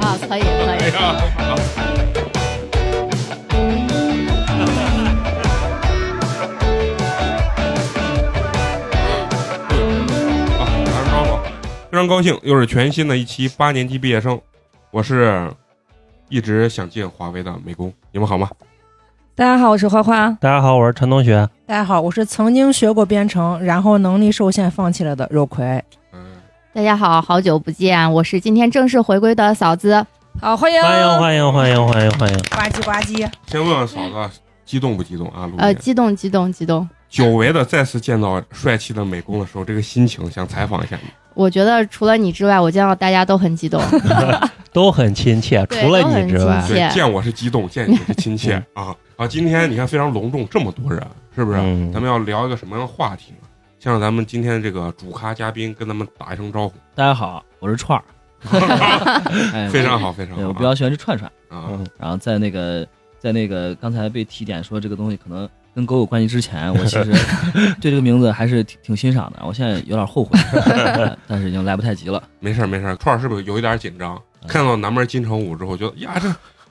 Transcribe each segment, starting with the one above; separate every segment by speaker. Speaker 1: 啊，可以可
Speaker 2: 哎
Speaker 1: 以。
Speaker 3: 啊，打声招呼。非常高兴，又是全新的一期八年级毕业生。我是一直想进华为的美工，你们好吗？
Speaker 4: 大家好，我是花花。
Speaker 5: 大家好，我是陈同学。
Speaker 6: 大家好，我是曾经学过编程，然后能力受限放弃了的肉葵。
Speaker 3: 嗯，
Speaker 7: 大家好，好久不见，我是今天正式回归的嫂子。
Speaker 4: 好，欢迎
Speaker 5: 欢迎欢迎欢迎欢迎欢迎！
Speaker 6: 呱唧呱唧，
Speaker 3: 先问问嫂子，激动不激动啊？陆
Speaker 7: 呃，
Speaker 3: 爷，
Speaker 7: 激动，激动，激动！
Speaker 3: 久违的再次见到帅气的美工的时候，这个心情想采访一下你。
Speaker 7: 我觉得除了你之外，我见到大家都很激动。
Speaker 5: 都很亲切，
Speaker 7: 对
Speaker 5: 除了你之
Speaker 7: 都很
Speaker 5: 外
Speaker 7: 亲切，
Speaker 3: 对，见我是激动，见你是亲切啊！啊，今天你看非常隆重，这么多人，是不是？
Speaker 5: 嗯
Speaker 3: 咱们要聊一个什么样的话题呢？先让咱们今天这个主咖嘉宾跟咱们打一声招呼，
Speaker 2: 大家好，我 是串儿，哎
Speaker 3: 非常。好，非常
Speaker 2: 对
Speaker 3: 好。
Speaker 2: 我比较喜欢吃串串，
Speaker 3: 啊，
Speaker 5: 嗯
Speaker 2: 然后在那个在那个刚才被提点说这个东西可能跟狗有关系之前，我其实对这个名字还是挺挺欣赏的，我现在有点 后悔，呃但是已经来不太及了。
Speaker 3: 没事儿没事儿，串儿是不是有一点紧张？
Speaker 2: 嗯
Speaker 3: 看到南门金城武之后，觉得呀，这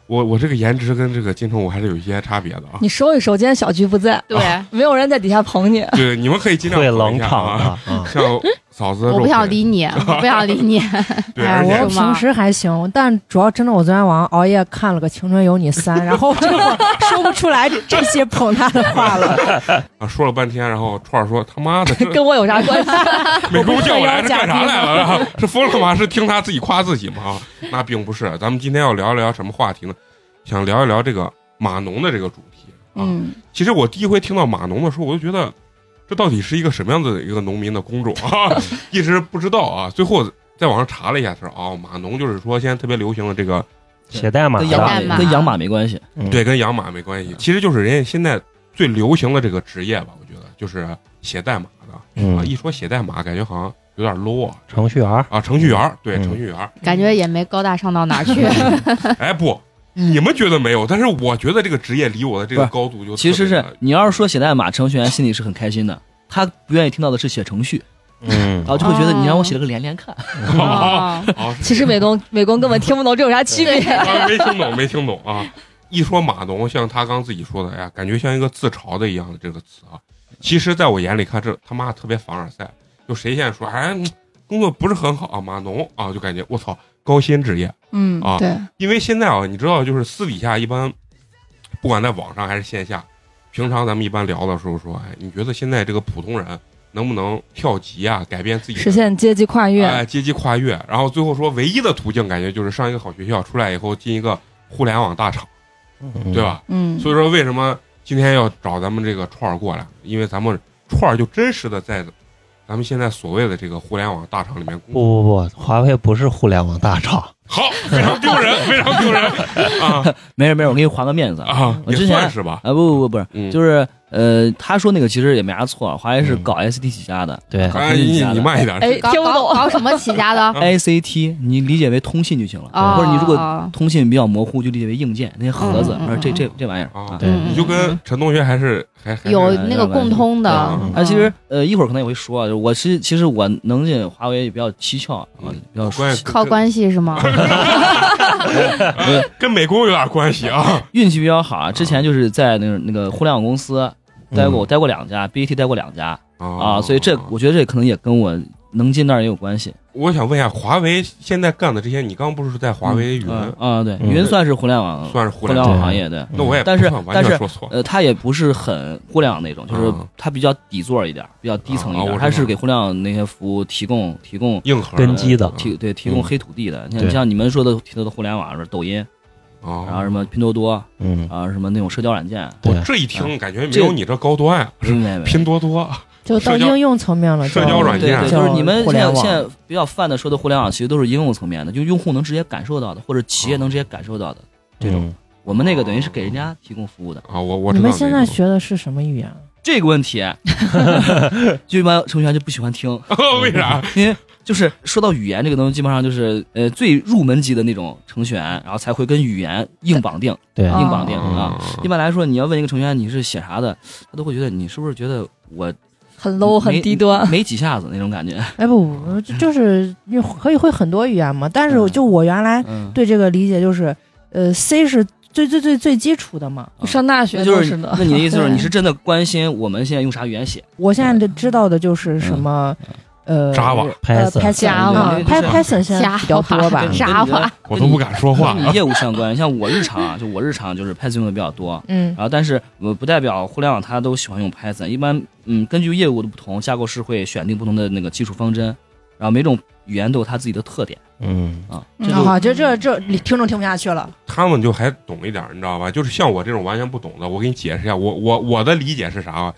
Speaker 3: 我我这个颜值跟这个金城武还是有一些差别的啊。
Speaker 4: 你收一收，今天小菊不在，
Speaker 7: 对，
Speaker 4: 没有人在底下捧你。
Speaker 3: 对，你们可以尽量
Speaker 5: 会
Speaker 3: 捧
Speaker 5: 冷
Speaker 3: 一下
Speaker 5: 场
Speaker 3: 啊。
Speaker 5: 的 啊！
Speaker 3: 像嫂子，
Speaker 7: 我不想理你，我不想理你。
Speaker 3: 肉葵。对，
Speaker 6: 哎，
Speaker 3: 而
Speaker 6: 我
Speaker 3: 且
Speaker 7: 是吗
Speaker 6: 平时还行，但主要真的我昨天晚上熬夜看了个《青春有 你三》，然后这会儿说不出来这这些捧他的话了。
Speaker 3: 啊说了半天，然后串儿说他妈 的，这
Speaker 4: 跟我有啥关 系？
Speaker 3: 美工叫我来是干啥来了？然 后是疯了吗？是听他自己夸自己吗？啊，那并不是。咱们今天要聊一聊什么话题呢？想聊一聊这个码农的这个主题啊。
Speaker 1: 嗯，
Speaker 3: 其实我第一回听到码农的时候，我就觉得这到底是一个什么样子的一个农民的工种 啊？一直不知道啊。最后在网上查了一下，是啊，码农就是说现在特别流行的这个，
Speaker 5: 写代码啊
Speaker 2: 跟
Speaker 7: 养
Speaker 2: 养
Speaker 7: 马
Speaker 5: 的，
Speaker 2: 马跟养马没关系，
Speaker 3: 对，跟养马没关系，其实就是人家现在最流行的这个职业吧，我觉得就是写代码的啊。
Speaker 5: 嗯，
Speaker 3: 一说写代码，感觉好像有点 low 啊。
Speaker 5: 程序员，
Speaker 3: 啊，程序员儿，对，
Speaker 5: 嗯
Speaker 3: 程序员儿。
Speaker 7: 感觉也没高大上到哪儿去。
Speaker 3: 哎，不，你们觉得没有，但是我觉得这个职业离我的这个高度就
Speaker 2: 其实
Speaker 3: 特
Speaker 2: 是
Speaker 3: 别的呃
Speaker 2: 你要是说写代码，程序员心里是很开心的。他不愿意听到的是写程序，
Speaker 5: 嗯
Speaker 2: 然，后就会觉得
Speaker 7: 哦
Speaker 2: 你让我写了个连连看，
Speaker 7: 哦
Speaker 3: 啊，
Speaker 4: 其实美工美工根本听不懂这有啥区别。
Speaker 3: 啊没听懂，没听懂啊！一说码农，像他刚自己说的，哎呀，感觉像一个自嘲的一样的这个词啊。其实，在我眼里看，这他妈特别凡尔赛。就谁现在说，哎，嗯工作不是很好啊，码农啊，就感觉我操，高薪职业。
Speaker 1: 嗯
Speaker 3: 啊，
Speaker 1: 对，
Speaker 3: 因为现在啊，你知道，就是私底下一般，不管在网上还是线下，平常咱们一般聊的时候说，哎，你觉得现在这个普通人能不能跳级啊，改变自己的
Speaker 4: 实现阶级跨越，
Speaker 3: 哎，阶级跨越，然后最后说唯一的途径，感觉就是上一个好学校，出来以后进一个互联网大厂，
Speaker 5: 嗯
Speaker 3: 对？吧？
Speaker 1: 嗯，
Speaker 3: 所以说为什么今天要找咱们这个串儿过来？因为咱们串儿就真实的在咱们现在所谓的这个互联网大厂里面工作。
Speaker 5: 不不不，华为不是互联网大厂，
Speaker 3: 好，非常丢人，非常丢人啊
Speaker 2: 没事没事，我给你还个面子啊！
Speaker 3: 啊！
Speaker 2: 我
Speaker 3: 也
Speaker 2: 之前
Speaker 3: 算是吧，
Speaker 2: 啊不不不不是，
Speaker 3: 嗯，
Speaker 2: 就是呃，他说那个其实也没啥错，华为是
Speaker 5: 嗯
Speaker 2: 搞 ST 起家的，
Speaker 5: 对
Speaker 2: 搞
Speaker 3: 哎，
Speaker 2: 通信起
Speaker 3: 你
Speaker 2: 家
Speaker 3: 你
Speaker 2: 的
Speaker 3: 慢一点，
Speaker 4: 哎，
Speaker 7: 搞
Speaker 4: 听不
Speaker 7: 搞
Speaker 4: 懂。
Speaker 7: 搞什么起家的？
Speaker 2: ICT 你理解为通信就行了，
Speaker 7: 啊，
Speaker 2: 或者你如果
Speaker 7: 哦
Speaker 2: 通信比较模糊，就理解为硬件那些盒子
Speaker 7: 嗯嗯，嗯
Speaker 2: 而这这这玩意儿
Speaker 3: 啊
Speaker 2: 啊。
Speaker 5: 对
Speaker 7: 嗯
Speaker 3: 你就跟陈同学还是还还是
Speaker 7: 有那个共通的
Speaker 3: 嗯。
Speaker 2: 啊，其实呃，一会儿可能也会说，啊，我是其实我能进华为也比较蹊跷啊，
Speaker 3: 嗯
Speaker 2: 比较
Speaker 3: 关系
Speaker 7: 靠关系是吗？
Speaker 3: 跟跟美工有点关系 啊。
Speaker 2: 运气比较好啊。之前就是在那个那个互联网公司待过，我
Speaker 5: 嗯
Speaker 2: 待过两家，BAT 待过两家啊，
Speaker 3: 啊
Speaker 2: 所以这我觉得这可能也跟我能进那儿也有关系。
Speaker 3: 我想问一下，华为现在干的这些，你刚刚不是在华为云，
Speaker 2: 嗯啊，对，
Speaker 5: 嗯
Speaker 2: 云算是互联网
Speaker 3: 算是互
Speaker 2: 互
Speaker 3: 联
Speaker 2: 联
Speaker 3: 网？
Speaker 2: 网行业对。
Speaker 3: 那我也
Speaker 2: 但是
Speaker 3: 不算完全
Speaker 2: 但是
Speaker 3: 说错
Speaker 2: 呃，它也不是很互联网那种，就是
Speaker 3: 嗯
Speaker 2: 它比较底座一点，比较低层一
Speaker 3: 啊我知
Speaker 2: 点，它是
Speaker 3: 道
Speaker 2: 给互联网那些服务提供提供
Speaker 3: 硬核
Speaker 5: 根基的
Speaker 2: 提对提
Speaker 3: 嗯
Speaker 2: 供黑土地的。你看
Speaker 5: 对
Speaker 2: 像你们说的提到的互联网，是抖音，然后
Speaker 3: 啊
Speaker 2: 什。么拼多多
Speaker 5: 嗯，
Speaker 2: 啊，什么那种社交软件，
Speaker 5: 对
Speaker 3: 我这一听感觉没有你这高端啊，
Speaker 2: 没没没
Speaker 3: 拼多多
Speaker 6: 就到
Speaker 3: 社交
Speaker 6: 应用层面了，
Speaker 3: 社交
Speaker 6: 就
Speaker 3: 软
Speaker 2: 对
Speaker 3: 件
Speaker 2: 对，
Speaker 6: 叫
Speaker 2: 就是你们
Speaker 6: 互
Speaker 2: 现
Speaker 6: 联
Speaker 2: 在
Speaker 6: 网
Speaker 2: 现在比较泛的说的互联网，其实都是应用层面的，就用户能直接感受到的，或者企业能直接感受到
Speaker 6: 嗯
Speaker 2: 的。
Speaker 5: 这种
Speaker 2: 我们那个等于是给人家提供服务的。
Speaker 3: 啊，我我
Speaker 6: 你
Speaker 3: 知道那
Speaker 6: 们现在
Speaker 3: 个
Speaker 6: 学的是什么语言？
Speaker 2: 这个问题， 就一般程序员就不喜欢听，
Speaker 3: 为啥？
Speaker 2: 因为就是说到语言这个东西，基本上就是呃最入门级的那种程序员，然后才会跟语言硬绑定。
Speaker 5: 对
Speaker 7: 哦
Speaker 4: 啊
Speaker 2: 硬绑定啊。
Speaker 3: 啊
Speaker 2: 一般来说，你要问一个程序员你是写啥的，他都会觉得你是不是觉得我
Speaker 4: 很 low
Speaker 2: 没
Speaker 4: 很低端，
Speaker 2: 没几下子那种感觉。
Speaker 6: 哎不，我就就是你可以会很多语言嘛，但是我
Speaker 2: 嗯
Speaker 6: 就我原来
Speaker 2: 嗯，
Speaker 6: 对这个理解就是，呃，C 是最最最最基础的嘛。
Speaker 2: 啊
Speaker 4: 上大学
Speaker 2: 那
Speaker 4: 都
Speaker 2: 就是是
Speaker 4: 的。
Speaker 2: 那你的意思就是你是真的关 心我们现在用啥语言写？
Speaker 6: 我现在知道的就是
Speaker 2: 嗯
Speaker 6: 什么，呃
Speaker 3: 嗯 Java
Speaker 7: 嗯
Speaker 6: 呃
Speaker 5: Python
Speaker 6: Python 啊
Speaker 2: Java
Speaker 6: Py-，Python 现在比较多吧
Speaker 2: 跟？
Speaker 7: Java 傻
Speaker 2: 跟你的
Speaker 3: 我都不敢说话啊
Speaker 2: 跟你业务相关。像我日常啊，就我日常就是 Python 用的比较多。
Speaker 6: 嗯
Speaker 2: 然后，但是我不代表互联网它都喜欢用 Python。一般，嗯，根据业务的不同，架构师会选定不同的那个技术方针，然后每种语言都有它自己的特点
Speaker 5: 嗯，
Speaker 2: 啊。
Speaker 1: 嗯
Speaker 2: 这就
Speaker 1: 啊
Speaker 6: 好，这这这听众听不下去了。
Speaker 3: 他们就还懂一点儿，你知道吧？就是像我这种完全不懂的，我给你解释一下，我我我的理解是啥啊？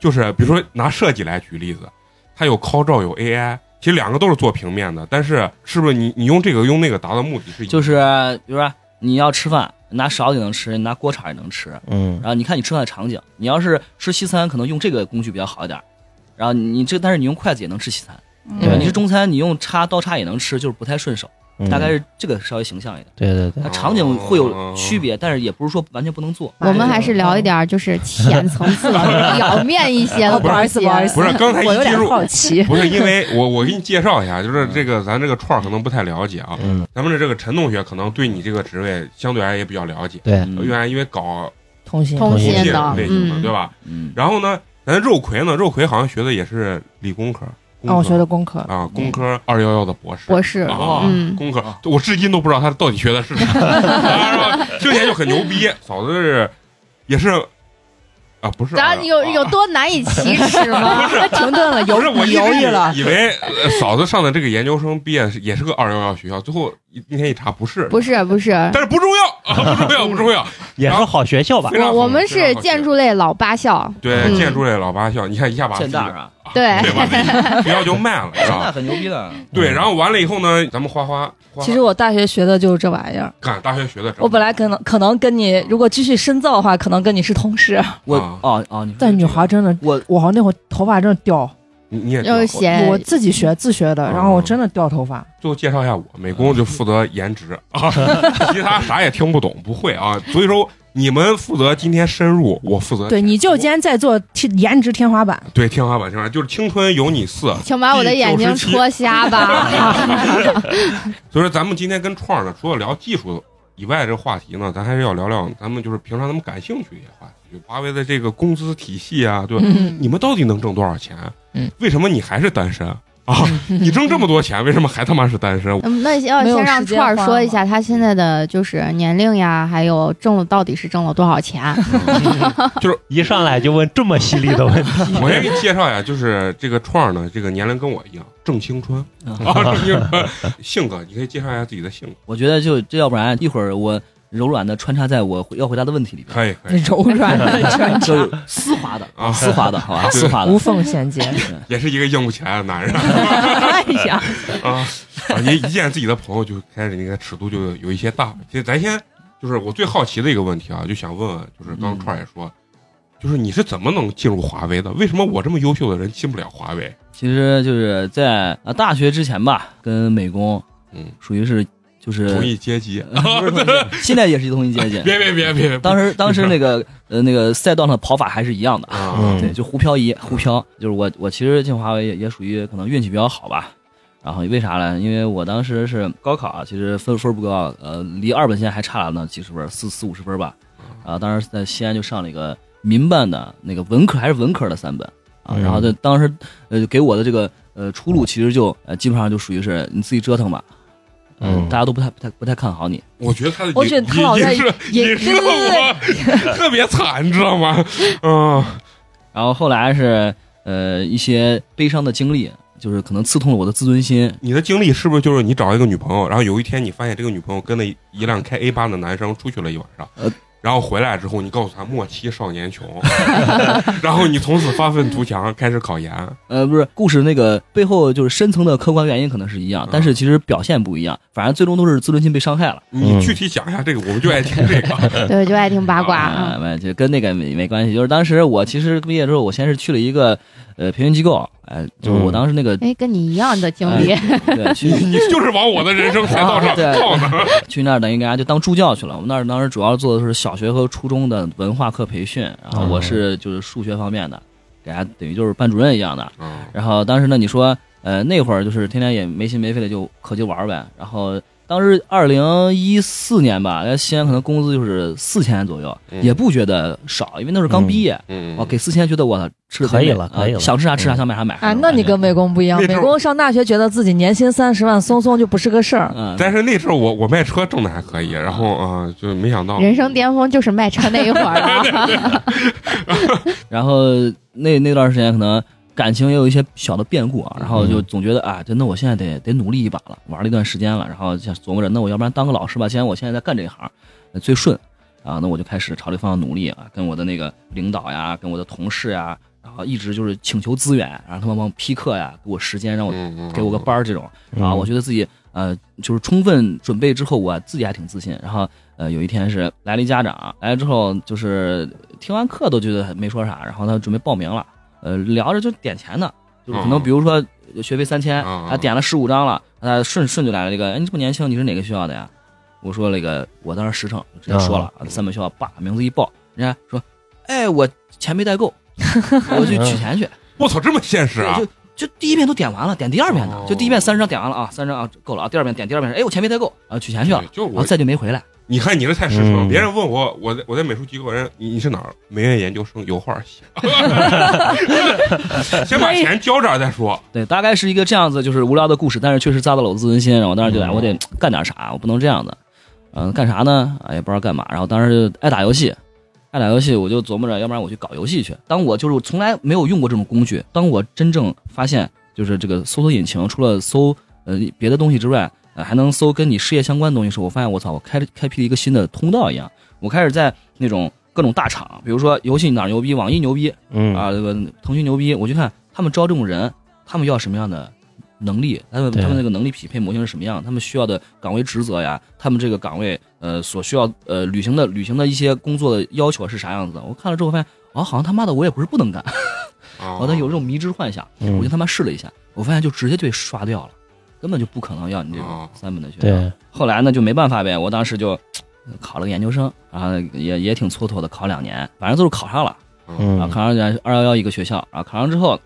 Speaker 3: 就是比如说拿设计来举例子，它有 c o d 有 AI，其实两个都是做平面的，但是是不是你你用这个用那个达到目的是一样的
Speaker 2: 就是比如说你要吃饭，拿勺也能吃，你拿锅铲也能吃。
Speaker 5: 嗯
Speaker 2: 然后你看你吃饭的场景，你要是吃西餐，可能用这个工具比较好一点儿。然后你这，但是你用筷子也能吃西餐。
Speaker 7: 嗯
Speaker 5: 对
Speaker 2: 你是中餐，你用叉刀叉也能吃，就是不太顺手。
Speaker 5: 嗯
Speaker 2: 大概是这个稍微形象一点。
Speaker 5: 对对对
Speaker 2: 它场景会
Speaker 3: 哦
Speaker 2: 有区别，但是也不是说完全不能做。
Speaker 7: 我们还是聊一点儿就是浅层次的、表面一些的东西。
Speaker 3: 不好
Speaker 4: 意思不好意思
Speaker 3: 不是刚才
Speaker 6: 我
Speaker 3: 一进
Speaker 6: 有点
Speaker 3: 入，
Speaker 6: 好奇，
Speaker 3: 不是因为我我给你介绍一下， 就是这个咱这个串儿可能不太了解啊，
Speaker 5: 嗯
Speaker 3: 咱们的这个陈同学可能对你这个职位相对而言也比较了解，
Speaker 5: 对
Speaker 6: 嗯
Speaker 3: 原来因为搞
Speaker 6: 通信
Speaker 7: 通
Speaker 5: 信
Speaker 3: 信
Speaker 7: 的
Speaker 3: 类型的
Speaker 7: 嗯
Speaker 3: 对吧？
Speaker 2: 嗯，
Speaker 3: 然后呢，咱肉葵呢，肉葵好像学的也是理工科，工
Speaker 6: 啊，我
Speaker 3: 科
Speaker 6: 学的工科，
Speaker 3: 啊，工科二幺幺的博士，
Speaker 7: 博士，
Speaker 3: 啊，
Speaker 7: 嗯
Speaker 3: 工科，我至今都不知道他到底学的是啥，啊 然后听起来就很牛逼，嫂子是也是啊，不是
Speaker 7: 咱
Speaker 3: 啊
Speaker 7: 有
Speaker 3: 啊
Speaker 7: 有多难以启齿吗？
Speaker 4: 停顿了，
Speaker 3: 不是我一直
Speaker 4: 犹
Speaker 3: 以
Speaker 4: 豫了。
Speaker 3: 以为呃嫂子上的这个研究生毕业是也是个二幺幺学校，最后一那天一查不是，
Speaker 7: 不是不是，
Speaker 3: 但是不重要，啊，不重要，不重要，
Speaker 5: 也是好学校吧
Speaker 3: 非？常好
Speaker 7: 我我们
Speaker 3: 非常
Speaker 7: 是
Speaker 3: 好
Speaker 7: 建筑类老八校，
Speaker 3: 对
Speaker 7: 嗯
Speaker 3: 建筑类老八校，你看一下把
Speaker 2: 建大
Speaker 3: 自己
Speaker 2: 啊，
Speaker 3: 啊
Speaker 7: 对
Speaker 3: 对吧？学校就卖了，是
Speaker 2: 建大
Speaker 3: 吧？
Speaker 2: 很牛逼的。
Speaker 5: 嗯
Speaker 3: 对，然后完了以后呢，咱们花花，花花
Speaker 4: 其实我大学学的就是这玩意儿。
Speaker 3: 干大学学的，
Speaker 4: 我本来可能可能跟你如果继续深造的话，可能跟你是同事。
Speaker 2: 我
Speaker 3: 啊
Speaker 2: 哦哦，你说
Speaker 6: 但
Speaker 2: 这
Speaker 6: 女
Speaker 2: 个
Speaker 6: 孩真的，
Speaker 2: 我
Speaker 6: 我好像那会儿头发真的掉，
Speaker 3: 你你也
Speaker 7: 又
Speaker 3: 知道
Speaker 7: 写
Speaker 6: 我自己学自学的，
Speaker 3: 嗯
Speaker 6: 然后我真的掉头发，
Speaker 3: 最后介绍一下我，美工就负责颜值啊，其他啥也听不懂，不会啊。所以说你们负责今天深入，我负责
Speaker 6: 对，你就今天在做天颜值天花板，
Speaker 3: 对天花板天花板就是青春有你四。
Speaker 7: 请把我的眼睛戳瞎吧。
Speaker 3: 所以说咱们今天跟串儿呢，除了聊技术以外这个话题呢，咱还是要聊聊咱们就是平常咱们感兴趣的一些话题，就华为的这个工资体系啊，对吧？
Speaker 4: 嗯，
Speaker 3: 你们到底能挣多少钱？啊
Speaker 6: 嗯，
Speaker 3: 为什么你还是单身啊？你挣这么多钱，为什么还他妈是单 身？
Speaker 7: 嗯那要
Speaker 4: 没有
Speaker 7: 先让
Speaker 4: 时间
Speaker 7: 串儿
Speaker 4: 花
Speaker 7: 说
Speaker 4: 了
Speaker 7: 一下他现在的就是年龄呀，还有挣了到底是挣了多少钱。啊
Speaker 5: 一上来就问这么犀利的问 题，
Speaker 3: 我先给你介绍一下，就是这个串儿呢，这个年龄跟我一样，正青春 啊，正青春。性格，你可以介绍一下自己的性格，
Speaker 2: 嗯我觉得就这，要不然一会儿我柔软的穿插在我要回答的问题里边，
Speaker 3: 可以可以，
Speaker 6: 柔软的
Speaker 2: 就是丝滑的
Speaker 3: 啊
Speaker 2: 丝滑的，好 吧，
Speaker 3: 对
Speaker 2: 丝滑的
Speaker 6: 无。缝衔接。
Speaker 3: 也是一个硬不起来的男人
Speaker 4: 哎呀，
Speaker 3: 啊啊！一一见自己的朋友就开始那个尺度就有一些大。其实咱先就是我最好奇的一个问题啊，就想问问，就是刚刚
Speaker 2: 嗯
Speaker 3: 串儿也说，就是你是怎么能进入华为的？为什么我这么优秀的人进不了华为？
Speaker 2: 其实就是在啊大学之前吧，跟美工，
Speaker 3: 嗯，
Speaker 2: 属于是就是
Speaker 3: 同一阶级？
Speaker 2: 呃不是同一阶级 现在也是同一阶级。
Speaker 3: 别别别别！
Speaker 2: 当时当时那个呃那个赛道上的跑法还是一样的，
Speaker 3: 啊，
Speaker 5: 嗯
Speaker 2: 对，就胡漂移胡漂，就是我我其实进华为也也属于可能运气比较好吧。然后为啥呢？因为我当时是高考啊，其实分分不高，呃，离二本线还差了那几十分，四四五十分吧。
Speaker 5: 嗯
Speaker 2: 啊，当时在西安就上了一个民办的那个文科还是文科的三本啊，
Speaker 5: 嗯
Speaker 2: 然后就当时呃给我的这个呃出路其实就呃基本上就属于是你自己折腾吧，呃
Speaker 5: 嗯
Speaker 2: 大家都不太不太不太看好你，
Speaker 3: 我觉得他的
Speaker 4: 我觉得他老在
Speaker 3: 是
Speaker 4: 引
Speaker 3: 也是
Speaker 4: 对
Speaker 3: 我特别惨，你知道吗？嗯，
Speaker 2: 然后后来是呃一些悲伤的经历，就是可能刺痛了我的自尊心，
Speaker 3: 你的经历是不是
Speaker 2: 呃
Speaker 3: 就是你找一个女朋友，然后有一天你发现这个女朋友跟了一辆开 A 八的男生出去了一晚上，然后回来之后，你告诉他莫欺少年 穷，然后你从此发愤图强，开始考研。
Speaker 2: 呃，不是，故事那个背后就是深层的客观原因可能是
Speaker 7: 嗯
Speaker 2: 一样，但是其实表现不一样，反正最终都是自尊心被伤害了。
Speaker 3: 你
Speaker 5: 嗯
Speaker 3: 具体讲一下这个，我们就爱听这
Speaker 2: 嗯
Speaker 3: 个。
Speaker 7: 对，就爱听八卦啊。
Speaker 2: 啊，没就跟那个没没关系。就是当时我其实毕业之后，我先是去了一个呃培训机构，哎、就是我当时 那个、
Speaker 7: 哎，跟你一样的经历，
Speaker 2: 对去
Speaker 3: 你就是往我的人生赛道上
Speaker 2: 啊 对
Speaker 3: 靠呢。
Speaker 2: 去那儿等于给大家就当助教去了。我们那儿当时主要做的是小学和初中的文化课培训，然后我是就是数学方面的，给大家等于就是班主任一样的。
Speaker 3: 嗯
Speaker 2: 然后当时呢，你说，呃，那会儿就是天天也没心没肺的就可劲玩儿呗。然后当时二零一四年吧，在西安可能工资就是四千左右，
Speaker 3: 嗯
Speaker 2: 也不觉得少，因为那时候刚毕业，
Speaker 3: 嗯
Speaker 2: 哦，给四千觉得我操吃得
Speaker 5: 可以
Speaker 2: 美
Speaker 5: 了
Speaker 2: 啊
Speaker 5: 可以了
Speaker 2: 想吃啥吃啥，
Speaker 5: 嗯
Speaker 2: 想买啥买啥
Speaker 4: 啊，
Speaker 2: 种
Speaker 4: 那
Speaker 2: 感
Speaker 4: 你
Speaker 2: 觉
Speaker 4: 跟美工不一样，
Speaker 3: 那
Speaker 4: 美
Speaker 3: 阵儿
Speaker 4: 工上大学觉得自己年薪三十万松松就不是个事儿，
Speaker 2: 嗯，
Speaker 3: 但是那时候我我卖车挣的还可以，然后啊、呃就没想到
Speaker 7: 人生巅峰就是卖车那一会儿了。
Speaker 2: 然后那那段时间可能感情也有一些小的变故啊，然后就
Speaker 5: 嗯
Speaker 2: 总觉得啊，真的我现在得得努力一把了，玩了一段时间了，然后想琢磨着，那我要不然当个老师吧，既然我现在在干这一行，呃最顺啊，那我就开始朝这方向努力啊，跟我的那个领导呀，跟我的同事呀，然后一直就是请求资源，然后他们帮我批课呀，给我时间，让我
Speaker 3: 嗯嗯
Speaker 2: 给我个班儿这种。啊，我
Speaker 5: 就
Speaker 2: 觉得自己呃就是充分准备之后，我自己还挺自信。然后呃有一天是来了一家长，来了之后就是听完课都觉得没说啥，然后他准备报名了，呃聊着就点钱呢，就是可能
Speaker 3: 嗯
Speaker 2: 比如说学费三千，
Speaker 3: 嗯嗯
Speaker 2: 他点了十五张了，他顺顺就来了这个，哎你这么年轻，你是哪个学校的呀？我说那个我当时实诚，直接说了三本学校，把名字一报，人家说，哎我钱没带够，我去取钱去。
Speaker 3: 我操，这么现实啊！
Speaker 2: 对就就第一遍都点完了，点第二遍呢
Speaker 3: 哦，
Speaker 2: 就第一遍三十张点完了啊，三十张啊够了啊，第二遍点第二遍，哎，我钱没带够啊，取钱去了，
Speaker 3: 对就是
Speaker 2: 然后
Speaker 3: 我，
Speaker 2: 再就没回来。
Speaker 3: 你看你这太实诚了。
Speaker 5: 嗯
Speaker 3: 别人问我，我在我在美术机构，人你你是哪儿？美院研究生，油画系。 先把钱交这儿再说。
Speaker 2: 对，大概是一个这样子，就是无聊的故事，但是确实扎到了我的自尊心，然后我当时就哎，
Speaker 3: 嗯
Speaker 2: 我得干点啥，我不能这样子，嗯、干啥呢？啊，也不知道干嘛，然后当时就爱打游戏。爱打游戏，我就琢磨着，要不然我去搞游戏去。当我就是我从来没有用过这种工具，当我真正发现，就是这个搜索引擎除了搜呃别的东西之外，呃还能搜跟你事业相关的东西的时候，我发现我操，我开了开辟了一个新的通道一样。我开始在那种各种大厂，比如说游戏哪儿牛逼，网易牛逼，
Speaker 5: 嗯
Speaker 2: 啊，这个腾讯牛逼，我就看他们招这种人，他们要什么样的能力，他们
Speaker 5: 对
Speaker 2: 他们那个能力匹配模型是什么样，他们需要的岗位职责呀，他们这个岗位呃所需要呃履行的履行的一些工作的要求是啥样子的。我看了之后发现，哦，好像他妈的我也不是不能干，
Speaker 3: 啊
Speaker 5: 哦
Speaker 2: 我当时有这种迷之幻想，
Speaker 5: 嗯
Speaker 2: 我就他妈试了一下，我发现就直接被刷掉了，根本就不可能要你这种
Speaker 3: 哦
Speaker 2: 三本的学校。
Speaker 5: 对，
Speaker 2: 后来呢就没办法呗，我当时就考了个研究生，然后也也挺蹉跎的，考两年，反正都是考上了。
Speaker 5: 嗯
Speaker 2: 啊，考上咱二幺幺一个学校，啊，考上之后，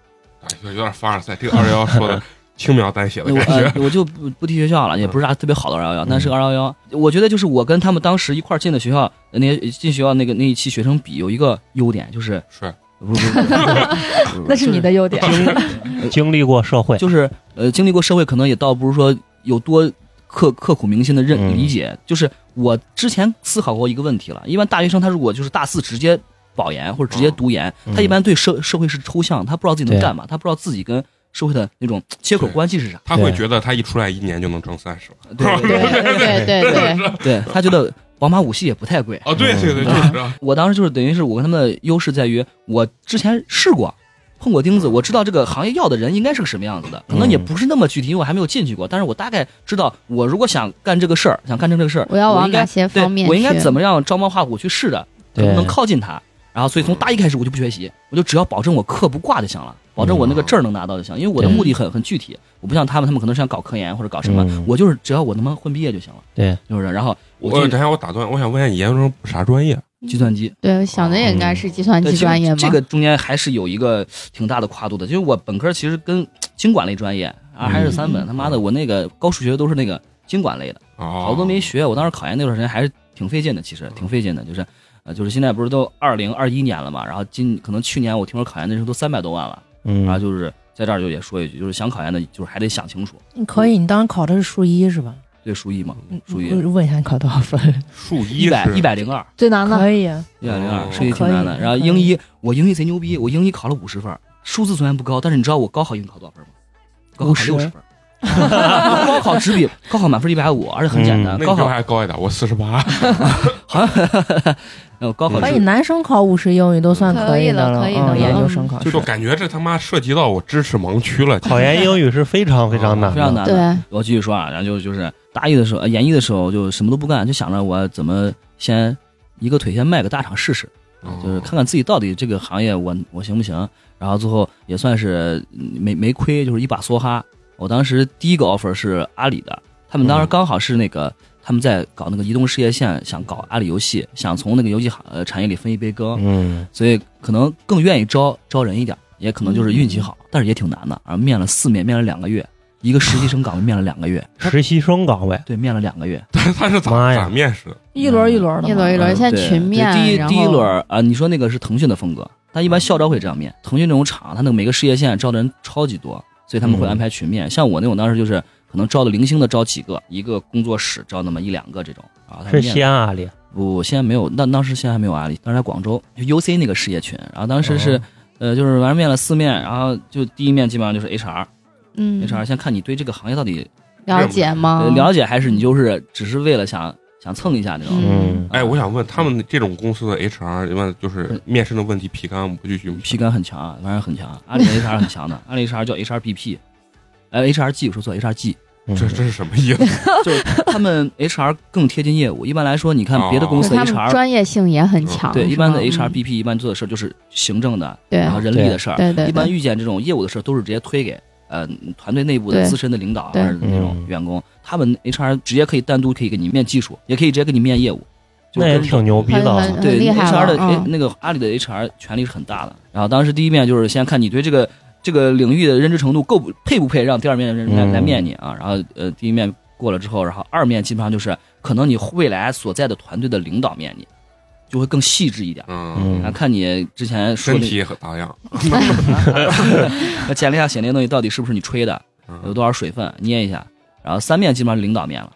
Speaker 3: 哎有点凡尔赛，这个二幺幺说的轻描淡写的
Speaker 2: 我
Speaker 3: 感觉
Speaker 2: 呃。我就不不提学校了，也不是啥特别好的二幺幺，但是二幺幺，我觉得就是我跟他们当时一块儿进的学校，呃那些进学校那个那一期学生比有一个优点，就是
Speaker 3: 是，
Speaker 2: 不不不不，
Speaker 4: 那是你的优点。
Speaker 5: 经历过社会，
Speaker 2: 就是，就是呃经历过社会，可能也倒不是说有多刻刻骨铭心的认、
Speaker 5: 嗯
Speaker 2: 理解，就是我之前思考过一个问题了，一般大学生他如果就是大四直接保研或者直接读研，
Speaker 5: 嗯
Speaker 2: 他一般对社社会是抽象，他不知道自己能
Speaker 5: 对
Speaker 2: 干嘛，他不知道自己跟社会的那种接口
Speaker 3: 对
Speaker 2: 关系是啥，
Speaker 3: 他会
Speaker 5: 对
Speaker 3: 觉得他一出来一年就能挣三十万。
Speaker 2: 对
Speaker 7: 对对对对，
Speaker 2: 对他觉得宝马五系也不太贵。
Speaker 3: 哦，对对对，就是
Speaker 2: 嗯
Speaker 3: 这样。
Speaker 2: 我当时就是等于是我跟他们的优势在于，我之前试过，碰过钉子，我知道这个行业要的人应该是个什么样子的，可能
Speaker 5: 嗯
Speaker 2: 也不是那么具体，因为我还没有进去过，但是我大概知道，我如果想干这个事儿，想干成这个事儿，
Speaker 7: 我要往
Speaker 2: 应该
Speaker 7: 哪些
Speaker 2: 对
Speaker 7: 方面去？
Speaker 2: 我应该怎么样照猫画虎去试着，能不
Speaker 5: 对
Speaker 2: 能靠近他？然后，所以从大一开始我就不学习，我就只要保证我课不挂就行了，保证我那个证儿能拿到就行，因为我
Speaker 5: 嗯
Speaker 2: 的
Speaker 5: 对
Speaker 2: 目的很很具体，我不像他们，他们可能是想搞科研或者搞什么，
Speaker 5: 嗯
Speaker 2: 我就是只要我他妈混毕业就行了，
Speaker 5: 对，
Speaker 2: 就是然后
Speaker 3: 我
Speaker 2: 我
Speaker 3: 等一下我打断，我想问一下你研究生啥专业？
Speaker 2: 计算机。
Speaker 7: 对，我想的也应该是嗯计算
Speaker 2: 对，
Speaker 7: 机
Speaker 2: 其实
Speaker 7: 专业嘛。
Speaker 2: 这个中间还是有一个挺大的跨度的。就是我本科其实跟经管类专业啊，还是
Speaker 3: 嗯
Speaker 2: 三本，他妈的，我那个高数学都是那个经管类的，
Speaker 3: 哦，
Speaker 2: 好多没学。我当时考研那段时间还是挺费劲的，其实挺费劲的，就是。呃，就是现在不是都二零二一年了嘛，然后今可能去年我听说考研的时候都三百多万了，
Speaker 5: 嗯
Speaker 2: 然
Speaker 8: 啊
Speaker 2: 后就是在这儿就也说一句，就是想考研的，就是还得想清楚，
Speaker 6: 你可以，你当时考的是数一是吧？
Speaker 2: 对数一嘛，数一
Speaker 6: 我问一下你考多少分？
Speaker 3: 数一
Speaker 2: 一百
Speaker 3: 嗯是
Speaker 2: 一百零二，
Speaker 4: 最难的
Speaker 6: 可以啊，
Speaker 2: 一百零
Speaker 3: 哦
Speaker 2: 二，数一挺难的。
Speaker 6: 可以
Speaker 2: 然后
Speaker 6: 可以
Speaker 2: 英一，我英一贼牛逼，我英一考了五十分儿，数字虽然不高，但是你知道我高考英语考多少分儿吗？高考
Speaker 6: 50
Speaker 2: 六十分儿， 高考只比高考满分一百五，而且很简单。
Speaker 3: 那
Speaker 2: 嗯高
Speaker 3: 你就
Speaker 2: 考
Speaker 3: 还高一点，我四十八。
Speaker 2: 好像呃高考
Speaker 6: 可以，
Speaker 2: 只
Speaker 6: 男生考五十英语都算以的
Speaker 7: 可以了可以了
Speaker 6: 嗯，研究生考
Speaker 2: 啊
Speaker 6: 试
Speaker 3: 就感觉这他妈涉及到我知识盲区了。
Speaker 8: 考研英语是非常啊非常难的，
Speaker 2: 非常难的。
Speaker 7: 对，
Speaker 2: 我继续说啊，然后就就是大一的时候，呃研一的时候就什么都不干，就想着我怎么先一个腿先迈个大厂试试，
Speaker 3: 嗯
Speaker 2: 就是看看自己到底这个行业我我行不行。然后最后也算是嗯没没亏，就是一把梭哈。我当时第一个 offer 是阿里的，他们当时
Speaker 3: 嗯
Speaker 2: 刚好是那个、他们在搞那个移动事业线，想搞阿里游戏，想从那个游戏行呃产业里分一杯羹。
Speaker 8: 嗯，
Speaker 2: 所以可能更愿意招招人一点，也可能就是运气好，但是也挺难的啊！面了四面，面了两个月，一个实习生岗位面了两个月，
Speaker 8: 实习生岗位，
Speaker 2: 对，面了两个月，
Speaker 3: 但 是他是咋
Speaker 8: 妈呀
Speaker 3: 咋面试的？
Speaker 4: 一轮一轮的嘛，
Speaker 7: 一轮一轮，
Speaker 2: 嗯
Speaker 7: 现在
Speaker 2: 对
Speaker 7: 群面
Speaker 2: 对，第一
Speaker 7: 然
Speaker 2: 第一
Speaker 7: 后嗯
Speaker 2: 轮啊、你说那个是腾讯的风格，但一般校招会这样面。腾讯这种厂，它那个每个事业线招的人超级多，所以他们会
Speaker 8: 嗯
Speaker 2: 安排群面。像我那种当时就是可能招的零星的招几个，一个工作室招那么一两个这种啊。他们
Speaker 8: 是
Speaker 2: 面
Speaker 8: 西安阿里，
Speaker 2: 不，现在没有，那当时现在还没有阿里，当时在广州 UC 那个事业群，然后当时是、
Speaker 8: 哦
Speaker 2: 呃就是完面了四面，然后就第一面基本上就是 HR，HR、
Speaker 7: 嗯，哦
Speaker 2: 先看你对这个行业到底、
Speaker 7: 了解
Speaker 2: 呃
Speaker 7: 吗？
Speaker 2: 了解，还是你就是只是为了想想蹭一下这种。啊
Speaker 7: 嗯
Speaker 8: 嗯，
Speaker 3: 哎，我想问他们这种公司的 HR，你们就是面试的问题皮干不就去
Speaker 2: 批感很强啊，反正很强啊，阿里的 HR 很强的， 阿里 HR 叫 HRBP，呃 HRG 我说 错 HRG，
Speaker 8: 嗯
Speaker 3: 这这是什么意思？
Speaker 2: 就是他们 HR 更贴近业务。一般来说，你看别的公
Speaker 7: 就
Speaker 2: 司
Speaker 7: 是他
Speaker 2: 的
Speaker 7: 们
Speaker 2: HR，
Speaker 7: 专业性也很强，
Speaker 2: 对一般的
Speaker 7: 是吧
Speaker 2: HRBP 一般做的事儿就是行政的，
Speaker 7: 对
Speaker 2: 然后人力的事儿，
Speaker 7: 对对
Speaker 2: 一般
Speaker 7: 对，
Speaker 2: 遇见这种业务的事儿，都是直接推给呃团队内部的
Speaker 7: 对
Speaker 2: 资深的领导啊
Speaker 7: 对
Speaker 2: 还是那种
Speaker 8: 嗯
Speaker 2: 员工，他们 HR 直接可以单独可以给你面技术，也可以直接给你面业务，就是
Speaker 8: 那也
Speaker 2: 跟
Speaker 8: 挺牛逼
Speaker 7: 很
Speaker 8: 的，
Speaker 7: 很
Speaker 2: 对
Speaker 7: 厉害
Speaker 2: HR 的、
Speaker 7: 了嗯
Speaker 2: 那个阿里的 HR 权力是很大的。然后当时第一面就是先看你对这个这个领域的认知程度够不配不配让第二面人来、
Speaker 8: 嗯
Speaker 2: 来面你啊。然后呃第一面过了之后，然后二面基本上就是可能你未来所在的团队的领导面你，就会更细致一点。
Speaker 3: 嗯，
Speaker 2: 啊，
Speaker 8: 嗯，
Speaker 2: 看你之前说
Speaker 3: 身
Speaker 2: 的
Speaker 3: 体咋样？
Speaker 2: 那简历上写那个东西到底是不是你吹的，有
Speaker 3: 嗯
Speaker 2: 多少水分，捏一下。然后三面基本上是领导面了，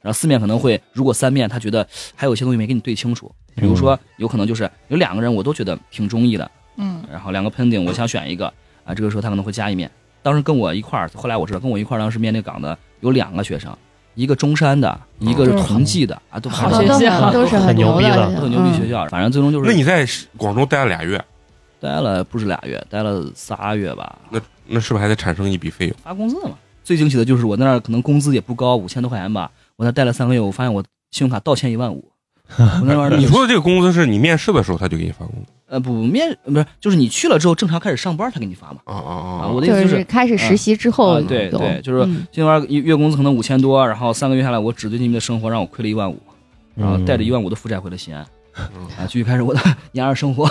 Speaker 2: 然后四面可能会，如果三面他觉得还有一些东西没给你对清楚，比如说有可能就是有两个人我都觉得挺中意的，
Speaker 1: 嗯，，
Speaker 2: 然后两个 pending 我想选一个啊，这个时候他可能会加一面。当时跟我一块儿，后来我知道跟我一块儿当时面那岗的有两个学生，一个中山的，一个是同济的啊，都
Speaker 4: 好
Speaker 2: 都
Speaker 4: 学
Speaker 7: 都
Speaker 4: 校
Speaker 7: 很都是
Speaker 8: 很牛
Speaker 7: 牛
Speaker 8: 逼
Speaker 7: 的嗯
Speaker 8: 了，
Speaker 2: 都很牛逼学校，反正最终就是
Speaker 3: 那你在广州待了俩月，
Speaker 2: 待了不是俩月，待了仨月吧，
Speaker 3: 那是不是还得产生一笔费用？
Speaker 2: 发工资了嘛。最惊喜的就是我在那儿可能工资也不高，五千多块钱吧。我那待了三个月，我发现我信用卡倒欠一万五。 我那玩意儿，
Speaker 3: 你说的这个工资是你面试的时候他就给你发工资？
Speaker 2: 呃不不面不是就是你去了之后正常开始上班，他给你发嘛。
Speaker 3: 啊啊
Speaker 2: 啊，
Speaker 3: 啊！
Speaker 2: 我的意
Speaker 7: 就
Speaker 2: 思就是是
Speaker 7: 开始实习之后
Speaker 2: 啊对
Speaker 7: 有
Speaker 2: 对就是
Speaker 7: 嗯
Speaker 2: 这玩意儿一月工资可能五千多，然后三个月下来我纸醉金迷的生活让我亏了一万五，
Speaker 8: 嗯
Speaker 2: 然后带着一万五的负债回了西安，
Speaker 3: 嗯
Speaker 2: 啊，继续开始我的 年二生活。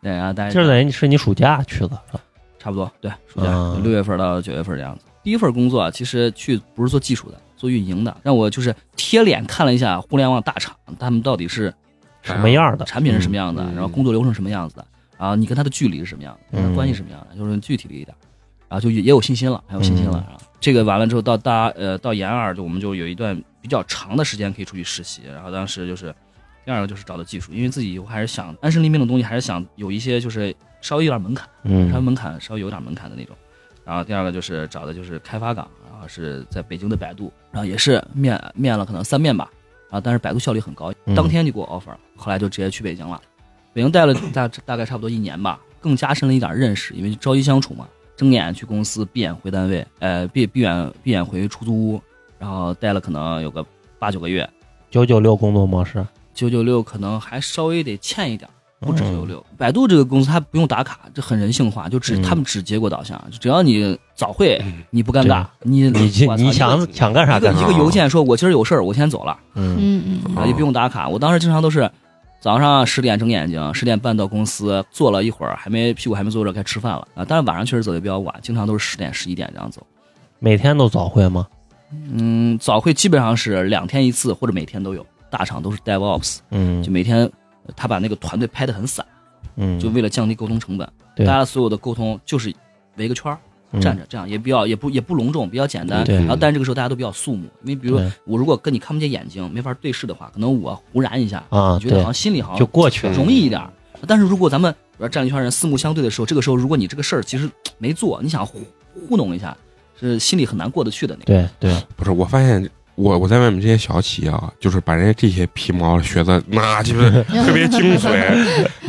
Speaker 2: 对，然后大家
Speaker 8: 这嗯等于是你暑假去的，
Speaker 2: 啊差不多，对，暑假
Speaker 8: 啊
Speaker 2: 六月份到九月份这样子。第一份工作啊，其实去不是做技术的，做运营的，让我就是贴脸看了一下互联网大厂，他们到底是
Speaker 8: 什么样的
Speaker 2: 产品是什么样的，
Speaker 3: 嗯
Speaker 2: 然后工作流程什么样子的，然后你跟他的距离是什么样的，跟他
Speaker 8: 嗯
Speaker 2: 关系什么样的，就是具体了一点，然后就也也有信心了，很有信心了。
Speaker 8: 嗯
Speaker 2: 然后这个完了之后，到大呃到研二，就我们就有一段比较长的时间可以出去实习，然后当时就是。第二个就是找到技术，因为自己以后还是想安身立命的东西，还是想有一些就是稍微有点门槛。
Speaker 8: 嗯
Speaker 2: 稍微门槛稍微有点门槛的那种。然后第二个就是找的就是开发岗，然后是在北京的百度，然后也是面面了可能三面吧，然后但是百度效率很高，
Speaker 8: 嗯
Speaker 2: 当天就给我 offer，、后来就直接去北京了。北京待了大大概差不多一年吧，更加深了一点认识，因为朝夕相处嘛，睁眼去公司，闭眼回单位，呃，闭闭眼闭眼回出租屋，然后待了可能有个八九个月，
Speaker 8: 九九六工作模式，
Speaker 2: 九九六可能还稍微得欠一点儿。不止九六，百度这个公司它不用打卡，这很人性化，就只、
Speaker 8: 嗯
Speaker 2: 他们只结果导向，只要你早会，
Speaker 3: 嗯
Speaker 2: 你不尴尬，你
Speaker 8: 嗯你去
Speaker 2: 我操
Speaker 8: 你
Speaker 2: 一个
Speaker 8: 想想干啥
Speaker 2: 一个
Speaker 8: 干啥
Speaker 2: 一，个邮件说，我今儿有事儿，我先走了，
Speaker 8: 啊嗯
Speaker 7: 嗯嗯
Speaker 3: 啊
Speaker 2: 啊也不用打卡。我当时经常都是早上十点睁眼睛，十点半到公司，坐了一会儿，还没屁股还没坐热，该吃饭了啊。但是晚上确实走的比较晚，经常都是十点十一点这样走。
Speaker 8: 每天都早会吗？
Speaker 2: 嗯，早会基本上是两天一次，或者每天都有。大厂都是 DevOps，
Speaker 8: 嗯
Speaker 2: 就每天呃他把那个团队拍得很散。
Speaker 8: 嗯，
Speaker 2: 就为了降低沟通成本，
Speaker 8: 对
Speaker 2: 大家所有的沟通就是围个圈儿
Speaker 8: 嗯
Speaker 2: 站着，这样也比较也不也不隆重，比较简单。
Speaker 8: 对
Speaker 3: 嗯
Speaker 8: 嗯
Speaker 2: 然后但是这个时候大家都比较肃穆，因为比如
Speaker 8: 对
Speaker 2: 我如果跟你看不见眼睛，没法对视的话，可能我忽然一下，
Speaker 8: 啊，
Speaker 2: 你觉得好
Speaker 8: 对
Speaker 2: 像，心里好
Speaker 8: 就
Speaker 2: 像
Speaker 8: 过去了，
Speaker 2: 容易一点儿。但是如果咱们比如说站一圈人四目相对的时候，这个时候如果你这个事儿其实没做，你想糊糊弄一下，是心里很难过得去的那个。
Speaker 8: 对对，
Speaker 3: 不是，我发现我我在外面这些小企业啊，就是把人家这些皮毛学的，那就是 特别精髓，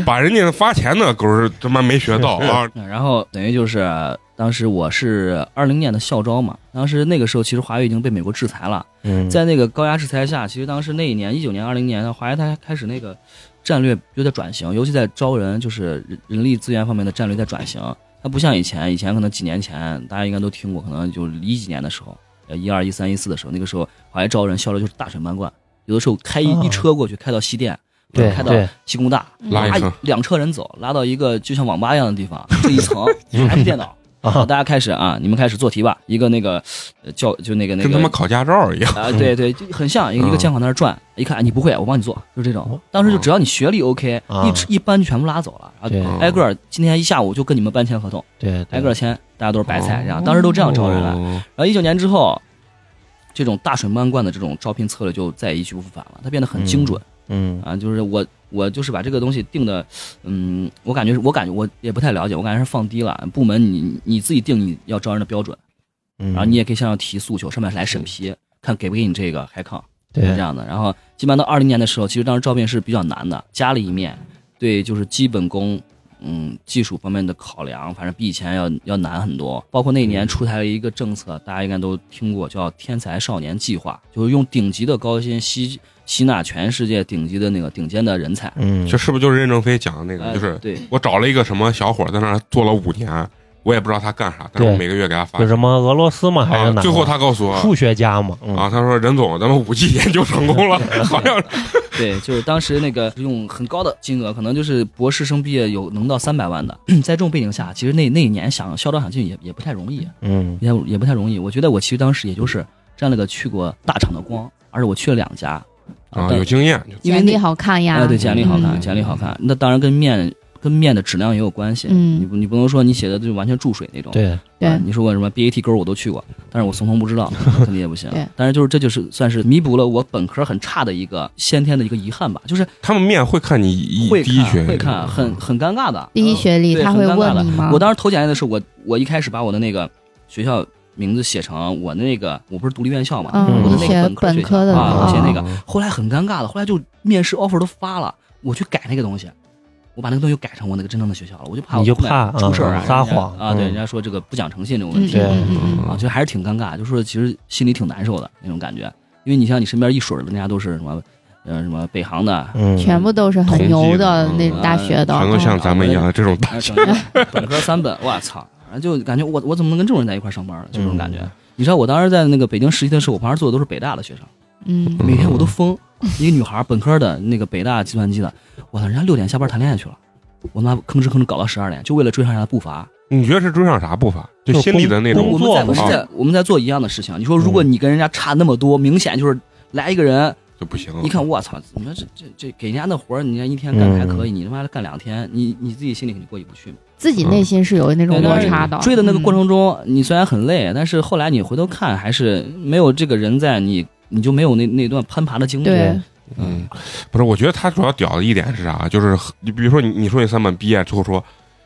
Speaker 3: 把人家发钱的狗是他妈没学到啊！
Speaker 2: 嗯然后等于就是当时我是二零年的校招嘛，当时那个时候其实华为已经被美国制裁了，
Speaker 8: 嗯，
Speaker 2: 在那个高压制裁下，其实当时那一年一九年、二零年，华为它开始那个战略有点转型，尤其在招人，就是人人力资源方面的战略在转型。它不像以前，以前可能几年前大家应该都听过，可能就一几年的时候，呃一二一三一四的时候，那个时候华为招人效率就是大水漫灌，有的时候开一、
Speaker 8: 哦
Speaker 2: 一车过去，开到西电，或者
Speaker 8: 对
Speaker 2: 开到
Speaker 8: 对，
Speaker 2: 西工大，
Speaker 3: 拉一层
Speaker 2: 拉两车人走，拉到一个就像网吧一样的地方，这一 层还是电脑。好，
Speaker 8: 啊，
Speaker 2: 大家开始啊，你们开始做题吧。一个那个呃教就那个那
Speaker 3: 跟他
Speaker 2: 个
Speaker 3: 妈考驾照一样。
Speaker 8: 嗯
Speaker 2: 啊，对对，就很像一个一
Speaker 3: 嗯
Speaker 2: 个监考在那儿转，一看哎你不会，我帮你做，就这种
Speaker 8: 哦。
Speaker 2: 当时就
Speaker 3: 嗯
Speaker 2: 只要你学历 OK，
Speaker 8: 啊
Speaker 2: 一一班就全部拉走了，然
Speaker 8: 对
Speaker 2: 后挨个儿今天一下午就跟你们班签合同，
Speaker 8: 对
Speaker 2: 啊哎挨
Speaker 8: 对
Speaker 2: 个儿签，大家都是白菜，
Speaker 3: 哦
Speaker 2: 这样当时都这样招人了。
Speaker 3: 哦
Speaker 2: 然后一九年之后，这种大水漫灌的这种招聘策略就再也一去不复返了，它变得很精准。
Speaker 8: 嗯
Speaker 2: 啊，就是我我就是把这个东西定的，嗯，我感觉是我感觉我也不太了解，我感觉是放低了。部门你你自己定你要招人的标准，
Speaker 8: 嗯，
Speaker 2: 然后你也可以向上提诉求，上面来审批，看给不给你这个海康是
Speaker 8: 对
Speaker 2: 这样的。然后基本上到二零年的时候，其实当时招聘是比较难的，加了一面，对，就是基本功。嗯，技术方面的考量，反正比以前要要难很多。包括那一年出台了一个政策，大家应该都听过，叫“天才少年计划”，就是用顶级的高薪吸吸纳全世界顶级的那个顶尖的人才。
Speaker 8: 嗯，
Speaker 3: 这是不是就是任正非讲的那个？
Speaker 2: 呃
Speaker 3: 就是
Speaker 2: 对，
Speaker 3: 我找了一个什么小伙在那儿做了五年，我也不知道他干啥，但是我
Speaker 8: 对
Speaker 3: 每个月给他发
Speaker 8: 就什么俄罗斯嘛，还是
Speaker 3: 啊
Speaker 8: 哪个？。
Speaker 3: 最后他告诉我
Speaker 8: 数学家嘛，
Speaker 3: 啊，
Speaker 8: 嗯，
Speaker 3: 他说任总，咱们五 G 研究成功 了，好像
Speaker 2: 对，就是当时那个用很高的金额，可能就是博士生毕业有能到三百万的， 在这种背景下，其实那那一年想校招想进也也不太容易，啊
Speaker 8: 嗯
Speaker 2: 也也不太容易。我觉得我其实当时也就是沾了个去过大厂的光，而且我去了两家，
Speaker 3: 啊
Speaker 2: 但
Speaker 3: 有经验，
Speaker 2: 因为
Speaker 7: 简历
Speaker 2: 那
Speaker 7: 好看呀，
Speaker 2: 哎对简历好看，
Speaker 7: 嗯
Speaker 2: 简历好看，那当然跟面跟面的质量也有关系，
Speaker 7: 嗯
Speaker 2: 你不你不能说你写的就完全注水那种，
Speaker 8: 对，
Speaker 2: 啊
Speaker 7: 对，
Speaker 2: 你说过什么 BAT 勾我都去过，但是我怂怂不知 道，肯定也不行
Speaker 7: 对。
Speaker 2: 但是就是这就是算是弥补了我本科很差的一个先天的一个遗憾吧，就是
Speaker 3: 他们面会看你一
Speaker 2: 会
Speaker 3: 第一嗯学
Speaker 2: 看会看，很很尴尬的。呃
Speaker 7: 第一学历
Speaker 2: 对
Speaker 7: 他
Speaker 2: 很
Speaker 7: 会
Speaker 2: 尴尬的
Speaker 7: 问你吗？
Speaker 2: 我当时投简历的时候，我我一开始把我的那个学校名字写成我那个我不是独立院校嘛，
Speaker 7: 嗯
Speaker 2: 我的
Speaker 7: 你
Speaker 2: 那个
Speaker 7: 写
Speaker 2: 本科学
Speaker 7: 本
Speaker 2: 校
Speaker 7: 科
Speaker 8: 嗯
Speaker 7: 的哦
Speaker 2: 啊，
Speaker 7: 那
Speaker 2: 我写
Speaker 7: 个
Speaker 2: 那个，后来很尴尬的，后来就面试 offer 都发了，我去改那个东西。我把那个东西改成我那个真正的学校了，我就怕我
Speaker 8: 你就
Speaker 2: 后面
Speaker 8: 怕
Speaker 2: 出事儿啊
Speaker 8: 嗯撒
Speaker 2: 人家
Speaker 8: 谎
Speaker 2: 啊！对，
Speaker 8: 嗯
Speaker 2: 人家说这个不讲诚信这种
Speaker 7: 嗯
Speaker 2: 问题，
Speaker 8: 对
Speaker 7: 嗯嗯嗯
Speaker 2: 啊，其实还是挺尴尬，就说其实心里挺难受的那种感觉，因为你像你身边一水儿的，人家都是什么，呃，什么北航的，
Speaker 8: 嗯，
Speaker 7: 全部都是很牛的
Speaker 3: 同
Speaker 7: 那
Speaker 3: 济
Speaker 2: 的
Speaker 7: 种大学的，
Speaker 3: 全都像咱们一样这种大
Speaker 2: 啊整个本科三本，我操，反正就感觉我我怎么能跟这种人在一块儿上班啊呢？就这种感觉。
Speaker 8: 嗯
Speaker 2: 你知道我当时在那个北京实习的时候，我旁边坐的都是北大的学生，
Speaker 7: 嗯，
Speaker 2: 每天我都疯。一个女孩儿，本科的那个北大计算机的，我操，人家六点下班谈恋爱去了，我妈吭哧吭哧搞到十二点，就为了追上人家的步伐。
Speaker 3: 你觉得是追上啥步伐？就心里的那
Speaker 8: 工
Speaker 2: 我
Speaker 3: 种
Speaker 2: 们
Speaker 8: 作嗯
Speaker 2: 在我
Speaker 3: 嘛
Speaker 2: 们在我们在做一样的事情。你说如果你跟人家差那么多，明显就是来一个人，
Speaker 3: 就不行。
Speaker 8: 嗯
Speaker 2: 你看我操，你说这这这给人家那活儿，你人家一天干
Speaker 8: 嗯
Speaker 2: 还可以，你他妈的干两天，你你自己心里肯定过意不去嘛。
Speaker 7: 自己内心是有那种
Speaker 2: 对
Speaker 7: 落
Speaker 2: 但是
Speaker 7: 差的。
Speaker 2: 追的那个
Speaker 7: 嗯，
Speaker 2: 过程中，你虽然很累，但是后来你回头看，还是没有这个人在你，你就没有那那段攀爬的经历。
Speaker 7: 对，
Speaker 3: 嗯，不是，我觉得他主要屌的一点是啥？就是很你比如说你你说你三本毕业之后说，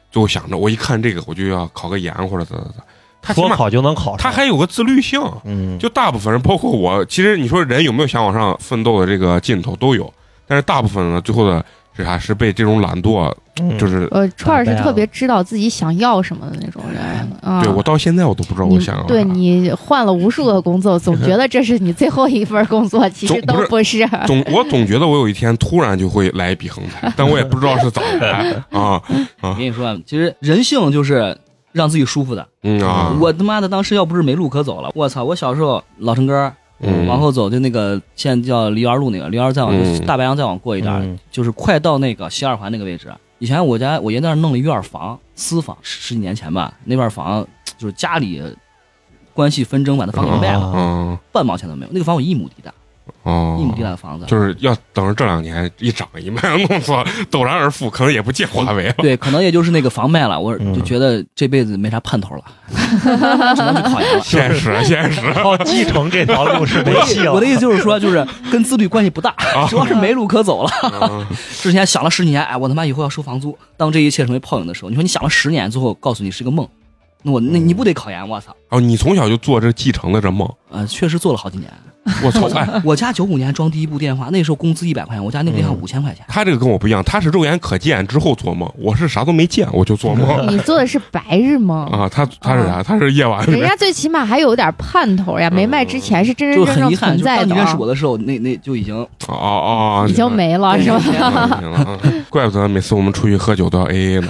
Speaker 3: 最后想着我一看这个我就要考个研或者咋咋咋，他起
Speaker 8: 说
Speaker 3: 码
Speaker 8: 考就能考上，
Speaker 3: 他还有个自律性。
Speaker 8: 嗯，
Speaker 3: 就大部分人，包括我，其实你说人有没有想往上奋斗的这个劲头都有，但是大部分呢，最后的是啥？是被这种懒惰，
Speaker 8: 嗯
Speaker 3: 就是、
Speaker 7: 呃，串儿
Speaker 8: 打
Speaker 7: 是
Speaker 8: 败
Speaker 7: 特
Speaker 8: 了
Speaker 7: 别知道自己想要什么的那种人啊。
Speaker 3: 哎对我到现在我都不知道
Speaker 7: 你
Speaker 3: 我想要啊啥。
Speaker 7: 对你换了无数个工作，总觉得这是你最后一份工作，其实
Speaker 3: 总
Speaker 7: 都不是。
Speaker 3: 总我总觉得我有一天突然就会来一笔横 财，但我也不知道是咋来啊，
Speaker 2: 我跟你说啊，其实人性就是让自己舒服的。
Speaker 3: 嗯啊，
Speaker 2: 我他妈的当时要不是没路可走了，我操！我小时候老城根儿
Speaker 3: 嗯
Speaker 2: 往后走就那个现在叫梨园路那个梨园再往、
Speaker 3: 嗯
Speaker 2: 大白杨再往过一点儿，
Speaker 8: 嗯
Speaker 2: 就是快到那个西二环那个位置。以前我家我爷那儿弄了一院房，私房，十十几年前吧，那院房就是家里关系纷争把那房给卖了，
Speaker 8: 啊
Speaker 3: 嗯
Speaker 2: 半毛钱都没有。那个房我一亩地大，
Speaker 3: 哦
Speaker 2: 一亩地大的房子，
Speaker 3: 就是要等着这两年一涨一卖，弄错陡然而富，可能也不借华 为了。
Speaker 2: 对，可能也就是那个房卖了，我
Speaker 8: 嗯
Speaker 2: 就觉得这辈子没啥盼头了，只能去考研了。
Speaker 3: 现实，现 实，
Speaker 8: 靠继承这条路是没
Speaker 2: 我的
Speaker 8: 戏
Speaker 2: 意
Speaker 8: 了。
Speaker 2: 我的意思就是说，就是跟自律关系不大，主要是没路可走了。
Speaker 3: 嗯
Speaker 2: 之前想了十年，哎，我他妈以后要收房租。当这一切成为泡影的时候，你说你想了十年，最后告诉你是个梦，那我那你不得考研？我操！
Speaker 3: 哦，你从小就做这继承的这梦，
Speaker 2: 呃，确实做了好几年。
Speaker 3: 我操！哎，
Speaker 2: 我家九五年装第一部电话，那时候工资一百块钱，我家那部电话
Speaker 3: 嗯
Speaker 2: 五千块钱。
Speaker 3: 他这个跟我不一样，他是肉眼可见之后做梦，我是啥都没见我就做梦
Speaker 7: 你做的是白日梦，
Speaker 3: 啊。他他是啥？他是夜晚里
Speaker 7: 人
Speaker 3: 面
Speaker 7: 家最起码还有点盼头呀，没卖
Speaker 3: 嗯
Speaker 7: 之前是真
Speaker 2: 就
Speaker 7: 真正
Speaker 2: 很
Speaker 7: 正
Speaker 2: 遗憾，
Speaker 7: 存
Speaker 2: 就是
Speaker 7: 在
Speaker 2: 当你
Speaker 7: 的
Speaker 2: 认识
Speaker 7: 啊，
Speaker 2: 我的时候，那那就已经
Speaker 3: 哦哦哦，
Speaker 7: 已经没了是吧？
Speaker 3: 明白了明白了啊怪不得每次我们出去喝酒都要 AA 呢。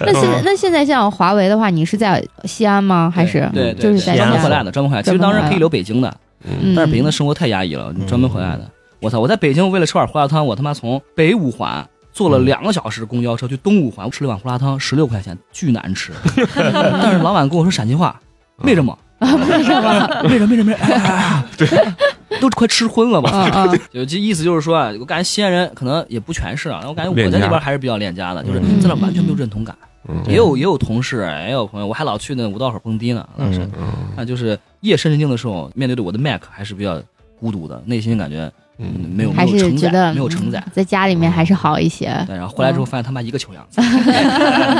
Speaker 7: 那现
Speaker 3: 嗯
Speaker 7: 在那现在像华为的话，你是在西安吗？还是
Speaker 2: 对，对
Speaker 7: 就是在
Speaker 2: 专门
Speaker 7: 家
Speaker 2: 回来的，专门回来。其实
Speaker 7: 专门
Speaker 2: 当
Speaker 7: 回
Speaker 2: 时
Speaker 7: 来
Speaker 2: 可以留北京的，
Speaker 7: 嗯
Speaker 3: 嗯，
Speaker 2: 但是北京的生活太压抑了，专门回来的。我操！我在北京为了吃碗胡辣汤，我他妈从北五环坐了两个小时公交车去东五环，我吃了碗胡辣汤，十六块钱，巨难吃。但是老板跟我说陕西话，为什么？
Speaker 7: 为什么？
Speaker 2: 为什么？为什么？哎哎哎对，都快吃昏了吧？
Speaker 7: 嗯嗯，
Speaker 2: 就这意思就是说啊，我感觉西安人可能也不全是啊，我感觉我
Speaker 3: 恋
Speaker 2: 在
Speaker 3: 家
Speaker 2: 这边还是比较恋家的，就是
Speaker 3: 嗯
Speaker 2: 在那完全没有认同感。
Speaker 3: 嗯
Speaker 2: 也有也有同事，也有朋友，我还老去那五道口蹦迪呢。当时，
Speaker 3: 嗯
Speaker 2: 那就是夜深人静的时候，面对着我的 Mac 还是比较孤独的，内心感觉嗯
Speaker 3: 嗯，
Speaker 2: 没有没
Speaker 7: 还
Speaker 2: 有
Speaker 7: 是
Speaker 2: 承
Speaker 7: 觉
Speaker 2: 载，
Speaker 7: 得嗯
Speaker 2: 没有承载。
Speaker 7: 在家里面还是好一些。
Speaker 2: 对，然后回来之后发现他妈一个球样子，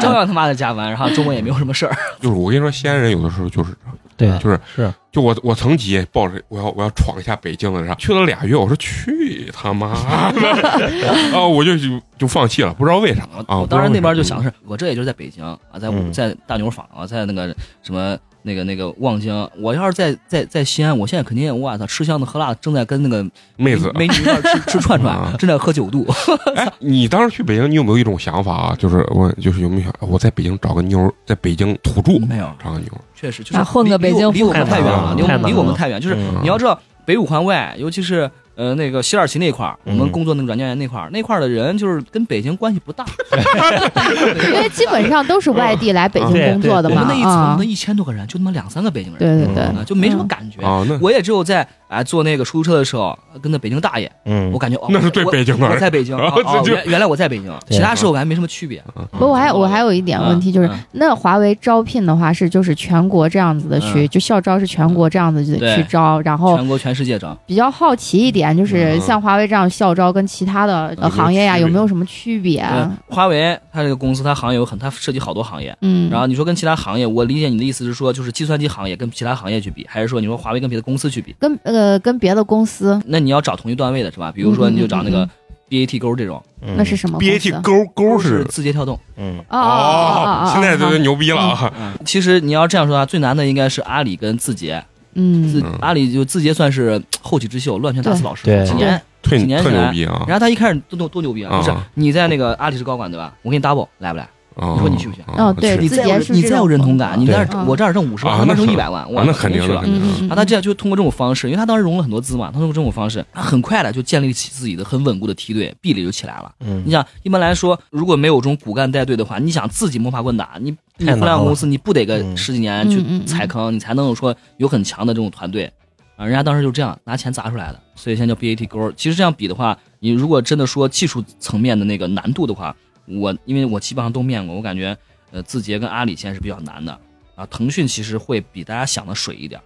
Speaker 2: 照样他妈的加班，然后周末也没有什么事儿。
Speaker 3: 就是我跟你说，西安人有的时候就是这样，
Speaker 8: 对
Speaker 2: 哎
Speaker 3: 就是
Speaker 8: 是，
Speaker 3: 就我我曾经抱着我要我要闯一下北京的啥，去了俩月，我说去他妈 的，啊，我就就就放弃了，不知道为啥啊。
Speaker 2: 我我当时那边就想
Speaker 3: 是
Speaker 2: 的是，我这也就是在北京啊，在
Speaker 8: 嗯
Speaker 2: 在大牛坊啊，在那个什么那个那个望京，我要是在在在西安，我现在肯定我操吃香的喝辣的，正在跟那个
Speaker 3: 妹子，
Speaker 2: 美女一块儿吃 吃串
Speaker 3: 啊
Speaker 2: 串，正在喝九度。
Speaker 3: 哎，你当时去北京，你有没有一种想法啊？就是我就是有没有想，我在北京找个妞儿，在北京土著
Speaker 2: 没有，
Speaker 3: 找个妞儿，
Speaker 2: 确实就是
Speaker 4: 那混
Speaker 2: 离
Speaker 4: 个北
Speaker 2: 离我
Speaker 4: 京
Speaker 2: 离我
Speaker 4: 户
Speaker 2: 们
Speaker 8: 口
Speaker 2: 太远
Speaker 3: 啊
Speaker 2: 了，离我
Speaker 8: 太
Speaker 2: 们
Speaker 8: 难
Speaker 2: 离我们
Speaker 8: 了
Speaker 2: 太远。就是
Speaker 8: 嗯
Speaker 2: 你要知道，北五环外，尤其是呃那个西二旗那块儿，我们
Speaker 8: 嗯
Speaker 2: 工作那个软件园那块儿，那块儿的人就是跟北京关系 不大。
Speaker 7: 因为基本上都是外地来北京
Speaker 8: 对
Speaker 3: 嗯
Speaker 7: 工作的
Speaker 2: 我
Speaker 7: 嘛
Speaker 2: 们那一层
Speaker 7: 啊
Speaker 2: 那，一千多个人，就他妈两三个北京人，
Speaker 7: 对对对，嗯
Speaker 2: 啊就没什么感觉。
Speaker 3: 啊，那
Speaker 2: 我也只有在啊坐那个出租车的时候，跟那北京大爷，
Speaker 8: 嗯
Speaker 2: 我，感觉哦，
Speaker 3: 那是
Speaker 2: 我
Speaker 3: 对
Speaker 2: 我
Speaker 3: 北京的
Speaker 2: 我在 北京，
Speaker 3: 啊
Speaker 2: 啊
Speaker 3: 这
Speaker 2: 哦
Speaker 3: 就
Speaker 2: 原原来我在北京，
Speaker 8: 对
Speaker 2: 其他时候我感觉没什么区别。
Speaker 7: 不过我还我还有一点问题就是
Speaker 2: 嗯嗯，
Speaker 7: 那华为招聘的话是就是全国这样子的去，
Speaker 2: 嗯
Speaker 7: 就校招是全国这样子去
Speaker 2: 对
Speaker 7: 去招，然后
Speaker 2: 全国全世界整，
Speaker 7: 比较好奇一点就是
Speaker 3: 嗯
Speaker 7: 像华为这样校招跟其他
Speaker 2: 嗯
Speaker 7: 的
Speaker 3: 有
Speaker 7: 呃行业呀
Speaker 3: 区别
Speaker 7: 有没有什么区别啊？
Speaker 2: 对华为它这个公司，它行业有很，它涉及好多行业。
Speaker 7: 嗯，
Speaker 2: 然后你说跟其他行业，我理解你的意思是说，就是计算机行业跟其他行业去比，还是说你说华为跟别的公司去比？
Speaker 7: 跟呃跟别的公司
Speaker 2: 那你要找同一段位的是吧？比如
Speaker 7: 嗯
Speaker 2: 说
Speaker 7: 嗯
Speaker 2: 你就找
Speaker 7: 嗯
Speaker 2: 那个 BAT 勾这种，
Speaker 8: 嗯
Speaker 7: 那是什么公司啊
Speaker 3: BAT 勾勾是
Speaker 2: 字节跳动。
Speaker 8: 嗯
Speaker 7: 哦哦哦，
Speaker 3: 现在就
Speaker 7: 哦
Speaker 3: 牛逼了啊！
Speaker 2: 啊嗯，其实你要这样说的话，最难的应该是阿里跟字节。字
Speaker 7: 嗯
Speaker 3: 嗯
Speaker 2: 阿里就字节算是后起之秀，乱拳打死老师。
Speaker 8: 对
Speaker 2: 几年，
Speaker 3: 特
Speaker 2: 几年
Speaker 3: 特
Speaker 2: 前
Speaker 3: 牛逼啊！
Speaker 2: 然后他一开始多多多牛逼啊！就是
Speaker 3: 啊
Speaker 2: 你在那个阿里是高管对吧？我给你 double 来不来？
Speaker 3: 你
Speaker 2: 你说你去不去
Speaker 3: 啊
Speaker 7: 哦对
Speaker 2: 你
Speaker 7: 字
Speaker 2: 再
Speaker 7: 节
Speaker 2: 有
Speaker 7: 是
Speaker 2: 你
Speaker 7: 这
Speaker 2: 再有
Speaker 7: 种
Speaker 2: 认同感，你在
Speaker 7: 对
Speaker 2: 我这儿挣五十万，
Speaker 3: 啊
Speaker 2: 他
Speaker 3: 那
Speaker 2: 那儿挣
Speaker 3: 是
Speaker 2: 一百万，我
Speaker 3: 啊那肯定
Speaker 2: 去
Speaker 3: 的
Speaker 2: 了
Speaker 3: 肯。定
Speaker 7: 嗯
Speaker 2: 啊，他这样就通过这种方式，因为他当时融了很多资嘛，他通过这种方式，他很快的就建立起自己的很稳固的梯队，壁垒就起来了。
Speaker 8: 嗯
Speaker 2: 你想，一般来说，如果没有这种骨干带队的话，你想自己摸爬滚打，你你
Speaker 8: 太难
Speaker 2: 互联网公
Speaker 8: 了
Speaker 2: 司你不得个
Speaker 8: 嗯
Speaker 2: 十几年去
Speaker 7: 嗯嗯嗯
Speaker 2: 踩坑，你才能说有很强的这种团队啊。人家当时就这样拿钱砸出来的，所以现在叫 BAT 勾。其实这样比的话，你如果真的说技术层面的那个难度的话，我因为我基本上都面过，我感觉呃字节跟阿里现在是比较难的啊。腾讯其实会比大家想的水一点儿。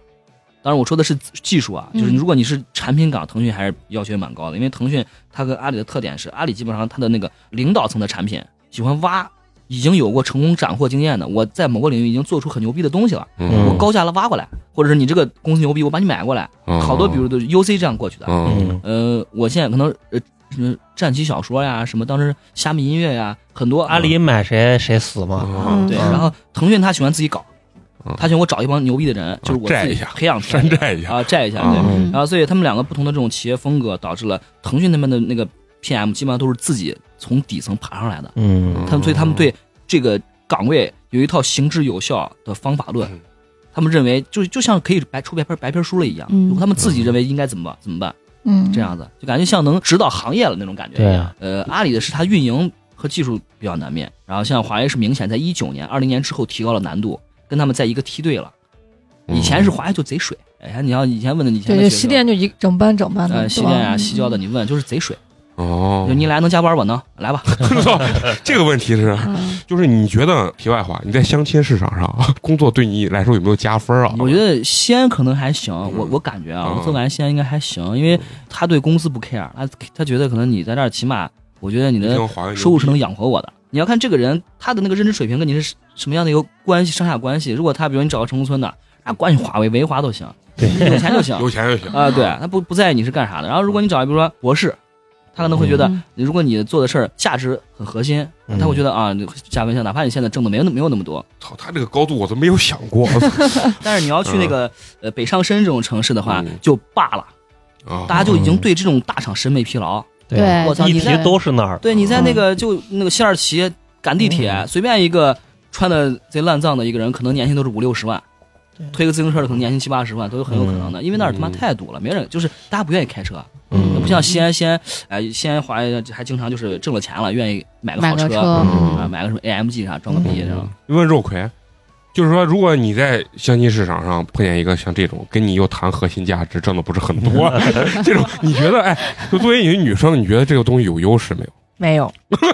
Speaker 2: 当然，我说的是技术啊，就是
Speaker 7: 嗯
Speaker 2: 如果你是产品岗，腾讯还是要求蛮高的，因为腾讯它跟阿里的特点是，阿里基本上它的那个领导层的产品喜欢挖已经有过成功斩获经验的，我在某个领域已经做出很牛逼的东西了，我
Speaker 3: 嗯
Speaker 2: 高价了挖过来，或者是你这个公司牛逼，我把你买过来，好多比如都是 UC 这样过去的。
Speaker 3: 嗯
Speaker 8: 嗯
Speaker 2: 呃，我现在可能呃什么战旗小说呀，什么当时虾米音乐呀，很多
Speaker 8: 阿里买谁谁死嘛，
Speaker 3: 嗯
Speaker 2: 对，
Speaker 8: 嗯
Speaker 2: 然后腾讯他喜欢自己搞
Speaker 3: 嗯，
Speaker 2: 他喜欢我找一帮牛逼的人，就是我
Speaker 3: 啊
Speaker 2: 自
Speaker 3: 寨一
Speaker 2: 己
Speaker 3: 下
Speaker 2: 培养出来
Speaker 3: 山
Speaker 2: 的
Speaker 3: 寨一下
Speaker 2: 啊，寨一下对。
Speaker 3: 啊
Speaker 7: 嗯
Speaker 2: 然后所以他们两个不同的这种企业风格，导致了腾讯那边的那个 PM 基本上都是自己从底层爬上来的，
Speaker 8: 嗯
Speaker 2: 他们所以他们对这个岗位有一套行之有效的方法论
Speaker 3: 嗯，
Speaker 2: 他们认为就就像可以白出白皮白皮书了一样
Speaker 7: 嗯，
Speaker 2: 他们自己认为应该怎么办怎么办
Speaker 4: 嗯
Speaker 2: 这样子，就感觉像能指导行业了那种感觉。
Speaker 8: 对啊，
Speaker 2: 呃，阿里的是它运营和技术比较难面，然后像华为是明显在一九年、二零年之后提高了难度，跟他们在一个梯队了。
Speaker 3: 嗯
Speaker 2: 以前是华为就贼水，哎呀，你要以前问的以前
Speaker 4: 对，
Speaker 2: 的
Speaker 4: 就
Speaker 2: 学
Speaker 4: 西
Speaker 2: 生
Speaker 4: 电就一整班整班的，
Speaker 2: 呃，
Speaker 4: 对
Speaker 2: 西
Speaker 4: 吧
Speaker 2: 电啊、西交的，你问就是贼水，
Speaker 3: 哦
Speaker 2: 就，你来能加班我能，来吧，
Speaker 3: 这个问题是
Speaker 7: 嗯
Speaker 3: 就是你觉得题外话，你在相亲市场上工作对你来说有没有加分啊？
Speaker 2: 我觉得西安可能还行，
Speaker 3: 嗯
Speaker 2: 我我感觉啊，
Speaker 3: 嗯
Speaker 2: 我总感觉西安应该还行，因为他对工资不 care，他他觉得可能你在这儿起码，我觉得你
Speaker 3: 你
Speaker 2: 的
Speaker 3: 听华为
Speaker 2: 收入是能养活我的。你要看这个人他的那个认知水平跟你是什么样的一个关系，上下关系。如果他比如你找个城中村的，啊，管你华为维华都行，
Speaker 8: 对，
Speaker 2: 有钱就行
Speaker 3: 有钱就行。
Speaker 2: 啊、对他不不在意你是干啥的。然后如果你找比如说博士，他可能会觉得
Speaker 7: 嗯，
Speaker 2: 如果你做的事儿价值很核心，
Speaker 8: 嗯
Speaker 2: 他会觉得啊，你加分项，哪怕你现在挣的没有那没有那么多，
Speaker 3: 操，他这个高度我都没有想 过
Speaker 2: 但是你要去那个、呃北上深这种城市的话，
Speaker 3: 嗯
Speaker 2: 就罢了，
Speaker 3: 啊！
Speaker 2: 大家就已经对这种大厂审美疲劳。
Speaker 8: 嗯对，
Speaker 2: 我操，
Speaker 8: 一
Speaker 2: 你
Speaker 8: 提
Speaker 2: 在
Speaker 8: 都是那儿，
Speaker 2: 对你在那个就那个西二旗赶地铁，
Speaker 8: 嗯
Speaker 2: 随便一个穿的贼烂脏的一个人，可能年薪都是五六十万
Speaker 6: 对。
Speaker 2: 推个自行车的可能年薪七八十万都有很有可能的，因为那儿他妈太堵了，没人就是大家不愿意开车，
Speaker 8: 嗯
Speaker 2: 不像西安，西安，哎，西安华还经常就是挣了钱了，愿意买个
Speaker 7: 买
Speaker 2: 好
Speaker 7: 个车，
Speaker 3: 嗯
Speaker 2: 啊，
Speaker 7: 嗯
Speaker 2: 买个什么 AMG 啥，装个逼，然后
Speaker 3: 问肉葵，就是说，如果你在相亲市场上碰见一个像这种跟你又谈核心价值，挣的不是很
Speaker 8: 嗯
Speaker 3: 多，这种你觉得，哎，就作为一个女生，你觉得这个东西有优势没有？
Speaker 6: 没有，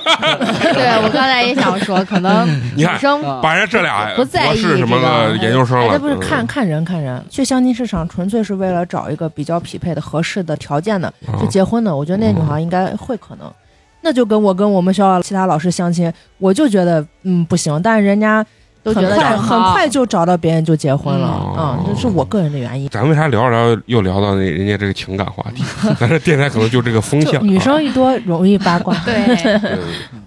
Speaker 7: 对我刚才也想说，可能
Speaker 3: 你
Speaker 7: 女
Speaker 3: 看，啊
Speaker 7: 生
Speaker 3: 把人这俩
Speaker 7: 不在
Speaker 3: 博
Speaker 7: 意
Speaker 3: 士什么的
Speaker 7: 这个
Speaker 3: 研究生
Speaker 6: 哎
Speaker 3: 了，
Speaker 6: 这不是看
Speaker 3: 嗯
Speaker 6: 看人看人，去相亲市场纯粹是为了找一个比较匹配的、合适的条件的，
Speaker 3: 嗯
Speaker 6: 就结婚的。我觉得那女孩应该会可能，那就跟我跟我们学校其他老师相亲，我就觉得嗯不行，但是人家
Speaker 7: 都觉得
Speaker 6: 很快
Speaker 7: 长
Speaker 6: 很快就找到别人就结婚了
Speaker 3: 嗯
Speaker 6: 啊，这是我个人的原因。
Speaker 3: 咱为啥聊着聊着又聊到那人家这个情感话题？咱这电台可能就这个风
Speaker 6: 就
Speaker 3: 向。
Speaker 6: 女生一多容易八 卦
Speaker 1: 对，
Speaker 3: 啊，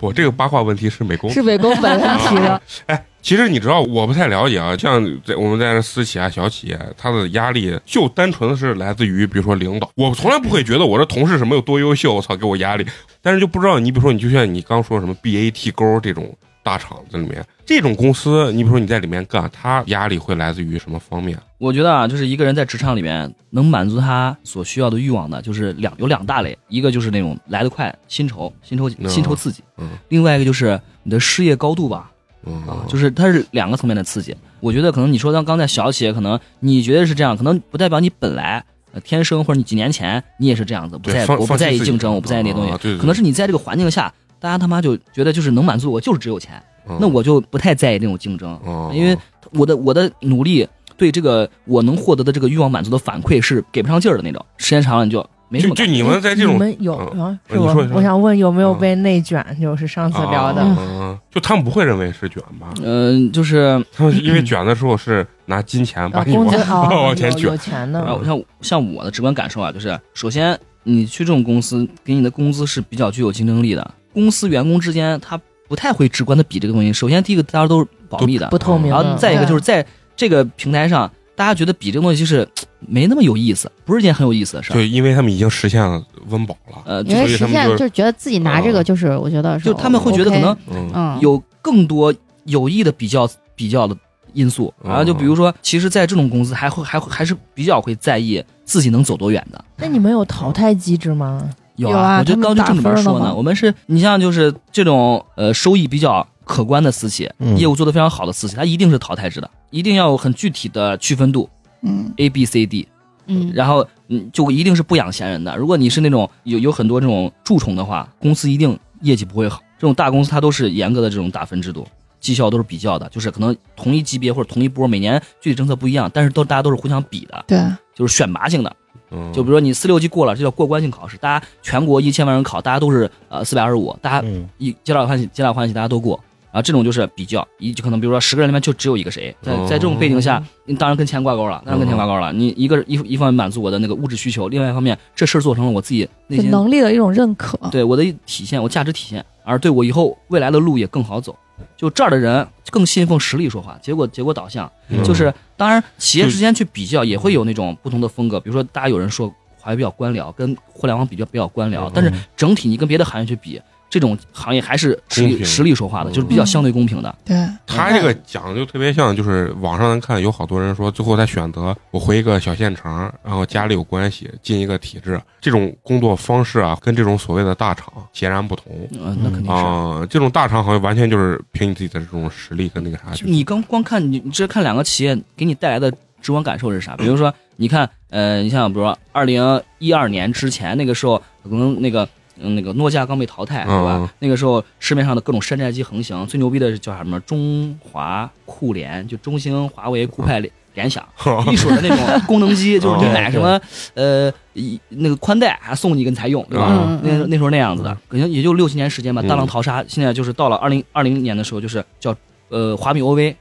Speaker 3: 我这个八卦问题是美工
Speaker 4: 是美工本人提的，
Speaker 3: 哎，其实你知道，我不太了解啊。像在我们在这私企啊、小企业，他的压力就单纯的是来自于，比如说领导。我从来不会觉得我这同事什么有多优秀，我操，给我压力。但是就不知道，你比如说，你就像你刚说什么 BAT 勾这种大厂子里面，这种公司，你比如说你在里面干，他压力会来自于什么方面？
Speaker 2: 我觉得啊，就是一个人在职场里面能满足他所需要的欲望的，就是两有两大类，一个就是那种来得快，薪酬、薪酬、
Speaker 3: 嗯
Speaker 2: 薪酬刺激
Speaker 3: 嗯，
Speaker 2: 另外一个就是你的事业高度吧，
Speaker 3: 嗯，
Speaker 2: 啊，就是它是两个层面的刺激。我觉得可能你说像刚才小企业，可能你觉得是这样，可能不代表你本来呃天生或者你几年前你也是这样子，不
Speaker 3: 对
Speaker 2: 在
Speaker 3: 放
Speaker 2: 我不
Speaker 3: 放弃
Speaker 2: 在意
Speaker 3: 自己
Speaker 2: 竞争，我不在意那些东西
Speaker 3: 啊，对对对
Speaker 2: 可能是你在这个环境下，大家他妈就觉得就是能满足我就是只有钱，
Speaker 3: 嗯
Speaker 2: 那我就不太在意那种竞争，
Speaker 3: 嗯
Speaker 2: 因为我的我的努力对这个我能获得的这个欲望满足的反馈是给不上劲儿的那种，时间长了你就没什
Speaker 3: 就就
Speaker 2: 么感觉。
Speaker 3: 你们在这
Speaker 6: 你
Speaker 3: 种
Speaker 6: 们有
Speaker 3: 嗯
Speaker 6: 啊？
Speaker 3: 你
Speaker 6: 是我
Speaker 3: 说一下
Speaker 6: 我想问有没有被内卷，就是上次聊的
Speaker 3: 啊，嗯就他们不会认为是卷吧？
Speaker 2: 嗯、就是
Speaker 3: 他们 因为卷的时候是拿金钱把
Speaker 6: 啊
Speaker 3: 你
Speaker 6: 工
Speaker 3: 往
Speaker 6: 资啊
Speaker 3: 往前
Speaker 6: 有
Speaker 3: 卷嗯
Speaker 6: 有钱
Speaker 2: 然
Speaker 7: 嗯
Speaker 6: 的
Speaker 2: 后像像我的直观感受啊，就是首先你去这种公司，给你的工资是比较具有竞争力的。公司员工之间他不太会直观的比这个东西。首先第一个大家都是保密的
Speaker 6: 不，透明
Speaker 2: 然后
Speaker 7: 嗯
Speaker 6: 的，
Speaker 2: 再一个就是在这个平台上，大家觉得比这个东西就是嘖没那么有意思，不是一件很有意思的事儿。
Speaker 3: 对，因为他们已经实现了温饱了。
Speaker 2: 呃，
Speaker 7: 因为
Speaker 3: 所以
Speaker 7: 实
Speaker 3: 他们
Speaker 7: 现
Speaker 3: 就是啊
Speaker 7: 就是觉得自己拿这个就是，我觉得是
Speaker 2: 就他们会觉得可能
Speaker 7: OK，
Speaker 3: 嗯
Speaker 7: 嗯
Speaker 2: 有更多有益的比较比较的因素。
Speaker 3: 嗯
Speaker 2: 然后就比如说，其实，在这种公司还会还会还是比较会在意自己能走多远的。
Speaker 6: 那你们有淘汰机制吗？
Speaker 2: 有
Speaker 4: 有啊
Speaker 2: 我就刚就正准备说
Speaker 4: 他们打分了
Speaker 2: 呢，
Speaker 4: 吗
Speaker 2: 我们是你像就是这种呃收益比较可观的私企，
Speaker 8: 嗯
Speaker 2: 业务做得非常好的私企，它一定是淘汰制的，一定要有很具体的区分度
Speaker 1: 嗯，
Speaker 2: A B C D，
Speaker 7: 嗯，
Speaker 2: 然后嗯就一定是不养闲人的。如果你是那种有有很多这种蛀虫的话，公司一定业绩不会好。这种大公司它都是严格的这种打分制度，绩效都是比较的，就是可能同一级别或者同一波，每年具体政策不一样，但是都大家都是互相比的，
Speaker 1: 对，
Speaker 2: 就是选拔性的。
Speaker 3: 嗯，
Speaker 2: 就比如说你四六级过了，这叫过关性考试，大家全国一千万人考，大家都是呃四百二十五，大家
Speaker 8: 嗯
Speaker 2: 一皆大欢喜，皆大欢喜，大家都过。然后这种就是比较，一就可能比如说十个人里面就只有一个谁，在
Speaker 3: 哦
Speaker 2: 在这种背景下，你当然跟钱挂钩了，当然跟钱挂钩了。你一个一一方面满足我的那个物质需求，另外一方面这事儿做成了我自己内
Speaker 4: 对
Speaker 2: 心
Speaker 4: 能力的一种认可，
Speaker 2: 对我的体现，我价值体现，而对我以后未来的路也更好走。就这儿的人更信奉实力说话，结果结果导向。
Speaker 3: 嗯
Speaker 2: 就是当然企业之间去比较也会有那种不同的风格，比如说大家有人说华为比较官僚，跟互联网比较比较官僚
Speaker 3: 嗯，
Speaker 2: 但是整体你跟别的行业去比，这种行业还是实
Speaker 3: 公
Speaker 2: 力
Speaker 3: 平
Speaker 2: 实力说话的，
Speaker 3: 嗯
Speaker 2: 就是比较相对公平的。
Speaker 1: 对，
Speaker 3: 他这个讲就特别像，就是网上能看有好多人说，最后他选择我回一个小县城，然后家里有关系，进一个体制，这种工作方式啊，跟这种所谓的大厂截然不同
Speaker 2: 嗯，那肯定是。
Speaker 3: 啊、这种大厂好像完全就是凭你自己的这种实力跟那个啥去，
Speaker 2: 你刚光看你，你这看两个企业给你带来的直观感受是啥？比如说，你看，呃，你像比如说二零一二年之前那个时候，可能那个嗯那个诺基亚刚被淘汰，对吧？
Speaker 3: 嗯
Speaker 2: 那个时候市面上的各种山寨机横行，最牛逼的是叫什么？中华酷联，就中兴、华为、酷派、联联想 一手的那种功 能机，就是
Speaker 3: 哦
Speaker 2: 你买什么呃一那个宽带还送你一个你才用，对吧？
Speaker 7: 嗯
Speaker 2: 那那时候那样子的，可能也就六七年时间吧，
Speaker 3: 嗯
Speaker 2: 大浪淘沙。现在就是到了二零二零年的时候，就是叫呃华米 OV，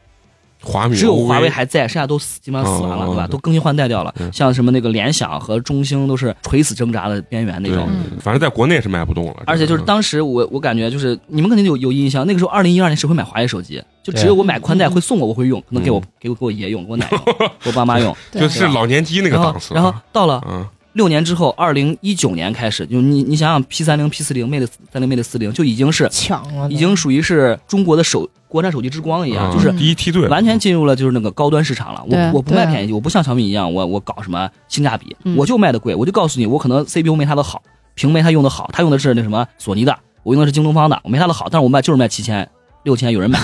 Speaker 3: 华米
Speaker 2: 只有
Speaker 3: OV
Speaker 2: 华为还在，剩下都死基本上死完了，
Speaker 3: 哦
Speaker 2: 对吧？
Speaker 3: 对
Speaker 2: 都更新换代掉了
Speaker 3: 嗯，
Speaker 2: 像什么那个联想和中兴都是垂死挣扎的边缘那
Speaker 3: 对
Speaker 2: 种。嗯
Speaker 3: 对反正在国内是卖不动了。
Speaker 2: 而且就是当时我我感觉就是你们肯定有有印象，那个时候二零一二年谁会买华为手机？就只有我买
Speaker 3: 嗯
Speaker 2: 宽带会送我，我会用，可能给我给我给我爷用，给我奶 用，给我爸妈用。
Speaker 3: 这个就是老年机那个
Speaker 2: 然后
Speaker 3: 档次。啊
Speaker 2: 然后到了
Speaker 3: 嗯，
Speaker 2: 六年之后，二零一九年开始，就你你想想 P 三零、P 四零、Mate 三零、Mate 四零就已经是
Speaker 6: 抢了，
Speaker 2: 已经属于是中国的手国产手机之光一样，
Speaker 3: 嗯
Speaker 2: 啊就是
Speaker 3: 第一梯队了，
Speaker 2: 完全进入了就是那个高端市场了。
Speaker 7: 对
Speaker 2: 我我不
Speaker 7: 对
Speaker 2: 卖
Speaker 7: 啊
Speaker 2: 便宜，我不像小米一样，我我搞什么性价比，
Speaker 7: 嗯
Speaker 2: 我就卖的贵。我就告诉你，我可能 CPU 没它的好，屏没它用的好，它用的是那什么索尼的，我用的是京东方的，我没它的好，但是我卖就是卖七千、六千，有 人买。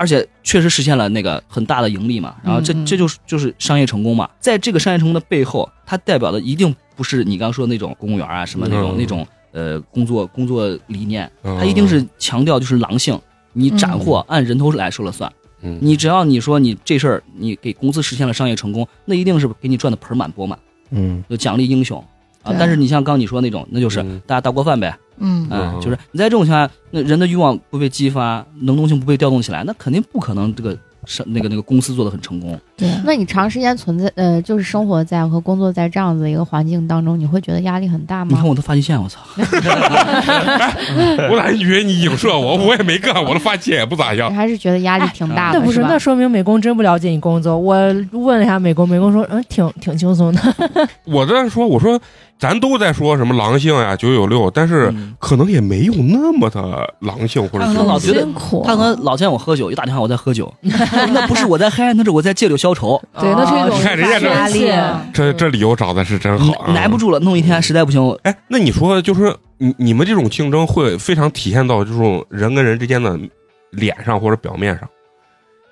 Speaker 2: 而且确实实现了那个很大的盈利嘛，然后这
Speaker 7: 嗯嗯
Speaker 2: 这就是就是商业成功嘛，在这个商业成功的背后，它代表的一定不是你刚刚说的那种公务员啊什么那种
Speaker 3: 嗯
Speaker 2: 那种呃工作工作理念，
Speaker 3: 嗯
Speaker 2: 它一定是强调就是狼性，你
Speaker 7: 嗯
Speaker 2: 斩获按人头来说了算，
Speaker 3: 嗯
Speaker 2: 你只要你说你这事儿，你给公司实现了商业成功，那一定是给你赚的盆满钵满，
Speaker 8: 嗯，
Speaker 2: 就奖励英雄啊
Speaker 7: 对。
Speaker 2: 但是你像刚你说那种，那就是
Speaker 3: 嗯
Speaker 2: 大家大锅饭呗，
Speaker 1: 嗯
Speaker 2: 啊，
Speaker 3: 嗯
Speaker 2: 就是你在这种情况下，那人的欲望不被激发，能动性不被调动起来，那肯定不可能这个是那个那个公司做的很成功。
Speaker 1: 对，
Speaker 7: 那你长时间存在呃，就是生活在和工作在这样子的一个环境当中，你会觉得压力很大
Speaker 2: 你看
Speaker 7: 吗？
Speaker 2: 我的发际线，我操，
Speaker 3: 我咋以为你影射我？我也没干，我的发际也不咋样
Speaker 7: 你。还是觉得压力挺大的，
Speaker 6: 哎那不是，
Speaker 7: 吧
Speaker 6: 那说明美工真不了解你工作。我问了一下美工，美工说，嗯，挺挺轻松的。
Speaker 3: 我在说，我说咱都在说什么狼性呀、九九六，但是
Speaker 2: 嗯
Speaker 3: 可能也没有那么的狼性或者
Speaker 2: 他可
Speaker 3: 是
Speaker 2: 能啊老觉得
Speaker 1: 辛苦，
Speaker 2: 他可能老见我喝酒，一打电话我在喝 酒，那不是我在嗨，那是我在借酒消愁，
Speaker 4: 对，那是一种
Speaker 3: 你看人家这
Speaker 4: 发
Speaker 7: 压力
Speaker 4: 泄
Speaker 7: 啊
Speaker 2: 嗯
Speaker 3: 这这理由找的是真好、啊，
Speaker 2: 耐不。住了，弄一天实在不行，我
Speaker 3: 哎，那你说，就是你你们这种竞争会非常体现到这种人跟人之间的脸上或者表面上，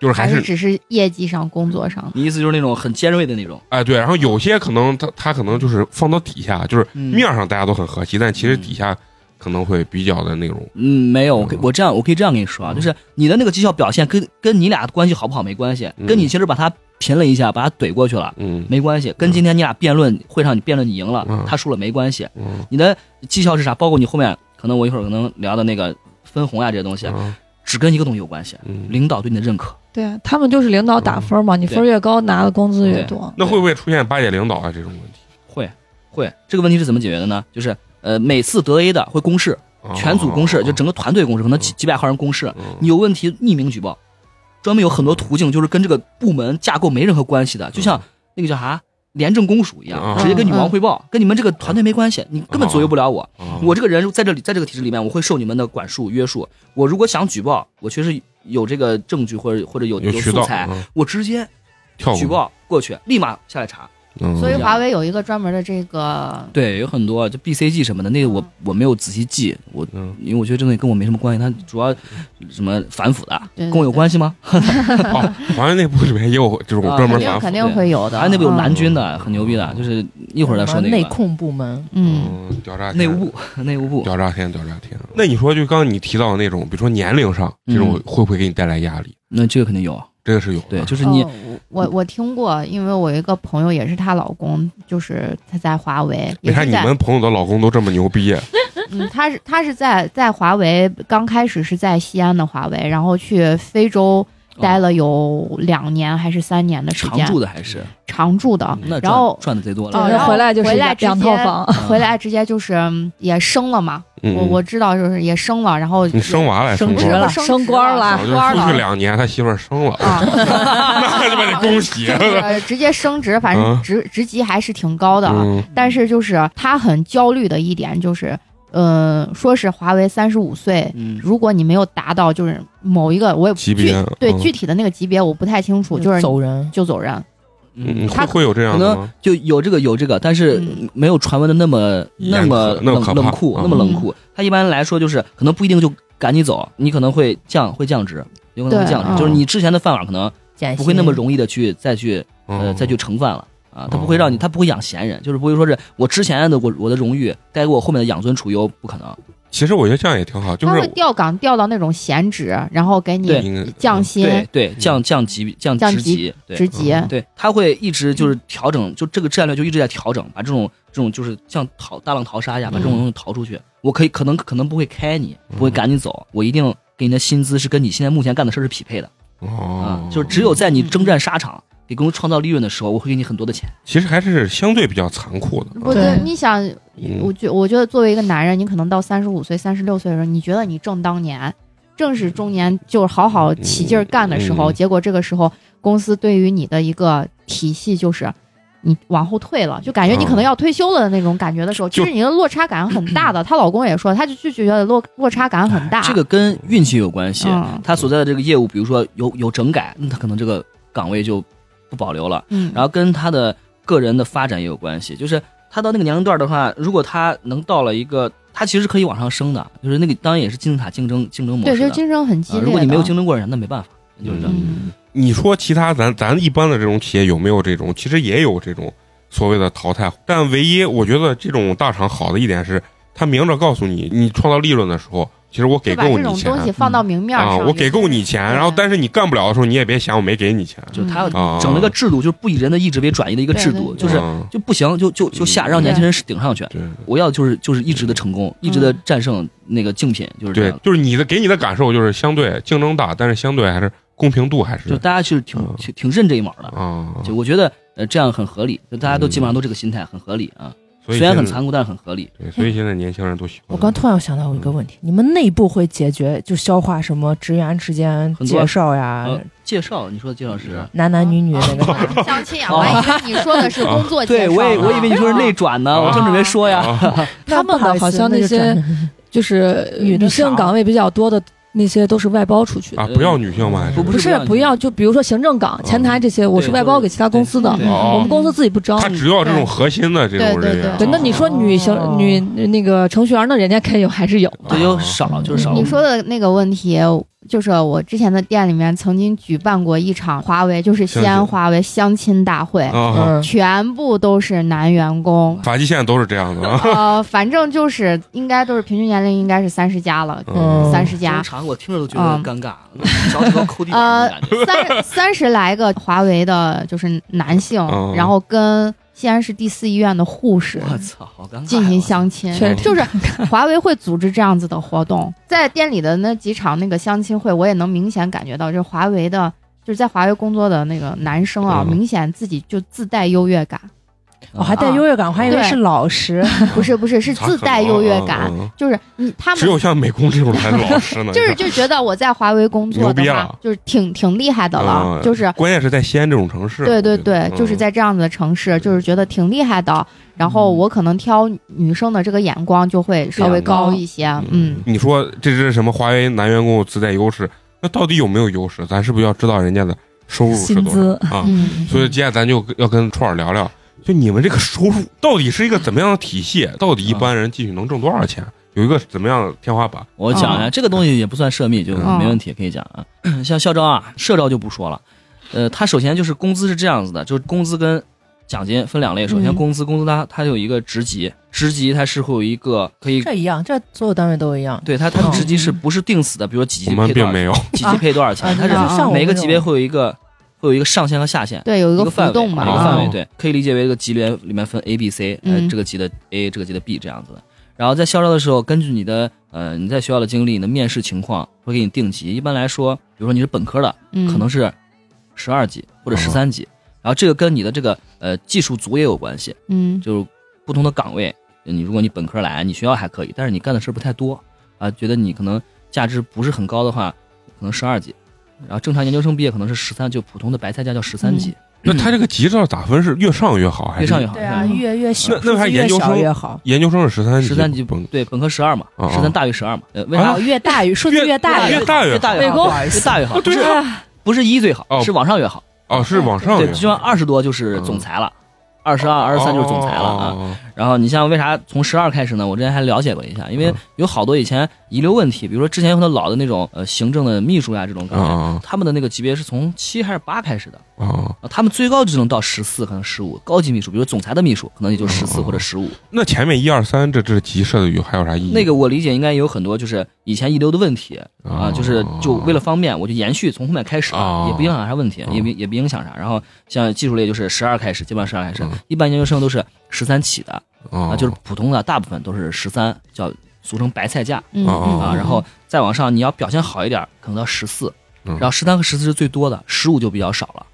Speaker 3: 就是还
Speaker 7: 还
Speaker 3: 是
Speaker 7: 是只是业绩上、工作上的。
Speaker 2: 你意思就是那种很尖锐的那种，
Speaker 3: 哎对，然后有些可能他他可能就是放到底下，就是
Speaker 2: 嗯
Speaker 3: 面上大家都很和气，但其实底下可能会比较的那种
Speaker 2: 嗯，没有，我可以
Speaker 3: 嗯
Speaker 2: 我这样我可以这样跟你说啊，就是你的那个绩效表现跟跟你俩关系好不好没关系，
Speaker 3: 嗯
Speaker 2: 跟你其实把他贫了一下，把他怼过去了
Speaker 3: 嗯
Speaker 2: 没关系，跟今天你俩辩论会上你辩论你赢
Speaker 3: 嗯
Speaker 2: 了，他输了没关系，
Speaker 3: 嗯
Speaker 2: 你的绩效是啥？包括你后面可能我一会儿可能聊的那个分红啊这些东西，
Speaker 3: 啊
Speaker 2: 只跟一个东西有关系，
Speaker 3: 嗯
Speaker 2: 领导对你的认可。
Speaker 4: 啊
Speaker 1: 对他们就是领导打分嘛，你分越高拿的工资越多。
Speaker 3: 那会不会出现巴结领导啊这种问题？
Speaker 2: 会会，这个问题是怎么解决的呢？就是呃，每次得 A 的会公示，
Speaker 3: 啊
Speaker 2: 全组公示，就整个团队公示，可
Speaker 3: 哦
Speaker 2: 能几几百号人公示。
Speaker 3: 嗯
Speaker 2: 你有问题匿名举报，专门有很多途径，就是跟这个部门架构没任何关系的，就像那个叫啥廉政公署一样
Speaker 3: 嗯，
Speaker 2: 直接跟女王汇报，跟你们这个团队没关系，你根本左右不了我。
Speaker 3: 啊
Speaker 2: 我这个人在这里，在这个体制里面，我会受你们的管束约束。我如果想举报，我确实有这个证据或者或者有
Speaker 3: 有渠
Speaker 2: 素
Speaker 3: 道
Speaker 2: 材，
Speaker 3: 嗯
Speaker 2: 我直接
Speaker 3: 跳过
Speaker 2: 举，报过去，立马下来查。
Speaker 3: 嗯
Speaker 7: 所以
Speaker 2: 嗯
Speaker 7: 华为有一个专门的这个，
Speaker 2: 对，有很多就 BCG 什么的，那个我
Speaker 7: 嗯
Speaker 2: 我没有仔细记，我
Speaker 3: 嗯
Speaker 2: 因为我觉得这东西跟我没什么关系，它主要什么反腐的，
Speaker 7: 对对
Speaker 2: 跟我有关系吗？
Speaker 3: 哦，华为内部里面也有这种
Speaker 2: 啊
Speaker 3: 专门反
Speaker 7: 肯定
Speaker 3: 腐
Speaker 7: 肯定会有的。
Speaker 2: 啊，那边有蓝
Speaker 7: 嗯
Speaker 2: 军的，很牛逼的，就是一会儿再说那
Speaker 6: 内
Speaker 2: 个
Speaker 6: 控部门，
Speaker 7: 嗯，
Speaker 3: 嗯屌炸天
Speaker 2: 内务部，内务部，
Speaker 3: 屌炸天，屌炸天！那你说，就刚刚你提到的那种，比如说年龄上这种，
Speaker 2: 嗯
Speaker 3: 会不会给你带来压力？
Speaker 2: 那这个肯定有，
Speaker 3: 这个是有的。
Speaker 2: 对，就是你
Speaker 7: 哦我我听过，因为我有一个朋友也是她老公，就是他在华为，
Speaker 3: 你
Speaker 7: 也
Speaker 3: 看
Speaker 7: 是
Speaker 3: 你
Speaker 7: 在
Speaker 3: 们朋友的老公都这么牛逼，
Speaker 7: 嗯，他是他是在在华为刚开始是在西安的华为，然后去非洲待
Speaker 3: 哦
Speaker 7: 了有两年还是三年的时
Speaker 2: 常
Speaker 7: 间，
Speaker 2: 住的还是
Speaker 7: 常住的，
Speaker 3: 嗯
Speaker 2: 那
Speaker 7: 然后
Speaker 2: 赚赚的贼多
Speaker 7: 哦
Speaker 2: 了，嗯
Speaker 4: 对
Speaker 7: 然
Speaker 4: 那
Speaker 7: 后
Speaker 4: 回来就是
Speaker 7: 回来
Speaker 4: 两
Speaker 7: 直
Speaker 4: 两
Speaker 7: 接
Speaker 4: 套房，
Speaker 7: 回来直接就是嗯也生了嘛，
Speaker 3: 嗯
Speaker 7: 我我知道就是也生了，然后
Speaker 3: 你生娃了，
Speaker 6: 升
Speaker 3: 生
Speaker 6: 职
Speaker 3: 官
Speaker 6: 了
Speaker 7: 生
Speaker 4: 升
Speaker 7: 职
Speaker 4: 官了
Speaker 3: 啊
Speaker 7: 了，
Speaker 3: 就
Speaker 7: 升
Speaker 3: 是
Speaker 7: 官
Speaker 3: 出去
Speaker 7: 了。
Speaker 3: 两年，他媳妇儿生 了，
Speaker 7: 啊，
Speaker 3: 那他妈得恭喜。
Speaker 7: 呃，直接升职，反
Speaker 3: 啊
Speaker 7: 正职职级还是挺高的啊。
Speaker 3: 嗯
Speaker 7: 但是就是他很焦虑的一点就是，呃，说是华为三十五岁，
Speaker 2: 嗯，
Speaker 7: 如果你没有达到就是某一个我也
Speaker 3: 级
Speaker 7: 具
Speaker 3: 别
Speaker 7: 对
Speaker 3: 嗯
Speaker 7: 具体的那个级别我不太清楚，就是
Speaker 6: 走人。
Speaker 7: 就走人。
Speaker 3: 嗯，
Speaker 2: 嗯，
Speaker 3: 会会有这样的吗？
Speaker 2: 就有这个有这个，但是
Speaker 7: 嗯
Speaker 2: 没有传闻的那么
Speaker 3: 严
Speaker 2: 那么
Speaker 3: 苛那么
Speaker 2: 冷
Speaker 3: 可怕
Speaker 2: 冷酷
Speaker 3: 嗯，
Speaker 2: 那么冷酷。他一般来说就是可能不一定就赶你走，你可能会降会降职，有可能会
Speaker 7: 对
Speaker 2: 降
Speaker 7: 嗯
Speaker 2: 职，就是你之前的饭碗可能
Speaker 6: 减
Speaker 2: 不会那么
Speaker 6: 薪
Speaker 2: 容易的去再去呃
Speaker 3: 嗯
Speaker 2: 再去盛饭了啊，他
Speaker 3: 哦
Speaker 2: 不会让你，他不会养闲人，就是不会说是我之前的我我的荣誉该给我后面的养尊处优，不可能。
Speaker 3: 其实我觉得这样也挺好，就
Speaker 7: 他会
Speaker 3: 是
Speaker 7: 调岗调到那种闲职，然后给
Speaker 2: 对
Speaker 7: 你
Speaker 3: 应该
Speaker 7: 降薪
Speaker 2: 对对，降降级降
Speaker 7: 降
Speaker 2: 职
Speaker 7: 级
Speaker 2: 级，对
Speaker 7: 职级。
Speaker 3: 嗯
Speaker 2: 对，他会一直就是调整，就这个战略就一直在调整，把这种这种就是像淘大浪淘沙一样，把
Speaker 3: 嗯
Speaker 2: 这种东西淘出去。我可以可能可能不会开你，不会赶你走，我一定给你的薪资是跟你现在目前干的事儿是匹配的。啊、
Speaker 3: 哦，
Speaker 2: 就是只有在你征战沙场给公司创造利润的时候，我会给你很多的钱。
Speaker 3: 其实还是相对比较残酷的。
Speaker 7: 不
Speaker 1: 对
Speaker 7: 对，你想，
Speaker 3: 嗯
Speaker 7: 我觉我觉得作为一个男人，你可能到三十五岁、三十六岁的时候，你觉得你正当年，正是中年，就是好好
Speaker 2: 嗯
Speaker 7: 起劲儿干的时候。
Speaker 3: 嗯嗯
Speaker 7: 结果这个时候，公司对于你的一个体系就是。你往后退了，就感觉你
Speaker 2: 哦
Speaker 7: 可能要退休了的那种感觉的时候，
Speaker 3: 就
Speaker 7: 其实你的落差感很大的。她老公也说，他就就觉得落落差感很大。
Speaker 2: 哎这个跟运气有关系。
Speaker 7: 嗯
Speaker 2: 他所在的这个业务，比如说有有整改，那他可能这个岗位就不保留了。
Speaker 7: 嗯，
Speaker 2: 然后跟他的个人的发展也有关系。就是他到那个年龄段的话，如果他能到了一个，他其实可以往上升的，就是那个当然也是金字塔竞争竞争模
Speaker 7: 嗯对，
Speaker 2: 式
Speaker 7: 就是
Speaker 2: 的。
Speaker 7: 竞争很激
Speaker 2: 啊
Speaker 7: 烈的。
Speaker 2: 如果你没有竞争过人，那没办法，就是这样。
Speaker 7: 嗯
Speaker 3: 你说其他咱咱一般的这种企业有没有这种？其实也有这种所谓的淘汰，但唯一我觉得这种大厂好的一点是，他明着告诉你，你创造利润的时候，其实我给
Speaker 7: 就把
Speaker 3: 够
Speaker 7: 这
Speaker 3: 你
Speaker 7: 种
Speaker 3: 钱
Speaker 7: 东西放到
Speaker 2: 嗯
Speaker 7: 明面
Speaker 3: 啊，
Speaker 7: 上，
Speaker 3: 我给够你钱，然后但是你干不了的时候，你也别嫌我没给你钱。
Speaker 2: 就是他
Speaker 3: 嗯
Speaker 2: 整了个制度，就是不以人的意志为转移的一个制度，
Speaker 7: 对对对
Speaker 2: 就是
Speaker 3: 啊
Speaker 2: 就不行，就就就下，
Speaker 3: 嗯
Speaker 2: 让年轻人顶上去。
Speaker 3: 对
Speaker 2: 我要就是就是一直的成功，一直
Speaker 7: 嗯
Speaker 2: 的战胜那个竞品，就是这
Speaker 3: 对
Speaker 2: 样，。
Speaker 3: 就是你的给你的感受就是相对竞争大，但是相对还是公平度还是
Speaker 2: 就大家是挺
Speaker 3: 嗯
Speaker 2: 挺挺认这一码的，
Speaker 3: 啊，
Speaker 2: 就我觉得呃这样很合理，就大家都基本上都这个心态很合理啊。
Speaker 3: 所以
Speaker 2: 虽然很
Speaker 3: 现在
Speaker 2: 残酷，但是很合理。
Speaker 3: 对，所以现在年轻人都喜欢。
Speaker 6: 我刚突然想到一个问题，你们内部会解决就消化什么职员之间
Speaker 2: 很多
Speaker 6: 介绍呀，
Speaker 2: 呃介绍你说的介绍是？
Speaker 6: 男男女女那个 啥
Speaker 7: 相亲啊，我还以为你说的是工作介
Speaker 2: 哦对，
Speaker 7: 绍
Speaker 2: 我以
Speaker 7: 呢
Speaker 2: 我以为你说是内转呢，我正准备说呀。
Speaker 3: 啊
Speaker 1: 他们的好像那些就是
Speaker 6: 女的
Speaker 1: 女性
Speaker 6: 少
Speaker 1: 岗位比较多的那些都是外包出去的
Speaker 3: 啊，不要女性吗？还是
Speaker 2: 不
Speaker 1: 不是
Speaker 2: 不
Speaker 1: 不要，就比如说行政岗、前台这些，我
Speaker 2: 对
Speaker 1: 是外包给其他公司的，
Speaker 2: 对
Speaker 3: 哦
Speaker 1: 我们公司自己不招
Speaker 3: 他。只要这种核心的这种人啊员。
Speaker 1: 对，那你说女行
Speaker 6: 哦
Speaker 1: 女那个程序员呢，人家肯定还是有嘛
Speaker 2: 对，有少就是少。
Speaker 7: 你说的那个问题，就是我之前的店里面曾经举办过一场华为，就是西
Speaker 3: 相
Speaker 7: 安
Speaker 3: 亲
Speaker 7: 华为相亲大会，
Speaker 3: 啊，。
Speaker 6: 嗯，
Speaker 7: 全部都是男员工
Speaker 3: 发际线都是这样的啊。
Speaker 7: 呃，反正就是应该都是平均年龄应该是三十加了，
Speaker 3: 哦
Speaker 6: 嗯
Speaker 7: 三十
Speaker 2: 家
Speaker 7: 加，
Speaker 2: 常，我听着都觉得尴尬，
Speaker 7: 嗯
Speaker 2: 脚趾头抠地板
Speaker 7: 呃
Speaker 2: 的感觉。
Speaker 7: 三三十来个华为的，就是男性
Speaker 3: 嗯，
Speaker 7: 然后跟西安市第四医院的护士
Speaker 2: 我操，好尴尬呀。
Speaker 7: 呃
Speaker 2: 啊
Speaker 7: 进行
Speaker 2: 我
Speaker 7: 相亲，
Speaker 1: 确实
Speaker 3: 嗯
Speaker 1: 挺
Speaker 7: 就是
Speaker 1: 尴尬
Speaker 7: 华为会组织这样子的活动，在店里的那几场那个相亲会，我也能明显感觉到，就是华为的，就是在华为工作的那个男生啊，
Speaker 3: 嗯
Speaker 7: 明显自己就自带优越感，
Speaker 2: 操
Speaker 7: 啊
Speaker 6: 我还带优越感，我还以为
Speaker 7: 对
Speaker 6: 是老实，
Speaker 7: 不是不是，是自带优越感，
Speaker 3: 嗯，嗯
Speaker 7: 就是你他
Speaker 3: 只
Speaker 7: 们
Speaker 3: 有像美工这种才老实呢。
Speaker 7: 就是
Speaker 3: 你看
Speaker 7: 就觉得我在华为工作
Speaker 3: 牛
Speaker 7: 的
Speaker 3: 逼
Speaker 7: 话
Speaker 3: 了，
Speaker 7: 就是挺挺厉害的了，
Speaker 3: 嗯
Speaker 7: 就是
Speaker 3: 关键是在西安这种城市。
Speaker 7: 对对
Speaker 3: 我觉得嗯
Speaker 7: 对，就是在这样子的城市，就是觉得挺厉害的。然后
Speaker 2: 嗯
Speaker 7: 我可能挑女生的这个眼光就会稍微
Speaker 3: 啊
Speaker 7: 高一些，嗯，
Speaker 3: 你说这是什么华为男员工自带优势？那到底有没有优势？咱是不是要知道人家的收入是
Speaker 1: 薪
Speaker 3: 多少
Speaker 1: 资
Speaker 3: 啊？
Speaker 7: 嗯
Speaker 3: 所以今天咱就要跟串儿聊聊，就你们这个收入到底是一个怎么样的体系？到底一般人进去能挣多少钱？有一个怎么样的天花板？
Speaker 2: 我讲一下，这个东西也不算涉密，就
Speaker 7: 嗯
Speaker 2: 没问题，可以讲啊。 像校招啊，社招就不说了，呃，他首先就是工资是这样子的，就是工资跟奖金分两类。首先
Speaker 1: 嗯
Speaker 2: 工资，工资它它有一个职级，职级它是会有一个可以，
Speaker 6: 这一样，这所有单位都一样。
Speaker 2: 对它它的
Speaker 6: 嗯
Speaker 2: 职级是不是定死的？比如说几级
Speaker 3: 我
Speaker 2: 配
Speaker 3: 们
Speaker 2: 多
Speaker 3: 并
Speaker 2: 少
Speaker 3: 没
Speaker 2: 钱，
Speaker 3: 有。
Speaker 2: 几级配多少
Speaker 7: 啊
Speaker 2: 钱，它
Speaker 6: 就是像我们
Speaker 2: 每个级别
Speaker 6: 这种
Speaker 2: 会有一个会有一个上限和下限。
Speaker 7: 对，有一
Speaker 2: 一
Speaker 7: 个
Speaker 2: 个范
Speaker 7: 浮
Speaker 2: 围，
Speaker 7: 动嘛，
Speaker 2: 一个范围
Speaker 3: 哦
Speaker 7: 嗯，
Speaker 2: 对，可以理解为一个级别里面分 A、B、C，呃，
Speaker 7: 嗯
Speaker 2: 这个级的 A，这个级的 B 这样子的。然后在校招的时候，根据你的呃你在学校的经历、你的面试情况，会给你定级。一般来说，比如说你是本科的，
Speaker 7: 嗯
Speaker 2: 可能是十二级或者十三
Speaker 3: 哦
Speaker 2: 级。然后这个跟你的这个呃技术组也有关系，
Speaker 7: 嗯
Speaker 2: 就是不同的岗位，你如果你本科来，你学校还可以，但是你干的事儿不太多啊，觉得你可能价值不是很高的话，可能十二级。然后正常研究生毕业可能是十三，就普通的白菜价叫十三级。
Speaker 3: 那他这个级照打分是越上越好，还是
Speaker 2: 越上越好。
Speaker 6: 对啊，
Speaker 2: 越
Speaker 6: 越越小，
Speaker 3: 那那还研究
Speaker 6: 越小
Speaker 3: 生
Speaker 6: 越好，
Speaker 3: 研究生是十三
Speaker 2: 十三级
Speaker 3: 不
Speaker 2: 对本科十二嘛
Speaker 3: 哦，
Speaker 2: 十三大于十二嘛。呃，为
Speaker 3: 啊
Speaker 2: 啥
Speaker 6: 哦，越大越数字
Speaker 3: 越
Speaker 6: 大
Speaker 3: 越
Speaker 6: 好
Speaker 3: 大越
Speaker 2: 越大
Speaker 6: 北
Speaker 2: 越
Speaker 6: 宫
Speaker 2: 好？越大越好，不
Speaker 3: 对
Speaker 2: 是
Speaker 3: 啊
Speaker 2: 不是一最好
Speaker 3: 哦，
Speaker 2: 是往上越好。
Speaker 3: 哦，是往上
Speaker 2: 对
Speaker 3: 越，好
Speaker 2: 就像二十多就是总裁了，二十二、二十三就是总裁了啊。
Speaker 3: 哦
Speaker 2: 然后你像为啥从十二开始呢？我之前还了解过一下，因为
Speaker 3: 嗯
Speaker 2: 有好多以前遗留问题，比如说之前有很多老的那种呃行政的秘书呀这种
Speaker 3: 哦
Speaker 2: 岗位，
Speaker 3: 哦
Speaker 2: 他们的那个级别是从七还是八开始的。
Speaker 3: 哦哦，
Speaker 2: 啊他们最高只能到十四，可能十五。高级秘书，比如总裁的秘书，可能也就十四
Speaker 3: 哦
Speaker 2: 或者十五。
Speaker 3: 那前面一二三这这级设的有还有啥意义？
Speaker 2: 那个我理解应该有很多就是以前遗留的问题
Speaker 3: 哦
Speaker 2: 啊，就是就为了方便，我就延续从后面开始
Speaker 3: 哦
Speaker 2: 了，也不影响啥问题
Speaker 3: 哦，
Speaker 2: 也不也不影响啥。然后像技术类就是十二开始，基本上十二开始
Speaker 3: 嗯，
Speaker 2: 一般研究生都是十三起的
Speaker 3: 啊
Speaker 2: 啊，就是普通的大部分都是十三，叫俗称白菜价
Speaker 7: 嗯
Speaker 3: 哦
Speaker 7: 嗯
Speaker 2: 啊啊。然后再往上你要表现好一点，可能到十四，
Speaker 3: 嗯
Speaker 2: 然后十三和十四是最多的，十五就比较少了。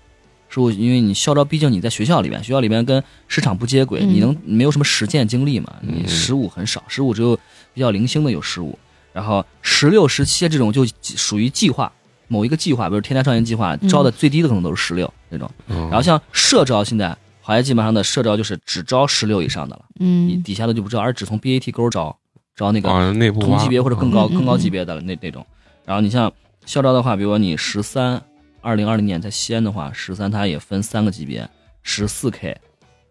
Speaker 2: 十五，因为你校招，毕竟你在学校里面，学校里面跟市场不接轨，
Speaker 7: 嗯
Speaker 2: 你能你没有什么实践经历嘛？你
Speaker 3: 嗯
Speaker 2: 十五很少，十五只有比较零星的有十五，然后十六、十七这种就属于计划某一个计划，比如天才少年计划
Speaker 7: 嗯
Speaker 2: 招的最低的可能都是十六那种。
Speaker 3: 嗯
Speaker 2: 然后像社招现在，华谊基本上的社招就是只招十六以上的了，你
Speaker 7: 嗯
Speaker 2: 底下的就不招，而只从 BAT 勾招招那个
Speaker 3: 啊内部
Speaker 2: 同级别或者更高
Speaker 7: 嗯嗯
Speaker 2: 更
Speaker 7: 嗯
Speaker 2: 高级别的那那种。然后你像校招的话，比如说你十三，二零二零年在西安的话，十三它也分三个级别，十四 K、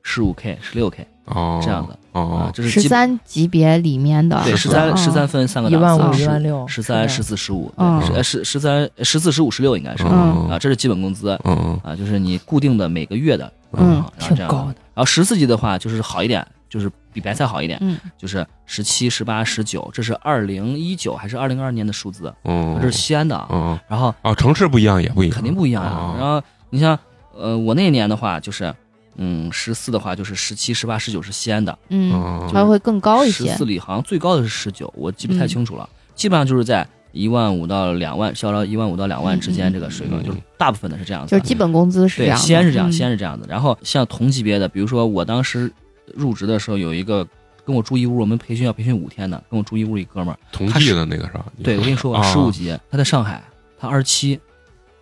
Speaker 2: 十五 K、十六 K
Speaker 3: 哦
Speaker 2: 这样的啊
Speaker 3: 哦，
Speaker 2: 这是
Speaker 7: 十
Speaker 2: 基本
Speaker 7: 三级别里面的嗯
Speaker 2: 对
Speaker 3: 是
Speaker 2: 十
Speaker 3: 吧
Speaker 2: 三十三分三个
Speaker 6: 哦一万
Speaker 2: 档
Speaker 6: 五、
Speaker 2: 次
Speaker 6: 一万
Speaker 2: 啊，
Speaker 6: 六，
Speaker 2: 十三、
Speaker 6: 是
Speaker 2: 十
Speaker 6: 的哦
Speaker 2: 四、十五，
Speaker 7: 嗯
Speaker 2: 对十十三、十四、十五、十六应该是
Speaker 3: 哦
Speaker 7: 嗯
Speaker 2: 啊，这是基本工资
Speaker 3: 嗯
Speaker 2: 啊，就是你固定的每个月的，
Speaker 7: 嗯
Speaker 2: 啊然后这样
Speaker 6: 挺高的。
Speaker 2: 然后十四级的话就是好一点，就是比白菜好一点，
Speaker 7: 嗯
Speaker 2: 就是十七、十八、十九，这是二零一九还是二零二二年的数字？
Speaker 3: 嗯，
Speaker 2: 这是西安的啊，
Speaker 3: 嗯
Speaker 2: 然后
Speaker 3: 啊，城市不一样也不一样，
Speaker 2: 肯定不一样啊
Speaker 3: 啊。。
Speaker 2: 然后你像呃，我那年的话就是，嗯，十四的话就是十七、十八、十九是西安的，
Speaker 7: 嗯，
Speaker 3: 嗯
Speaker 7: 还会更高一些
Speaker 2: 十四。里好像最高的是十九，我记不太
Speaker 7: 嗯
Speaker 2: 清楚了。基本上就是在一万五到两万，校招一万五到两万之间这个水平，
Speaker 3: 嗯
Speaker 2: 就是大部分的是这样子
Speaker 7: 就
Speaker 2: 的。
Speaker 7: 是基本工资是这
Speaker 2: 对，
Speaker 7: 样的，
Speaker 2: 西安是这样，
Speaker 7: 嗯
Speaker 2: 西安是这样的。然后像同级别的，比如说我当时入职的时候，有一个跟我住一屋，我们培训要培训五天的，跟我住一屋一哥们儿，
Speaker 3: 同济的那个是吧？
Speaker 2: 对我跟你说
Speaker 3: 啊
Speaker 2: 吧，十五级，他在上海，他二十七，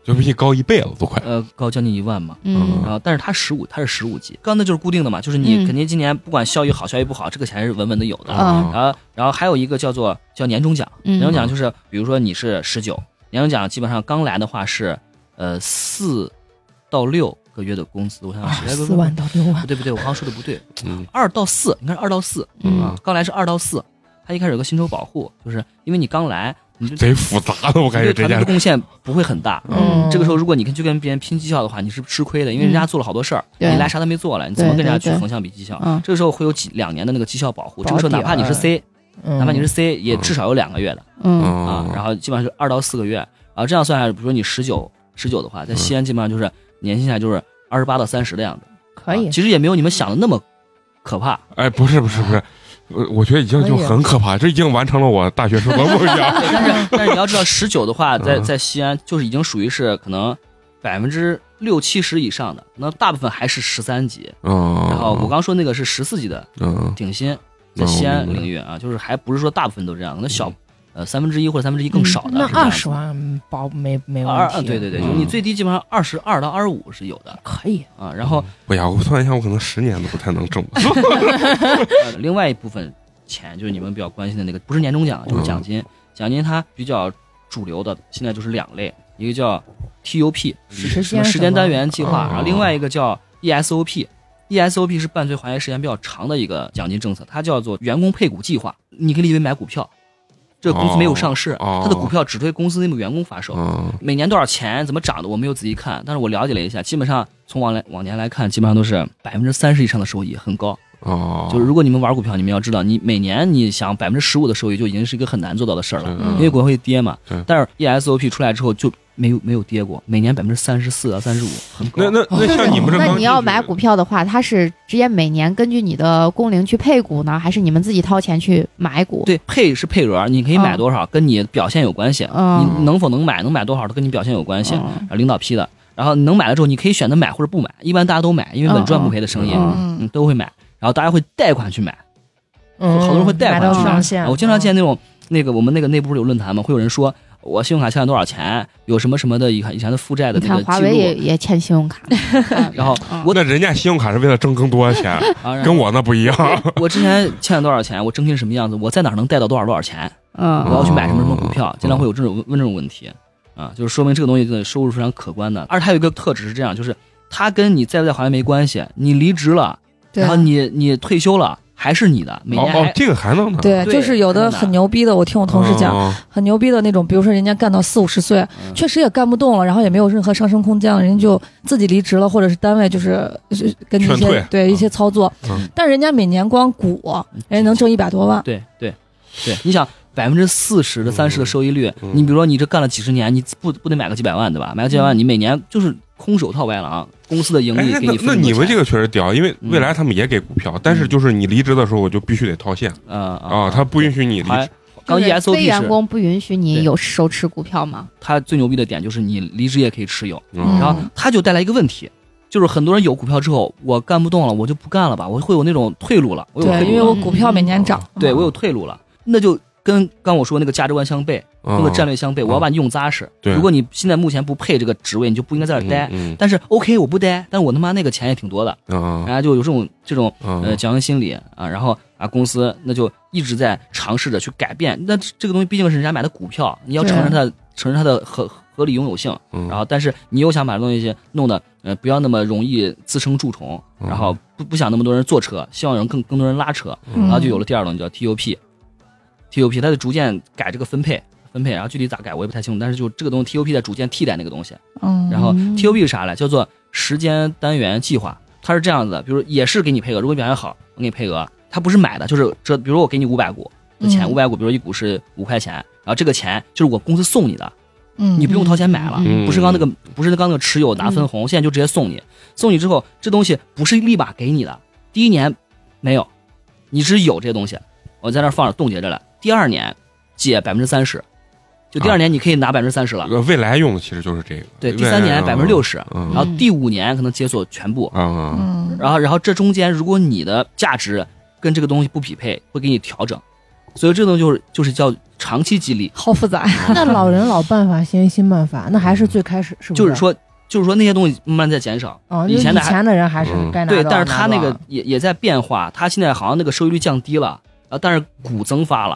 Speaker 3: 就比你高一辈子都快。
Speaker 2: 呃，高将近一万嘛。
Speaker 7: 嗯
Speaker 2: 啊，但是他十五，他是十五级，刚才就是固定的嘛，就是你
Speaker 7: 嗯
Speaker 2: 肯定今年不管效益好效益不好，这个钱是稳稳的有的。
Speaker 3: 啊
Speaker 2: 然后，然后还有一个叫做叫年终奖，
Speaker 7: 嗯
Speaker 2: 年终奖就是比如说你是十九，年终奖基本上刚来的话是呃四到六个月的工资，我想
Speaker 7: 啊
Speaker 2: 想是
Speaker 6: 四万到六万
Speaker 2: 不，对不对，我刚刚说的不对，
Speaker 3: 嗯
Speaker 2: 二到四应该是二到四
Speaker 7: 嗯
Speaker 2: 啊，刚来是二到四，他一开始有个薪酬保护，就是因为你刚来，你就
Speaker 3: 贼复杂的，我感
Speaker 2: 对
Speaker 3: 觉这
Speaker 2: 团队
Speaker 3: 件
Speaker 2: 的
Speaker 3: 事。
Speaker 2: 贡献不会很大，
Speaker 7: 嗯
Speaker 2: 这个时候，如果你跟去跟别人拼绩效的话，你是吃亏的，因为人家做了好多事儿，
Speaker 7: 对
Speaker 2: 你来啥都没做了，你怎么跟人家去
Speaker 7: 对对对
Speaker 2: 横向比绩效？
Speaker 7: 嗯
Speaker 2: 这个时候会有几两年的那个绩效保护，
Speaker 6: 保
Speaker 2: 这个时候哪怕你
Speaker 6: 底儿
Speaker 2: 是 C，
Speaker 6: 哪
Speaker 2: 哪怕你是 C，也至少有两个月的
Speaker 7: 嗯
Speaker 2: 啊
Speaker 3: 嗯，，
Speaker 2: 然后基本上是二到四个月，然后这样算下来，比如说你十九十九的话，在西
Speaker 3: 嗯
Speaker 2: 安基本上就是年薪下来就是二十八到三十的样子，
Speaker 7: 哎
Speaker 6: 可以
Speaker 2: 啊，其实也没有你们想的那么可怕，
Speaker 3: 哎，不是不是不
Speaker 2: 啊
Speaker 3: 是，我我觉得已经
Speaker 2: 哎
Speaker 3: 就很可怕，这已经完成了我大学生活梦 想。
Speaker 2: 但是但是你要知道，十九的话，在在西安就是已经属于是可能百分之六七十以上的，那大部分还是十三级。
Speaker 3: 嗯，
Speaker 2: 然后我刚说那个是十四级的
Speaker 3: 嗯
Speaker 2: 顶薪，
Speaker 3: 嗯
Speaker 2: 在西安
Speaker 3: 我明白
Speaker 2: 领域啊，就是还不是说大部分都这样，可能小呃三分之一或者三分之一更
Speaker 7: 嗯
Speaker 2: 少的
Speaker 6: 那
Speaker 2: 是这样
Speaker 6: 二
Speaker 2: 子
Speaker 6: 十万保没没
Speaker 2: 二
Speaker 6: 问
Speaker 2: 啊
Speaker 6: 题，
Speaker 2: 对对对，
Speaker 3: 嗯
Speaker 2: 就是你最低基本上二十二到二十五是有的
Speaker 6: 可以，
Speaker 2: 啊。然后
Speaker 3: 哎呀，我突然想，我可能十年都不太能挣。
Speaker 2: 呃另外一部分钱就是你们比较关心的那个，不是年终奖啊就是奖金，奖金它比较主流的现在就是两类，一个叫 TUP
Speaker 6: 时
Speaker 2: 什么
Speaker 6: 间
Speaker 2: 时间单元计划
Speaker 3: 哦，
Speaker 2: 然后另外一个叫 E ESOP。ESOP 是伴随华谊时间比较长的一个奖金政策，它叫做员工配股计划。你可以理解为买股票，这个公司没有上市，
Speaker 3: 哦
Speaker 2: 它的股票只对公司内部员工发售。
Speaker 3: 嗯
Speaker 2: 每年多少钱，怎么涨的，我没有仔细看，但是我了解了一下，基本上从往来往年来看，基本上都是百分之三十以上的收益，很高。
Speaker 3: 哦，
Speaker 2: 就是如果你们玩股票，你们要知道，你每年你想百分之十五的收益就已经是一个很难做到的事儿了，
Speaker 3: 嗯
Speaker 2: 因为股票会跌嘛
Speaker 3: 对。
Speaker 2: 但是 E ESOP 出来之后就没有没有跌过，每年百分之三十四啊三十五，很高。
Speaker 3: 那那那像你们这刚
Speaker 7: 那你要
Speaker 3: 进去
Speaker 7: 买股票的话，它是直接每年根据你的工龄去配股呢，还是你们自己掏钱去买股？
Speaker 2: 对配是配额，你可以买
Speaker 7: 嗯
Speaker 2: 多少跟你表现有关系，啊
Speaker 7: 嗯
Speaker 2: 你能否能买，能买多少都跟你表现有关系。
Speaker 7: 嗯，
Speaker 2: 啊，领导批的，然后你能买了之后，你可以选择买或者不买，一般大家都买，因为稳赚不赔的生意，
Speaker 7: 嗯
Speaker 2: 嗯，都会买。然后大家会贷款去买，
Speaker 6: 嗯，
Speaker 2: 好多人会贷
Speaker 6: 买
Speaker 2: 款
Speaker 6: 到
Speaker 2: 去买。啊
Speaker 6: 上限，
Speaker 2: 我
Speaker 7: 嗯
Speaker 2: 经常见那种那个我们那个内部有论坛嘛，会有人说我信用卡欠了多少钱，有什么什么的以以前的负债的
Speaker 7: 你
Speaker 2: 那个
Speaker 7: 看华
Speaker 2: 记
Speaker 7: 为也
Speaker 2: 录，啊
Speaker 7: 也欠信用 卡，嗯
Speaker 2: 然后
Speaker 7: 嗯
Speaker 3: 那人家信用卡是为了挣更多的 钱，
Speaker 2: 啊，然后
Speaker 3: 跟我那不一样。
Speaker 2: 我之前欠了多少钱，我征信什么样子，我在哪儿能贷到多少多少钱，我
Speaker 7: 嗯
Speaker 2: 要去买什
Speaker 3: 哦
Speaker 2: 么什么股票，经常会有这种问这种问题啊，就是说明这个东西的收入是非常可观的。而且还有一个特质是这样，就是它跟你在不在华为没关系，你离职了。
Speaker 4: 对啊
Speaker 2: 然后你你退休了还是你的，每
Speaker 3: 哦
Speaker 2: 年还、
Speaker 3: 哦，这个还能呢。
Speaker 4: 对，
Speaker 2: 对
Speaker 4: 就是有的很牛逼的，我听我同事讲，
Speaker 3: 哦
Speaker 4: 很牛逼的那种，比如说人家干到四五十岁，
Speaker 2: 嗯
Speaker 4: 确实也干不动了，然后也没有任何上升空间了，人家就自己离职了，或者是单位就是是根据一
Speaker 3: 劝退
Speaker 4: 些对一些操作
Speaker 3: 嗯，
Speaker 4: 但人家每年光股，人家哎能挣一百多万，
Speaker 2: 对对对，你想百分之四十的三十的收益率，
Speaker 3: 嗯
Speaker 2: 你比如说你这干了几十年，你不不得买个几百万对吧？买个
Speaker 4: 嗯
Speaker 2: 几百万，你每年就是空手套白狼，公司的盈
Speaker 3: 哎，
Speaker 2: 利
Speaker 3: 那
Speaker 2: 给
Speaker 3: 那
Speaker 2: 你分
Speaker 3: 那
Speaker 2: 这么嗯
Speaker 3: 你
Speaker 2: 多
Speaker 3: 们这
Speaker 2: 钱
Speaker 3: 个确实屌，因为未来他们也给股票，但是就是你离职的时候，我就必须得套现
Speaker 2: 呃
Speaker 3: 啊，他不允许你离
Speaker 2: 华
Speaker 3: 职
Speaker 2: 为。刚 E
Speaker 7: 就是非
Speaker 2: ESOP
Speaker 7: 员
Speaker 2: 是，
Speaker 7: 工不允许你
Speaker 2: 对
Speaker 7: 有手持股票吗？
Speaker 2: 它最牛逼的点就是你离职也可以持有，
Speaker 3: 嗯
Speaker 2: 然后它就带来一个问题。就是很多人有股票之后，我干不动了，我就不干了吧，我会有那种退路了，我有退
Speaker 4: 对，因
Speaker 2: 路
Speaker 4: 为
Speaker 2: 了，
Speaker 4: 我股票每年涨，
Speaker 2: 对我有退路了，那就跟刚我说那个价值观相悖，
Speaker 3: 嗯
Speaker 2: 那个战略相悖，我要把你用扎实。
Speaker 3: 对
Speaker 2: 如果你现在目前不配这个职位，你就不应该在这儿待。
Speaker 3: 嗯
Speaker 2: 但是 OK，我不待，但是我他妈那个钱也挺多的，
Speaker 3: 嗯
Speaker 2: 然后就有这种这种
Speaker 3: 嗯
Speaker 2: 呃侥幸心理啊，然后啊公司那就一直在尝试着去改变。那这这个东西毕竟是人家买的股票，你要承认它的承认它的合合理拥有性，
Speaker 3: 啊嗯，
Speaker 2: 然后但是你又想把东西弄得呃不要那么容易滋生蛀虫，
Speaker 3: 嗯
Speaker 2: 然后不不想那么多人坐车，希望有更更多人拉车，
Speaker 3: 嗯
Speaker 2: 然后就有了第二种叫 TUP。TUP 它就逐渐改这个分配分配，然后具体咋改我也不太清楚，但是就这个东西 TUP 在逐渐替代那个东西。
Speaker 4: 嗯，
Speaker 2: 然后 TOB 是啥来？叫做时间单元计划。它是这样子的，比如也是给你配额，如果你表现好，我给你配额。它不是买的，就是这，比如我给你五百股的钱，
Speaker 4: 嗯
Speaker 2: 五百股，比如一股是五块钱，然后这个钱就是我公司送你的，
Speaker 4: 嗯
Speaker 2: 你不用掏钱买了，
Speaker 3: 嗯
Speaker 2: 不是刚那个，不是刚那个持有拿分红，现在就直接送你。送你之后，这东西不是立马给你的，第一年没有，你只有这些东西，我在那儿放着冻结着了。第二年借百分之三十，就第二年你可以拿百分之三十了。
Speaker 3: 啊呃未来用的其实就是这个，
Speaker 2: 对，第三年百分之六
Speaker 3: 十，
Speaker 2: 十，
Speaker 3: 嗯
Speaker 2: 然后第五年可能解锁全部，
Speaker 3: 啊
Speaker 4: 嗯，
Speaker 2: 然后然后这中间如果你的价值跟这个东西不匹配，会给你调整，所以这东西就是就是叫长期激励，
Speaker 4: 好复杂，
Speaker 6: 那老人老办法，新新办法，那还是最开始是不
Speaker 2: 就是说就是说那些东西慢慢在减少，
Speaker 6: 哦，就
Speaker 2: 以
Speaker 6: 以
Speaker 2: 前的还
Speaker 6: 前的人还是
Speaker 3: 嗯
Speaker 4: 啊
Speaker 6: 该拿
Speaker 2: 对，
Speaker 6: 多
Speaker 2: 但
Speaker 6: 少
Speaker 2: 是它
Speaker 6: 拿多
Speaker 2: 那
Speaker 6: 少
Speaker 2: 个也也在变化，它现在好像那个收益率降低了。啊，但是股增发了，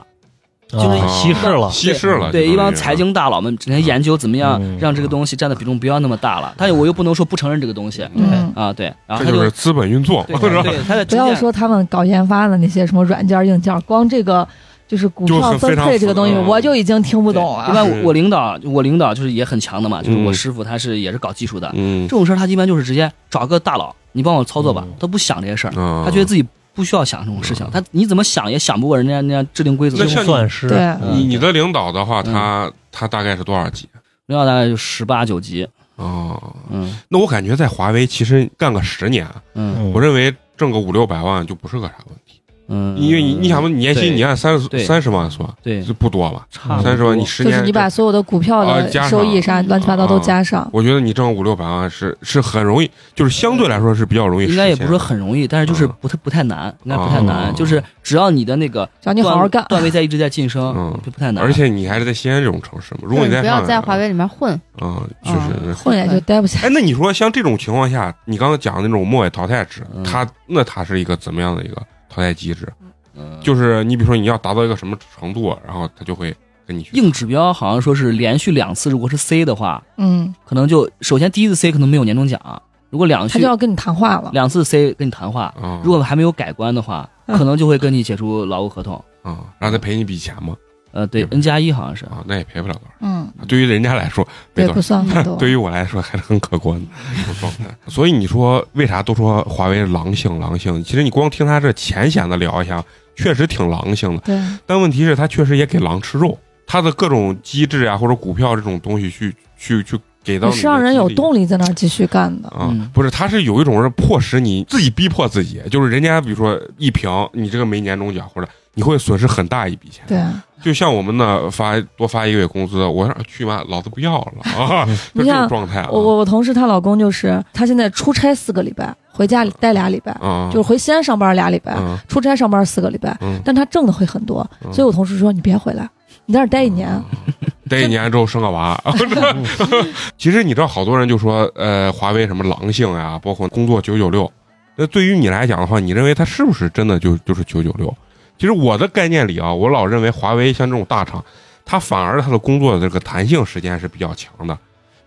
Speaker 3: 啊
Speaker 8: 啊稀释了，
Speaker 3: 稀释了，
Speaker 2: 对
Speaker 3: 啊就等
Speaker 2: 一
Speaker 3: 于
Speaker 2: 帮
Speaker 3: 是
Speaker 2: 财经大佬们整天研究怎么样
Speaker 8: 嗯
Speaker 2: 让这个东西占的比重不要那么大了，但是我又不能说不承认这个东西
Speaker 4: 嗯，
Speaker 2: 啊，对，然后
Speaker 3: 这
Speaker 2: 他
Speaker 3: 就是资本运作
Speaker 2: 对
Speaker 3: 嘛，是吧？
Speaker 2: 对，他在
Speaker 4: 不要说他们搞研发的那些什么软件儿硬件儿，光这个就是股
Speaker 3: 就
Speaker 4: 票
Speaker 3: 很
Speaker 4: 分
Speaker 3: 非常
Speaker 4: 配这个东西，
Speaker 3: 复杂嗯
Speaker 4: 我就已经听不懂啊
Speaker 2: 一
Speaker 4: 了。
Speaker 2: 般
Speaker 3: 是
Speaker 2: 我我领导我领导就是也很强的嘛，就是我
Speaker 3: 嗯
Speaker 2: 师傅他是也是搞技术的，
Speaker 3: 嗯
Speaker 2: 这，种事儿他一般就是直接找个大佬，你帮我操作吧，他不想这些事儿，
Speaker 3: 啊
Speaker 2: 他觉得自己不需要想这种事情，他你怎么想也想不过人家人家制定规
Speaker 3: 嗯
Speaker 2: 则
Speaker 3: 那
Speaker 8: 这
Speaker 2: 的。
Speaker 3: 像
Speaker 8: 种
Speaker 3: 你
Speaker 8: 钻石，
Speaker 4: 对
Speaker 8: 嗯
Speaker 3: 你你的领导的话，
Speaker 2: 嗯
Speaker 3: 他他大概是多少级？啊
Speaker 2: 领导大概就十八九级，
Speaker 3: 哦，
Speaker 2: 嗯
Speaker 3: 那我感觉在华为其实干个十年，啊
Speaker 2: 嗯
Speaker 3: 我认为挣个五六百万就不是个啥问题，
Speaker 2: 嗯，
Speaker 3: 因为你你想嘛，你年
Speaker 2: 对
Speaker 3: 薪你按三十
Speaker 2: 对
Speaker 3: 三十万算，
Speaker 2: 对
Speaker 3: 这不多吧？
Speaker 2: 差
Speaker 3: 三十万你十
Speaker 4: 就是
Speaker 3: 年
Speaker 4: 你把
Speaker 3: 挣，
Speaker 4: 所有的股票
Speaker 3: 啊
Speaker 4: 的
Speaker 3: 加上啊
Speaker 4: 收益啥乱七八糟都加上，
Speaker 3: 我觉得你挣五六百万啊是是很容易，就是相对来说是比较容易实
Speaker 2: 应
Speaker 3: 现
Speaker 2: 该
Speaker 3: 的，
Speaker 2: 也不是很容易，但是就是
Speaker 3: 嗯
Speaker 2: 不太不太难，应该不太难，
Speaker 3: 哦
Speaker 2: 就是只要你的那个
Speaker 4: 只要你好好
Speaker 2: 段
Speaker 4: 干。
Speaker 2: 段位在一直在晋
Speaker 3: 嗯
Speaker 2: 升，就不太难。
Speaker 3: 而且你还是在西安这种城市嘛，如果
Speaker 7: 对
Speaker 3: 你在
Speaker 7: 不
Speaker 3: 上
Speaker 7: 要
Speaker 3: 海
Speaker 7: 在华为里嗯面混，
Speaker 3: 啊，确实。
Speaker 4: 混也就待不下
Speaker 3: 哎，那你说像这种情况下，你刚刚讲的那种末尾淘汰制，
Speaker 2: 嗯
Speaker 3: 它那它是一个怎么样的一个淘汰机制？
Speaker 2: 嗯
Speaker 3: 就是你比如说你要达到一个什么程度，啊然后他就会跟你去
Speaker 2: 硬指标好像说是连续两次，如果是 C 的话，
Speaker 4: 嗯，
Speaker 2: 可能就首先第一次 C 可能没有年终奖，如果两
Speaker 4: 他
Speaker 2: 续
Speaker 4: 就要跟你谈话了。
Speaker 2: 两次 C 跟你谈话，
Speaker 3: 啊，
Speaker 2: 如果还没有改观的话，
Speaker 4: 嗯
Speaker 2: 可能就会跟你解除劳务合同。
Speaker 3: 啊，然后再赔你笔钱嘛
Speaker 2: 呃，对
Speaker 3: 对
Speaker 2: ，N 加一好像是，
Speaker 3: 啊，那也赔不了多少。
Speaker 4: 嗯，
Speaker 3: 对于人家来说没
Speaker 4: 对，
Speaker 3: 多
Speaker 4: 不
Speaker 3: 少，
Speaker 4: 算很多。
Speaker 3: 对于我来说还是很可观的 这种状态。所以你说为啥都说华为狼性狼性？其实你光听他这浅显的聊一下，确实挺狼性的。
Speaker 4: 对，
Speaker 3: 但问题是，它确实也给狼吃肉，它的各种机制啊，或者股票这种东西去去去给到
Speaker 4: 你
Speaker 3: 你的
Speaker 4: 是让人有
Speaker 3: 激励
Speaker 4: 动力在那儿继续干的。
Speaker 3: 啊、
Speaker 2: 嗯
Speaker 3: 不是，它是有一种是迫使你自己逼迫自己，就是人家比如说一平，你这个没年终奖或者你会损失很大一笔钱。
Speaker 4: 对，
Speaker 3: 就像我们呢发多发一个月工资，我让去嘛，老子不要了 啊，就这种
Speaker 4: 你像
Speaker 3: 状态啊
Speaker 4: 我我我同事她老公就是，他现在出差四个礼拜，回家里待俩礼拜，
Speaker 3: 啊，
Speaker 4: 就是啊回西安上班俩礼拜，
Speaker 3: 嗯
Speaker 4: 出差上班四个礼拜，
Speaker 3: 嗯，
Speaker 4: 但他挣的会很多，
Speaker 3: 嗯
Speaker 4: 所以我同事说你别回来，你在这儿待一年，
Speaker 3: 待一年之后生个娃。
Speaker 8: 嗯
Speaker 3: 其实你知道，好多人就说，呃，华为什么狼性啊，包括工作九九六。那对于你来讲的话，你认为它是不是真的就就是九九六？其实我的概念里啊，我老认为华为像这种大厂，它反而它的工作的这个弹性时间是比较强的，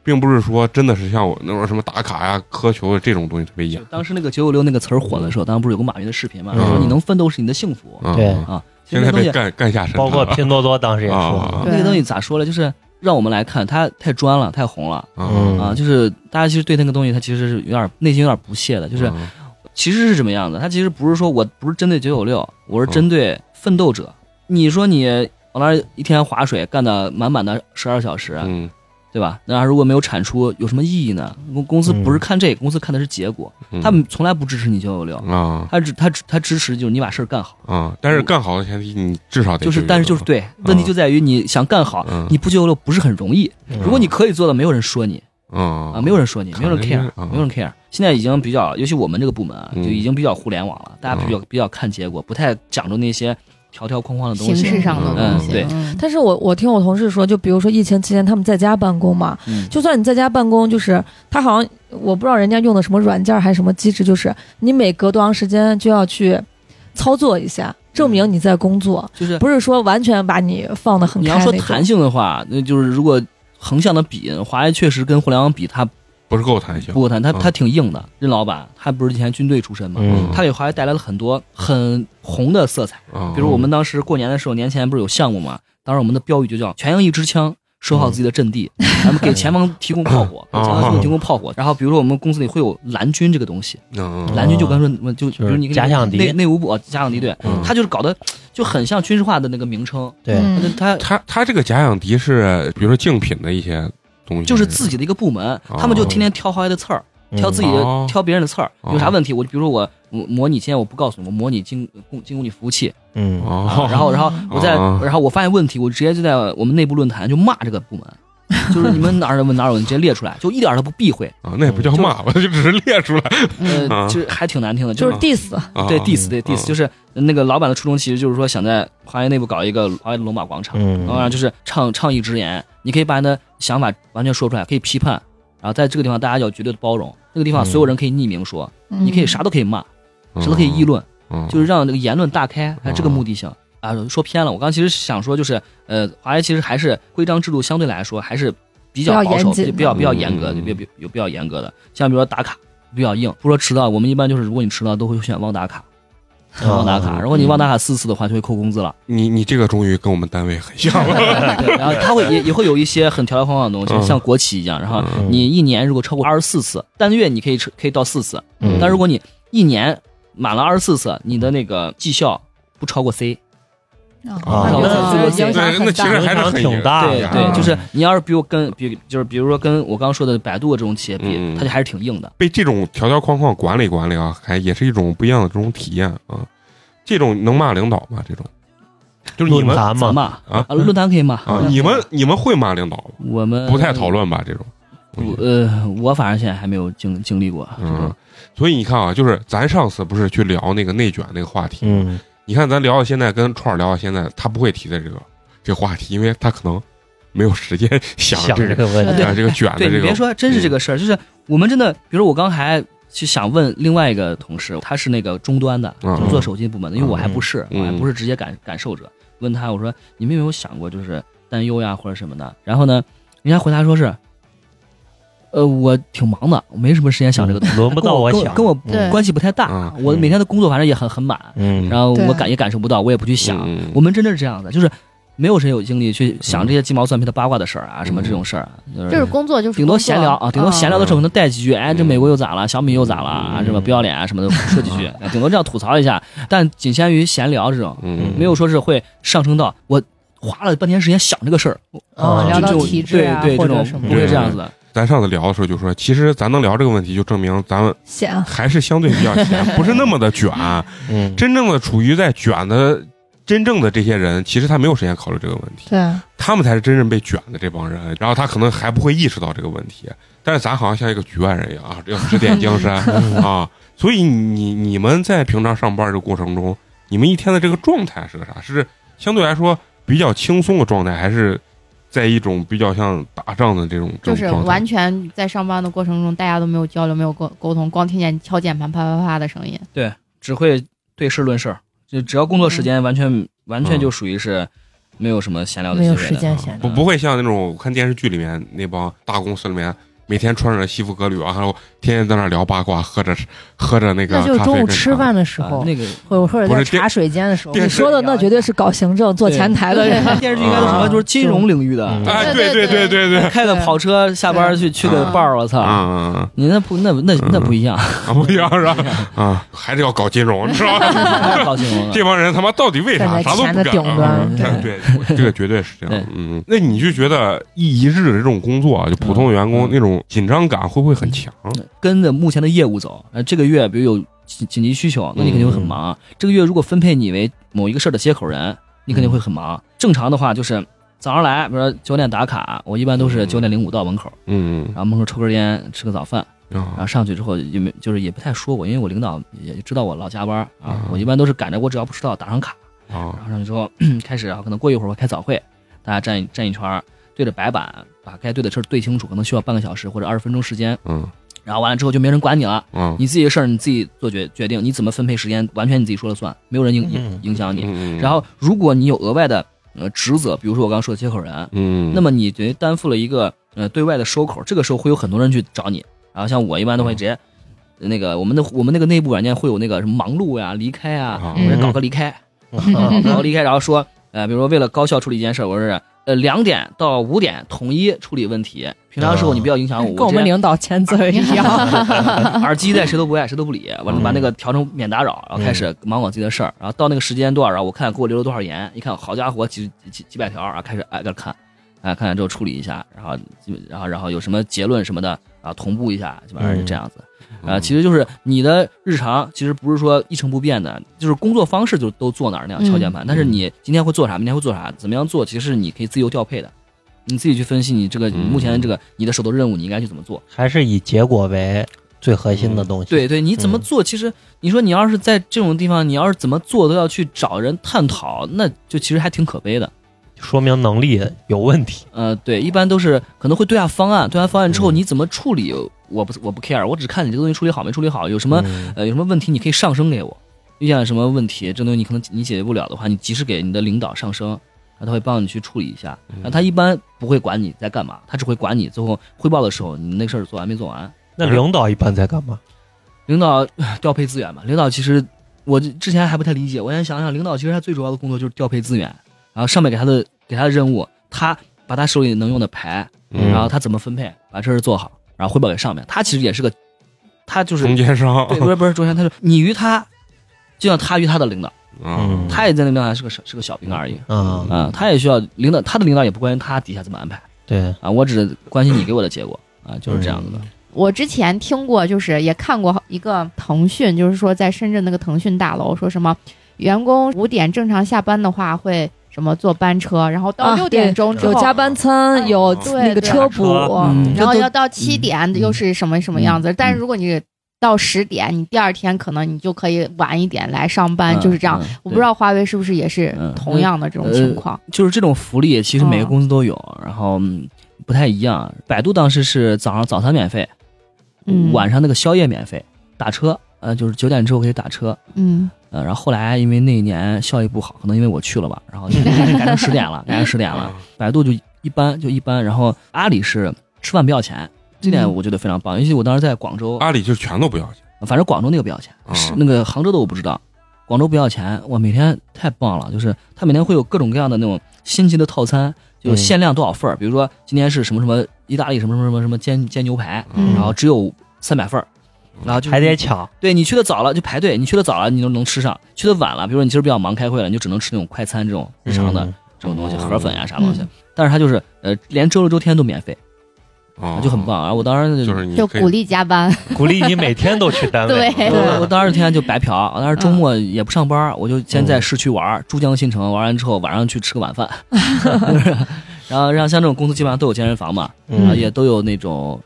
Speaker 3: 并不是说真的是像我那种什么打卡呀、苛求这种东西特别
Speaker 2: 就
Speaker 3: 严。
Speaker 2: 当时那个九九六那个词儿火的时候，当时不是有个马云的视频嘛，
Speaker 3: 嗯
Speaker 2: 说你能奋斗是你的幸福。
Speaker 3: 嗯、
Speaker 8: 对
Speaker 2: 啊其
Speaker 3: 现
Speaker 2: 实
Speaker 3: 在
Speaker 2: 那东
Speaker 3: 被
Speaker 2: 西，
Speaker 3: 干干下神坛
Speaker 8: 包
Speaker 3: 了，
Speaker 8: 括拼多多当时也
Speaker 3: 啊
Speaker 8: 说
Speaker 3: 啊
Speaker 8: 了，
Speaker 2: 那个东西咋说呢？就是让我们来看，它太专了，太红了
Speaker 3: 嗯
Speaker 8: 嗯
Speaker 2: 啊！就是大家其实对那个东西，它其实是有点内心有点不屑的，就是
Speaker 3: 嗯
Speaker 2: 其实是什么样的？它其实不是说我不是针对九九六，我是针对奋斗者。你说你往那儿一天划水干的满满的十二小时，
Speaker 3: 嗯
Speaker 2: 对吧？那如果没有产出，有什么意义呢？公公司不是看这个，公司看的是结果，
Speaker 3: 嗯
Speaker 2: 他们从来不支持你九九六，
Speaker 3: 啊
Speaker 2: 他只他只他支持就是你把事儿干好，
Speaker 3: 啊，但是干好的前提，你至少得
Speaker 2: 就是但是就是对，问题就在于你想干好，
Speaker 3: 嗯
Speaker 2: 你不九九六不是很容易。
Speaker 8: 嗯
Speaker 2: 如果你可以做到，没有人说你
Speaker 3: 啊
Speaker 2: 啊，没有人说你，没有人
Speaker 3: 可能
Speaker 2: care，
Speaker 3: 是啊
Speaker 2: 没有人 care。现在已经比较，尤其我们这个部门啊，就
Speaker 3: 嗯啊
Speaker 2: 已经比较互联网了，大家比较比较看结果，不太讲究那些条条框框的东
Speaker 7: 形
Speaker 2: 西。
Speaker 7: 式上的东西，
Speaker 2: 嗯对
Speaker 7: 嗯
Speaker 4: 但是我我听我同事说，就比如说疫情期间他们在家办公嘛，
Speaker 2: 嗯，
Speaker 4: 就算你在家办公，就是他好像我不知道人家用的什么软件儿还是什么机制，就是你每隔多长时间就要去操作一下，证明你在工作，
Speaker 2: 就是
Speaker 4: 不是说完全把你放得很
Speaker 2: 你
Speaker 4: 开
Speaker 2: 要
Speaker 4: 那
Speaker 2: 说
Speaker 4: 种。
Speaker 2: 弹性的话，那就是如果横向的比，华为确实跟互联网比，它
Speaker 3: 不是够弹性
Speaker 2: 不，够弹，它
Speaker 3: 嗯
Speaker 2: 它挺硬的。任老板他不是以前军队出身嘛，
Speaker 8: 嗯
Speaker 2: 他给华为带来了很多很红的色彩。
Speaker 3: 啊
Speaker 2: 比如我们当时过年的时候，年前不是有项目嘛，当时我们的标语就叫“全营一支枪”。守好自己的阵地，咱们给前方提供 炮火，给
Speaker 3: 嗯
Speaker 2: 前方提供提供炮火。然后，比如说我们公司里会有蓝军这个东西，
Speaker 3: 嗯
Speaker 2: 蓝军就刚说，就比
Speaker 8: 就是
Speaker 2: 如你跟
Speaker 8: 假想敌
Speaker 2: 内内务部哦假想敌对
Speaker 3: 嗯，
Speaker 2: 他就是搞得就很像军事化的那个名称。
Speaker 8: 对，
Speaker 4: 嗯
Speaker 2: 他
Speaker 3: 他他这个假想敌是，比如说竞品的一些东西，
Speaker 2: 就是自己的一个部门，他们就天天挑华为的刺儿，
Speaker 8: 嗯
Speaker 2: 挑自己
Speaker 3: 哦
Speaker 2: 的，挑别人的刺儿。
Speaker 3: 哦
Speaker 2: 有啥问题？我比如说我我模拟，今天我不告诉你，我模拟精供精工你服务器，
Speaker 8: 嗯
Speaker 3: 哦，
Speaker 2: 啊然后然后我在
Speaker 3: 哦，
Speaker 2: 然后我发现问题，我直接就在我们内部论坛就骂这个 部门，就是你们哪儿有问哪儿有，你直接列出来，就一点儿都不避讳。
Speaker 3: 啊，那也不叫
Speaker 2: 嗯
Speaker 3: 骂， 我就只是列出来
Speaker 2: 呃
Speaker 3: 啊，
Speaker 2: 就是还挺难听的，
Speaker 4: 就是
Speaker 3: 啊
Speaker 4: diss，
Speaker 3: 啊，
Speaker 2: 对 diss 对
Speaker 3: 嗯
Speaker 2: diss，就是那个老板的初衷其实就是说想在华为内部搞一个华为的龙马广场，
Speaker 8: 嗯
Speaker 2: 当然就是倡倡议直言，你可以把你的想法完全说出来，可以批判，然后在这个地方大家要有绝对的包容，那个地方所有人可以匿名说，你可以啥都可以骂，
Speaker 3: 嗯
Speaker 2: 啥都可以议，论，
Speaker 3: 嗯
Speaker 2: 就是让这个言论大开，还有这个目的性。啊，说偏了。我刚其实想说，就是呃，华为其实还是规章制度相对来说还是比较保守，
Speaker 4: 比较严谨
Speaker 2: 比较比较严格，
Speaker 3: 嗯
Speaker 2: 就比比有比较严格的。像比如说打卡比较硬，不说迟到，我们一般就是如果你迟到都会选忘 打卡，
Speaker 8: 嗯
Speaker 3: 啊
Speaker 2: 忘打卡。如果你忘打卡四次的话，就会扣工资 了。
Speaker 3: 你你这个终于跟我们单位很像了，
Speaker 2: 对，然后他会也也会有一些很条条框框的东
Speaker 3: 嗯
Speaker 2: 西，像国企一 样。然后
Speaker 3: 嗯
Speaker 2: 你一年如果超过二十四次，单月你可以吃可以到四次，
Speaker 8: 嗯
Speaker 2: 但如果你一年满了二十四次，你的那个绩效不超过 C。
Speaker 8: 啊
Speaker 4: 嗯
Speaker 2: 那
Speaker 3: 那
Speaker 2: 我
Speaker 3: 对
Speaker 2: 影
Speaker 4: 响
Speaker 3: 那
Speaker 4: 很
Speaker 3: 其
Speaker 4: 大
Speaker 3: 实还是很
Speaker 8: 影响挺大
Speaker 2: 对
Speaker 8: 的
Speaker 2: 对，
Speaker 8: 嗯
Speaker 2: 就是你要是比我跟比就是比如说跟我刚刚说的百度这种企业比
Speaker 3: 嗯，
Speaker 2: 它就还是挺硬的。
Speaker 3: 被这种条条框框管理管理啊，还也是一种不一样的这种体验啊。这种能骂领导吗？这种就是你
Speaker 8: 论
Speaker 3: 们
Speaker 8: 坛
Speaker 2: 咱
Speaker 8: 嘛，
Speaker 2: 骂
Speaker 3: 啊
Speaker 2: 论坛可呃以骂
Speaker 3: 啊，你们你们会骂领导吗？
Speaker 2: 我们
Speaker 3: 不太讨。论吧？这种，
Speaker 2: 我呃，我反正现在还没有经经历过。
Speaker 3: 嗯，所以你看啊，就是咱上次不是去聊那个内卷那个话题，
Speaker 8: 嗯
Speaker 3: 你看咱聊到现在，跟串儿聊到现在，他不会提的这个这话题，因为他可能没有时间想
Speaker 8: 想
Speaker 3: 这
Speaker 8: 这
Speaker 3: 个
Speaker 8: 个问
Speaker 2: 对
Speaker 8: 题，
Speaker 3: 啊这个卷
Speaker 2: 对
Speaker 3: 的
Speaker 2: 你
Speaker 3: 这嗯
Speaker 2: 别
Speaker 3: 个，
Speaker 2: 说，真是这个事儿，就是我们真的，比如我刚还去想问另外一个同事，他是那个终端的，
Speaker 3: 嗯
Speaker 2: 就是做手机部门的，因为我还不是，
Speaker 3: 嗯
Speaker 2: 我还不是直接感感受者。问他我说你们有没有想过就是担忧呀或者什么的？然后呢，人家回答说是，呃，我挺忙的，我没什么时间想这
Speaker 3: 嗯
Speaker 2: 个东西，
Speaker 8: 轮不到
Speaker 2: 跟我
Speaker 8: 想，
Speaker 2: 跟我
Speaker 8: 嗯
Speaker 7: 对
Speaker 2: 关系不太大
Speaker 3: 啊，
Speaker 2: 我每天的工作反正也很很满，
Speaker 8: 嗯，
Speaker 2: 然后
Speaker 4: 对
Speaker 2: 我感也感受不到，我也不去想，
Speaker 3: 嗯
Speaker 2: 我们真的是这样的，就是没有谁有精力去想这些鸡毛蒜皮的八卦的事儿啊，什
Speaker 3: 嗯
Speaker 2: 么这种事儿啊，就
Speaker 7: 就是工作，就是
Speaker 2: 顶多
Speaker 7: 工作嗯
Speaker 2: 闲聊啊，顶多闲聊的时候可能带几句，哎，这
Speaker 3: 嗯
Speaker 2: 美国又咋了，小米又咋了啊，
Speaker 6: 嗯
Speaker 2: 是吧？不要脸啊什么的，说几句，顶多这样吐槽一下，但仅限于闲聊这种，
Speaker 3: 嗯
Speaker 2: 没有说是会上升到我花了半天时间想这个事儿，
Speaker 6: 啊，
Speaker 8: 嗯
Speaker 6: 聊
Speaker 2: 这
Speaker 6: 到
Speaker 2: 种
Speaker 6: 体制
Speaker 2: 对
Speaker 6: 啊，
Speaker 2: 对
Speaker 6: 或
Speaker 2: 这
Speaker 6: 者
Speaker 2: 种
Speaker 6: 什
Speaker 2: 不
Speaker 6: 么，嗯
Speaker 2: 会这样子的，
Speaker 3: 咱上次聊的时候就说，其实咱能聊这个问题，就证明咱们
Speaker 4: 显
Speaker 3: 还是相对比较闲，不是那么的卷。啊
Speaker 8: 嗯
Speaker 3: 真正的处于在卷的，真正的这些人，其实他没有时间考虑这个问题，
Speaker 4: 对，
Speaker 3: 他们才是真正被卷的这帮人。然后他可能还不会意识到这个问题，但是咱好像像一个局外人一样啊，要指点江山啊。所以你你们在平常上班这个过程中，你们一天的这个状态是个啥？是相对来说比较轻松的状态，还是在一种比较像打仗的这种这
Speaker 7: 就是
Speaker 3: 种状态
Speaker 7: 完？全在上班的过程中，大家都没有交流，没有沟沟通，光听见敲键盘啪啪啪的声音。
Speaker 2: 只会对事论事儿，就只要工作时
Speaker 6: 嗯
Speaker 2: 间完全完全就属于是没有什么闲聊的
Speaker 6: 没有
Speaker 2: 机会
Speaker 6: 时
Speaker 2: 的
Speaker 6: 间闲
Speaker 3: 不
Speaker 6: 聊。
Speaker 3: 不会像那种我看电视剧里面那帮大公司里面每天穿着西服革履啊，还有天天在那儿聊八卦，喝着喝着那个
Speaker 6: 那就是
Speaker 3: 咖啡
Speaker 6: 中午
Speaker 3: 跟
Speaker 6: 吃
Speaker 3: 茶
Speaker 6: 饭的时
Speaker 2: 啊
Speaker 6: 候，
Speaker 2: 那个
Speaker 6: 或或者
Speaker 3: 不
Speaker 6: 在
Speaker 3: 是电
Speaker 6: 茶水间的时候，
Speaker 3: 电
Speaker 4: 你说的那绝对是搞行政、做前台的人。
Speaker 2: 电视剧应该都什
Speaker 6: 啊
Speaker 2: 么就是金融领域的，
Speaker 8: 嗯
Speaker 3: 哎，
Speaker 7: 对
Speaker 3: 对
Speaker 7: 对
Speaker 3: 对对，
Speaker 2: 开个跑车下班去去个
Speaker 3: 嗯
Speaker 2: bar，我
Speaker 3: 啊
Speaker 2: 操，
Speaker 3: 啊啊
Speaker 2: 你那不那那那不一样，
Speaker 3: 啊！不一样是吧？啊，还是要搞金融是吧？
Speaker 2: 太高兴了。
Speaker 3: 这帮人他妈到底为啥
Speaker 6: 站在
Speaker 3: 啥都
Speaker 6: 钱
Speaker 3: 不
Speaker 6: 的
Speaker 3: 干
Speaker 6: 顶
Speaker 3: 啊？
Speaker 6: 端
Speaker 3: 嗯对，这个绝对是这
Speaker 2: 对
Speaker 3: 样。嗯，那你就觉得一一日的这种工作啊，就普通员工
Speaker 2: 嗯
Speaker 3: 那种紧张感会不会很强？
Speaker 2: 跟着目前的业务走。呃，这个月比如有紧紧急需求，那你肯定会很忙。
Speaker 3: 嗯
Speaker 2: 这个月如果分配你为某一个事儿的接口人，你肯定会很
Speaker 3: 嗯
Speaker 2: 忙。正常的话就是早上来，比如说九点打卡，我一般都是
Speaker 3: 嗯
Speaker 2: 九点零五到门口，
Speaker 3: 嗯
Speaker 2: 然后门口抽根烟，吃个早饭，然
Speaker 3: 啊
Speaker 2: 后上去之后也没就是也不太说我，因为我领导也知道我老加班啊
Speaker 3: 嗯，
Speaker 2: 我一般都是赶着我只要不迟到打上卡，
Speaker 3: 啊
Speaker 2: 然后上去之后
Speaker 3: 嗯
Speaker 2: 开始，然后啊可能过一会儿我开早会，大家站一站一圈儿，对着白板把该对的事儿对清楚，可能需要半个小时或者二十分钟时间，
Speaker 3: 嗯
Speaker 2: 然后完了之后就没人管你了。
Speaker 3: 啊！
Speaker 2: 你自己的事儿你自己做决决定，你怎么分配时间，完全你自己说了算，没有人影影影响你。
Speaker 3: 嗯
Speaker 2: 然后，如果你有额外的呃职责，比如说我刚刚说的接口人，
Speaker 3: 嗯，
Speaker 2: 那么你等于担负了一个呃对外的收口，这个时候会有很多人去找你。然后像我一般都
Speaker 3: 嗯
Speaker 2: 会直接。呃那个我们的我们那个内部软件会有那个什么忙碌呀、离开呀，
Speaker 3: 啊
Speaker 2: 我先搞个 离开，
Speaker 8: 嗯
Speaker 2: 啊搞个离开，然后说呃，比如说为了高效处理一件事儿，我是呃两点到五点统一处理问题，平常时候你不要影响我，
Speaker 4: 跟我
Speaker 2: 这
Speaker 4: 们领导签字一 样，
Speaker 2: 耳机戴谁都不爱，谁都不理，完了把那个调成免打扰，然后开始嗯忙我自己的事儿，然后到那个时间段儿啊，我看给我留了多少言，一看好家伙几几几百条啊，开始挨个看，哎看完之后处理一下，然后基本然后然后有什么结论什么的啊同步一下，基本上是这样子
Speaker 3: 嗯
Speaker 2: 啊，其实就是你的日常其实不是说一成不变的，就是工作方式就都坐哪儿那样敲键盘，但是你今天会做啥，明天会做啥，怎么样做，其实是你可以自由调配的。你自己去分析你这个
Speaker 3: 嗯
Speaker 2: 目前这个你的手头任务，你应该去怎么做？
Speaker 8: 还是以结果为最核心的东西。
Speaker 2: 对对，你怎么
Speaker 8: 嗯
Speaker 2: 做？其实你说你要是在这种地方，你要是怎么做都要去找人探讨，那就其实还挺可悲的。
Speaker 8: 说明能力有问题。
Speaker 2: 呃，对，一般都是可能会对下方案，对下方案之后
Speaker 8: 嗯
Speaker 2: 你怎么处理，我不我不 care，我只看你这个东西处理好没处理好，有什么、
Speaker 8: 嗯
Speaker 2: 呃有什么问题你可以上升给我，遇见了什么问题，这东西你可能你解决不了的话，你及时给你的领导上升，然后他会帮你去处理一下，
Speaker 8: 嗯
Speaker 2: 然后他一般不会管你在干嘛，他只会管你最后汇报的时候你那个事儿做完没做完。
Speaker 8: 那领导一般在干嘛？
Speaker 2: 领导唉调配资源嘛，领导其实我之前还不太理解，我先想想，领导其实他最主要的工作就是调配资源，然后上面给他的给他的任务，他把他手里能用的牌，
Speaker 3: 嗯
Speaker 2: 然后他怎么分配，把这事做好，然后汇报给上面。他其实也是个，他就是
Speaker 3: 中间商
Speaker 2: 对，不是不是中间，他是你与他，就像他与他的领导，
Speaker 3: 啊，
Speaker 2: 他也在那边还是个小是个小兵而已。
Speaker 8: 啊、
Speaker 2: 啊、他也需要领导，他的领导也不关心他底下怎么安排
Speaker 8: 对，
Speaker 2: 啊，我只关心你给我的结果啊，就是这样子的。
Speaker 7: 我之前听过，就是也看过一个腾讯，就是说在深圳那个腾讯大楼，说什么员工五点正常下班的话会什么坐班车，然后到
Speaker 4: 啊
Speaker 7: 六点钟之
Speaker 4: 有
Speaker 7: 后，
Speaker 4: 加班餐，有
Speaker 7: 对
Speaker 4: 那个车补，
Speaker 2: 嗯
Speaker 7: 然后
Speaker 4: 这都
Speaker 7: 要到七点又是什么什么样子。但是如果你到十点，你第二天可能你就可以晚一点来上班，就是这样。
Speaker 2: 嗯，
Speaker 7: 我
Speaker 2: 对
Speaker 7: 不知道华为是不是也是
Speaker 2: 嗯
Speaker 7: 同样的这种情况。
Speaker 2: 就是这种福利，其实
Speaker 7: 嗯
Speaker 2: 每个公司都有，然后嗯不太一样。百度当时是早上早餐免费，
Speaker 7: 嗯
Speaker 2: 呃晚上那个宵夜免费，打车，呃，就是九点之后可以打车，
Speaker 7: 嗯
Speaker 2: 呃，然后后来因为那一年效益不好，可能因为我去了吧，然后就改成十 点了，改成十点了。百度就一般就一般，然后阿里是吃饭不要钱，这点
Speaker 7: 嗯
Speaker 2: 我觉得非常棒，尤其我当时在广州，
Speaker 3: 阿里就全都不要钱
Speaker 2: 反正广州那个不要钱，
Speaker 3: 啊
Speaker 2: 是那个杭州的我不知道，广州不要钱，哇，每天太棒了，就是它每天会有各种各样的那种新奇的套餐，就
Speaker 8: 嗯
Speaker 2: 是限量多少份儿，比如说今天是什么什么意大利什么什么什么什么煎煎牛排，
Speaker 7: 嗯
Speaker 2: 然后只有三百份儿，然后就
Speaker 8: 还得抢。
Speaker 2: 对你去的早了就排队，你去的早了你就能吃上，去的晚了，比如说你今儿比较忙开会了，你就只能吃那种快餐这种日常的、
Speaker 8: 嗯
Speaker 2: 这种东西，
Speaker 3: 哦
Speaker 2: 河粉呀、啥东西，
Speaker 7: 嗯
Speaker 2: 但是它就是呃连周六周天都免费，
Speaker 3: 啊，
Speaker 2: 就很棒。然后我当时
Speaker 3: 就是你
Speaker 7: 就
Speaker 3: 可以
Speaker 7: 鼓励加班，
Speaker 8: 鼓励你每天都去单 位。
Speaker 7: 对
Speaker 2: 我我当时天天就白嫖，我当时周末也不上班，我就先在市区玩儿，珠江新城玩完之后，晚上去吃个晚饭。 然后，然后像这种公司基本上都有健身房嘛，然后
Speaker 8: 嗯，
Speaker 2: 也都有那种，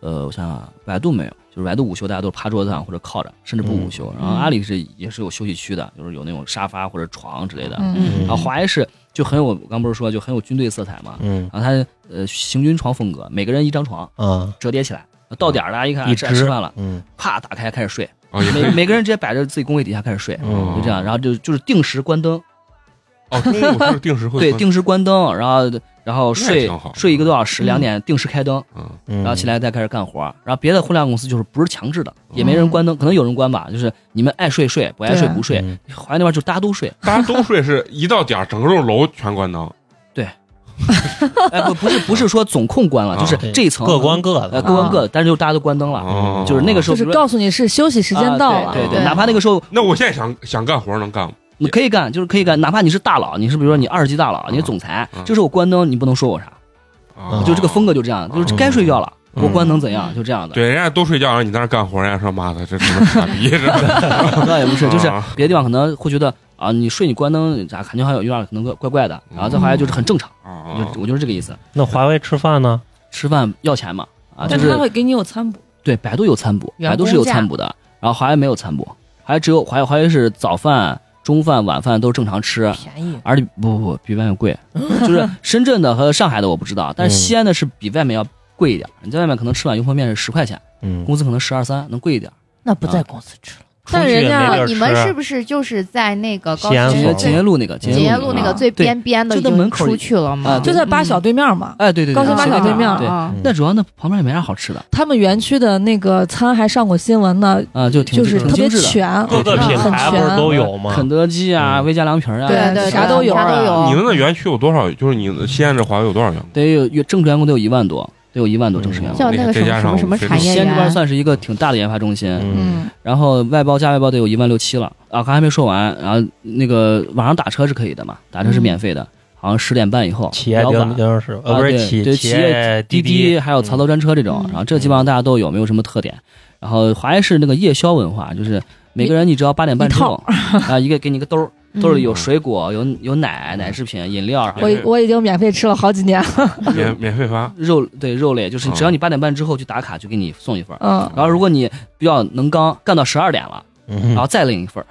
Speaker 2: 呃，我想想啊，百度没有，就是百度午休大家都是趴桌子上或者靠着，甚至不午休。然后阿里是也是有休息区的，就是有那种沙发或者床之类的。
Speaker 4: 嗯
Speaker 7: 嗯
Speaker 2: 然后华谊是就很有，我刚不是说就很有军队色彩嘛，
Speaker 8: 嗯
Speaker 2: 然后它呃行军床风格，每个人一张床
Speaker 8: 啊，
Speaker 2: 折叠起来，到点儿大家一看啊
Speaker 8: 一
Speaker 2: 吃吃
Speaker 8: 直
Speaker 2: 饭了，
Speaker 8: 嗯
Speaker 2: 啪打开开始睡。
Speaker 3: 啊，也可
Speaker 2: 每
Speaker 3: 以
Speaker 2: 每个人直接摆着自己工位底下开始睡，
Speaker 8: 嗯
Speaker 2: 就这样，然后就就是定时关灯，
Speaker 3: 哦，中午是定时会
Speaker 2: 对，
Speaker 3: 关
Speaker 2: 定时关灯，然后然后
Speaker 3: 那也
Speaker 2: 睡
Speaker 3: 挺好
Speaker 2: 睡一个多小时，两点定时开灯，
Speaker 3: 嗯
Speaker 8: 然
Speaker 2: 然后起来再开始干活。然后别的互联网公司就是不是强制的，
Speaker 3: 哦
Speaker 2: 也没人关灯，可能有人关吧，就是你们爱睡睡，不爱睡
Speaker 4: 对
Speaker 2: 不睡。
Speaker 8: 嗯
Speaker 2: 淮安那边就大家 都睡，
Speaker 3: 大家都睡是一到点儿，整栋楼全关灯。
Speaker 2: 哎，不不是不是说总控关了，
Speaker 3: 啊
Speaker 2: 就是
Speaker 8: 对
Speaker 2: 这一层
Speaker 8: 各关各
Speaker 2: 呃
Speaker 8: 的，
Speaker 2: 各关各的，但是就大家都关灯了，
Speaker 3: 哦，
Speaker 2: 就是那个时
Speaker 4: 就
Speaker 2: 候
Speaker 4: 是
Speaker 2: 比如说
Speaker 4: 告诉你是休息时间到了
Speaker 2: 啊，对对
Speaker 7: 对
Speaker 2: 对，哪怕那个时候
Speaker 3: 那我现在想想干活能干吗？
Speaker 2: 你可以干，就是可以干，哪怕你是大佬，你是比如说你二十级大佬，你是总裁
Speaker 3: 嗯，
Speaker 2: 这时候我关灯，你不能说我啥，
Speaker 3: 啊，
Speaker 2: 就这个风格就这样，就是该睡觉了，
Speaker 3: 嗯
Speaker 2: 我关能怎样？就这样的，
Speaker 3: 对，人家都睡觉，然后你在那干活，人家说妈的，这什么傻逼是吧？
Speaker 2: 那也不 是，就是
Speaker 3: 啊
Speaker 2: 别的地方可能会觉得啊，你睡你关灯啊啥，感觉好像有点可能怪怪的，然后再回来就是很正常，我
Speaker 3: 啊
Speaker 2: 就我就是这个意思。
Speaker 8: 那华为吃饭呢？
Speaker 2: 吃饭要钱嘛，啊，就
Speaker 4: 但是
Speaker 2: 是
Speaker 4: 他会给你有餐补，
Speaker 2: 对，百度有餐补，
Speaker 6: 员
Speaker 2: 百度是
Speaker 6: 工
Speaker 2: 有
Speaker 6: 价
Speaker 2: 餐补的，然后华为没有餐补，华为只有华为华为是早饭、中饭、晚饭都正常吃，
Speaker 6: 便宜，
Speaker 2: 而且不不不比外面 贵，就是深圳的和上海的我不知道，但
Speaker 8: 嗯
Speaker 2: 是西安的是比外面要贵一点，你在外面可能吃碗油泼面是十块钱，
Speaker 8: 嗯，
Speaker 2: 工资可能十二三，能贵一点。
Speaker 6: 那不在公司吃了。
Speaker 8: 出去也没地
Speaker 7: 那
Speaker 8: 儿
Speaker 7: 你
Speaker 2: 啊
Speaker 7: 们是
Speaker 8: 吃，
Speaker 7: 不是就是在那个高
Speaker 8: 西安
Speaker 2: 锦
Speaker 8: 嗯
Speaker 2: 业
Speaker 8: 路
Speaker 2: 锦业路那个锦
Speaker 7: 锦
Speaker 2: 业
Speaker 7: 业
Speaker 2: 路
Speaker 7: 路那
Speaker 2: 那个
Speaker 7: 个
Speaker 2: 啊
Speaker 7: 最
Speaker 2: 对
Speaker 7: 边边的
Speaker 2: 就
Speaker 7: 已
Speaker 2: 在
Speaker 7: 经
Speaker 2: 门口
Speaker 7: 出
Speaker 2: 一
Speaker 7: 去了嗯
Speaker 2: 啊
Speaker 7: 吗？
Speaker 4: 就在八小对面嘛。
Speaker 2: 哎对对对，
Speaker 4: 高
Speaker 2: 对
Speaker 4: 新八
Speaker 2: 对
Speaker 4: 小对面
Speaker 2: 对
Speaker 7: 啊
Speaker 2: 那主要那旁边也没啥好吃的
Speaker 4: 他们园区的那个餐还上过新闻呢，
Speaker 2: 啊，就挺
Speaker 4: 就是
Speaker 2: 挺
Speaker 4: 特别
Speaker 2: 精致的。
Speaker 4: 全，嗯
Speaker 8: 各个品牌不是都有吗？
Speaker 2: 肯德基啊，
Speaker 8: 嗯
Speaker 2: 魏家凉皮儿啊，
Speaker 7: 对对，
Speaker 4: 啥
Speaker 7: 对
Speaker 4: 都有
Speaker 7: 啥都
Speaker 3: 你
Speaker 7: 有。
Speaker 3: 们那园区有多少？就是你西安这华为有多少员工？
Speaker 2: 得有有正式员工得有一万多，得有一万多正式
Speaker 4: 嗯
Speaker 2: 员工。
Speaker 7: 叫那个什
Speaker 3: 再加
Speaker 7: 么什
Speaker 3: 上
Speaker 7: 么什么
Speaker 3: 我们
Speaker 7: 产
Speaker 2: 西
Speaker 7: 业
Speaker 2: 安这边
Speaker 7: 园，
Speaker 2: 算是一个挺大的研发中心，
Speaker 8: 嗯，
Speaker 2: 然后外包加外包得有一万六七了啊，刚还没说完。然后那个网上打车是可以的嘛，打
Speaker 4: 嗯
Speaker 2: 车是免费的，好像十点半以后，
Speaker 8: 企业
Speaker 2: 比较晚
Speaker 8: 钉钉是呃
Speaker 2: 啊
Speaker 8: 不是
Speaker 2: 对
Speaker 8: 企
Speaker 2: 对企
Speaker 8: 业
Speaker 2: 滴滴
Speaker 8: 滴
Speaker 2: 还有槽头专车这种，然后这基本上大家都有，没有什么特点。然后华为是那个夜宵文化，就是每个人你只要八点半之后啊，一个给你一个兜儿，
Speaker 7: 嗯
Speaker 2: 兜里有水果、有有奶、奶制品、饮料，然后
Speaker 4: 我已我已经免费吃了好几年，
Speaker 3: 免免费发
Speaker 2: 肉对肉类，就是
Speaker 3: 嗯
Speaker 2: 只要你八点半之后去打卡，就给你送一份儿。
Speaker 4: 嗯，
Speaker 2: 然后如果你比较能刚，干到十二点了，
Speaker 8: 嗯
Speaker 2: 然后再领一份儿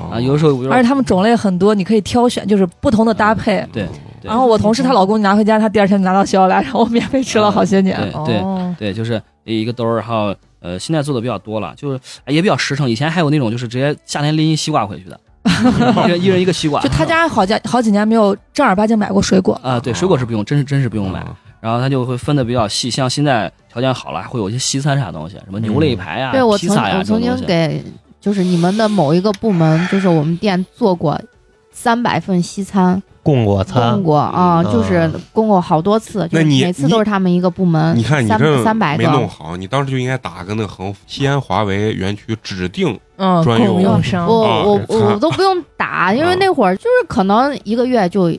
Speaker 2: 啊。有的
Speaker 3: 时
Speaker 2: 时候，有
Speaker 4: 而且
Speaker 2: 时候
Speaker 4: 他们种类很多，你可以挑选，就是不同的搭
Speaker 3: 啊
Speaker 4: 配。
Speaker 2: 对对
Speaker 4: 然后我同事她老公拿回家，她第二天拿到宵来，然后我免费吃了好些年。
Speaker 2: 对对
Speaker 6: 哦
Speaker 2: 对，就是一个兜儿，然后呃，现在做的比较多了，就是哎也比较实诚。以前还有那种就是直接夏天拎一西瓜回去的， 一人一人一个西瓜。
Speaker 4: 就她家好家好几年没有正儿八经买过水果，
Speaker 2: 啊，对，水果是不用，真是真是不用
Speaker 3: 哦
Speaker 2: 买。
Speaker 3: 啊
Speaker 2: 然后他就会分的比较细，像现在条件好了，还会有一些西餐啥东西，什么牛肋排呀、
Speaker 7: 对我
Speaker 2: 啊披
Speaker 7: 曾
Speaker 2: 萨呀
Speaker 7: 我
Speaker 2: 这
Speaker 7: 曾
Speaker 2: 种东
Speaker 7: 经
Speaker 2: 西。啊
Speaker 7: 给就是你们的某一个部门，就是我们店做过三百份西餐，
Speaker 8: 供过餐
Speaker 7: 供，过啊，
Speaker 8: 嗯
Speaker 7: 就是供过好多次，就
Speaker 3: 那
Speaker 7: 是
Speaker 3: 你
Speaker 7: 每次都是他们一个部门，
Speaker 3: 你看你
Speaker 7: 嗯三
Speaker 3: 这
Speaker 7: 三百
Speaker 3: 没
Speaker 7: 个
Speaker 3: 弄好，你当时就应该打个那个横幅，西安华为园区指定
Speaker 6: 嗯，
Speaker 3: 专用
Speaker 6: 供应商
Speaker 7: 我
Speaker 3: 啊
Speaker 7: 我
Speaker 3: 这餐
Speaker 7: 我我都不用打，因为那会儿就是可能一个月就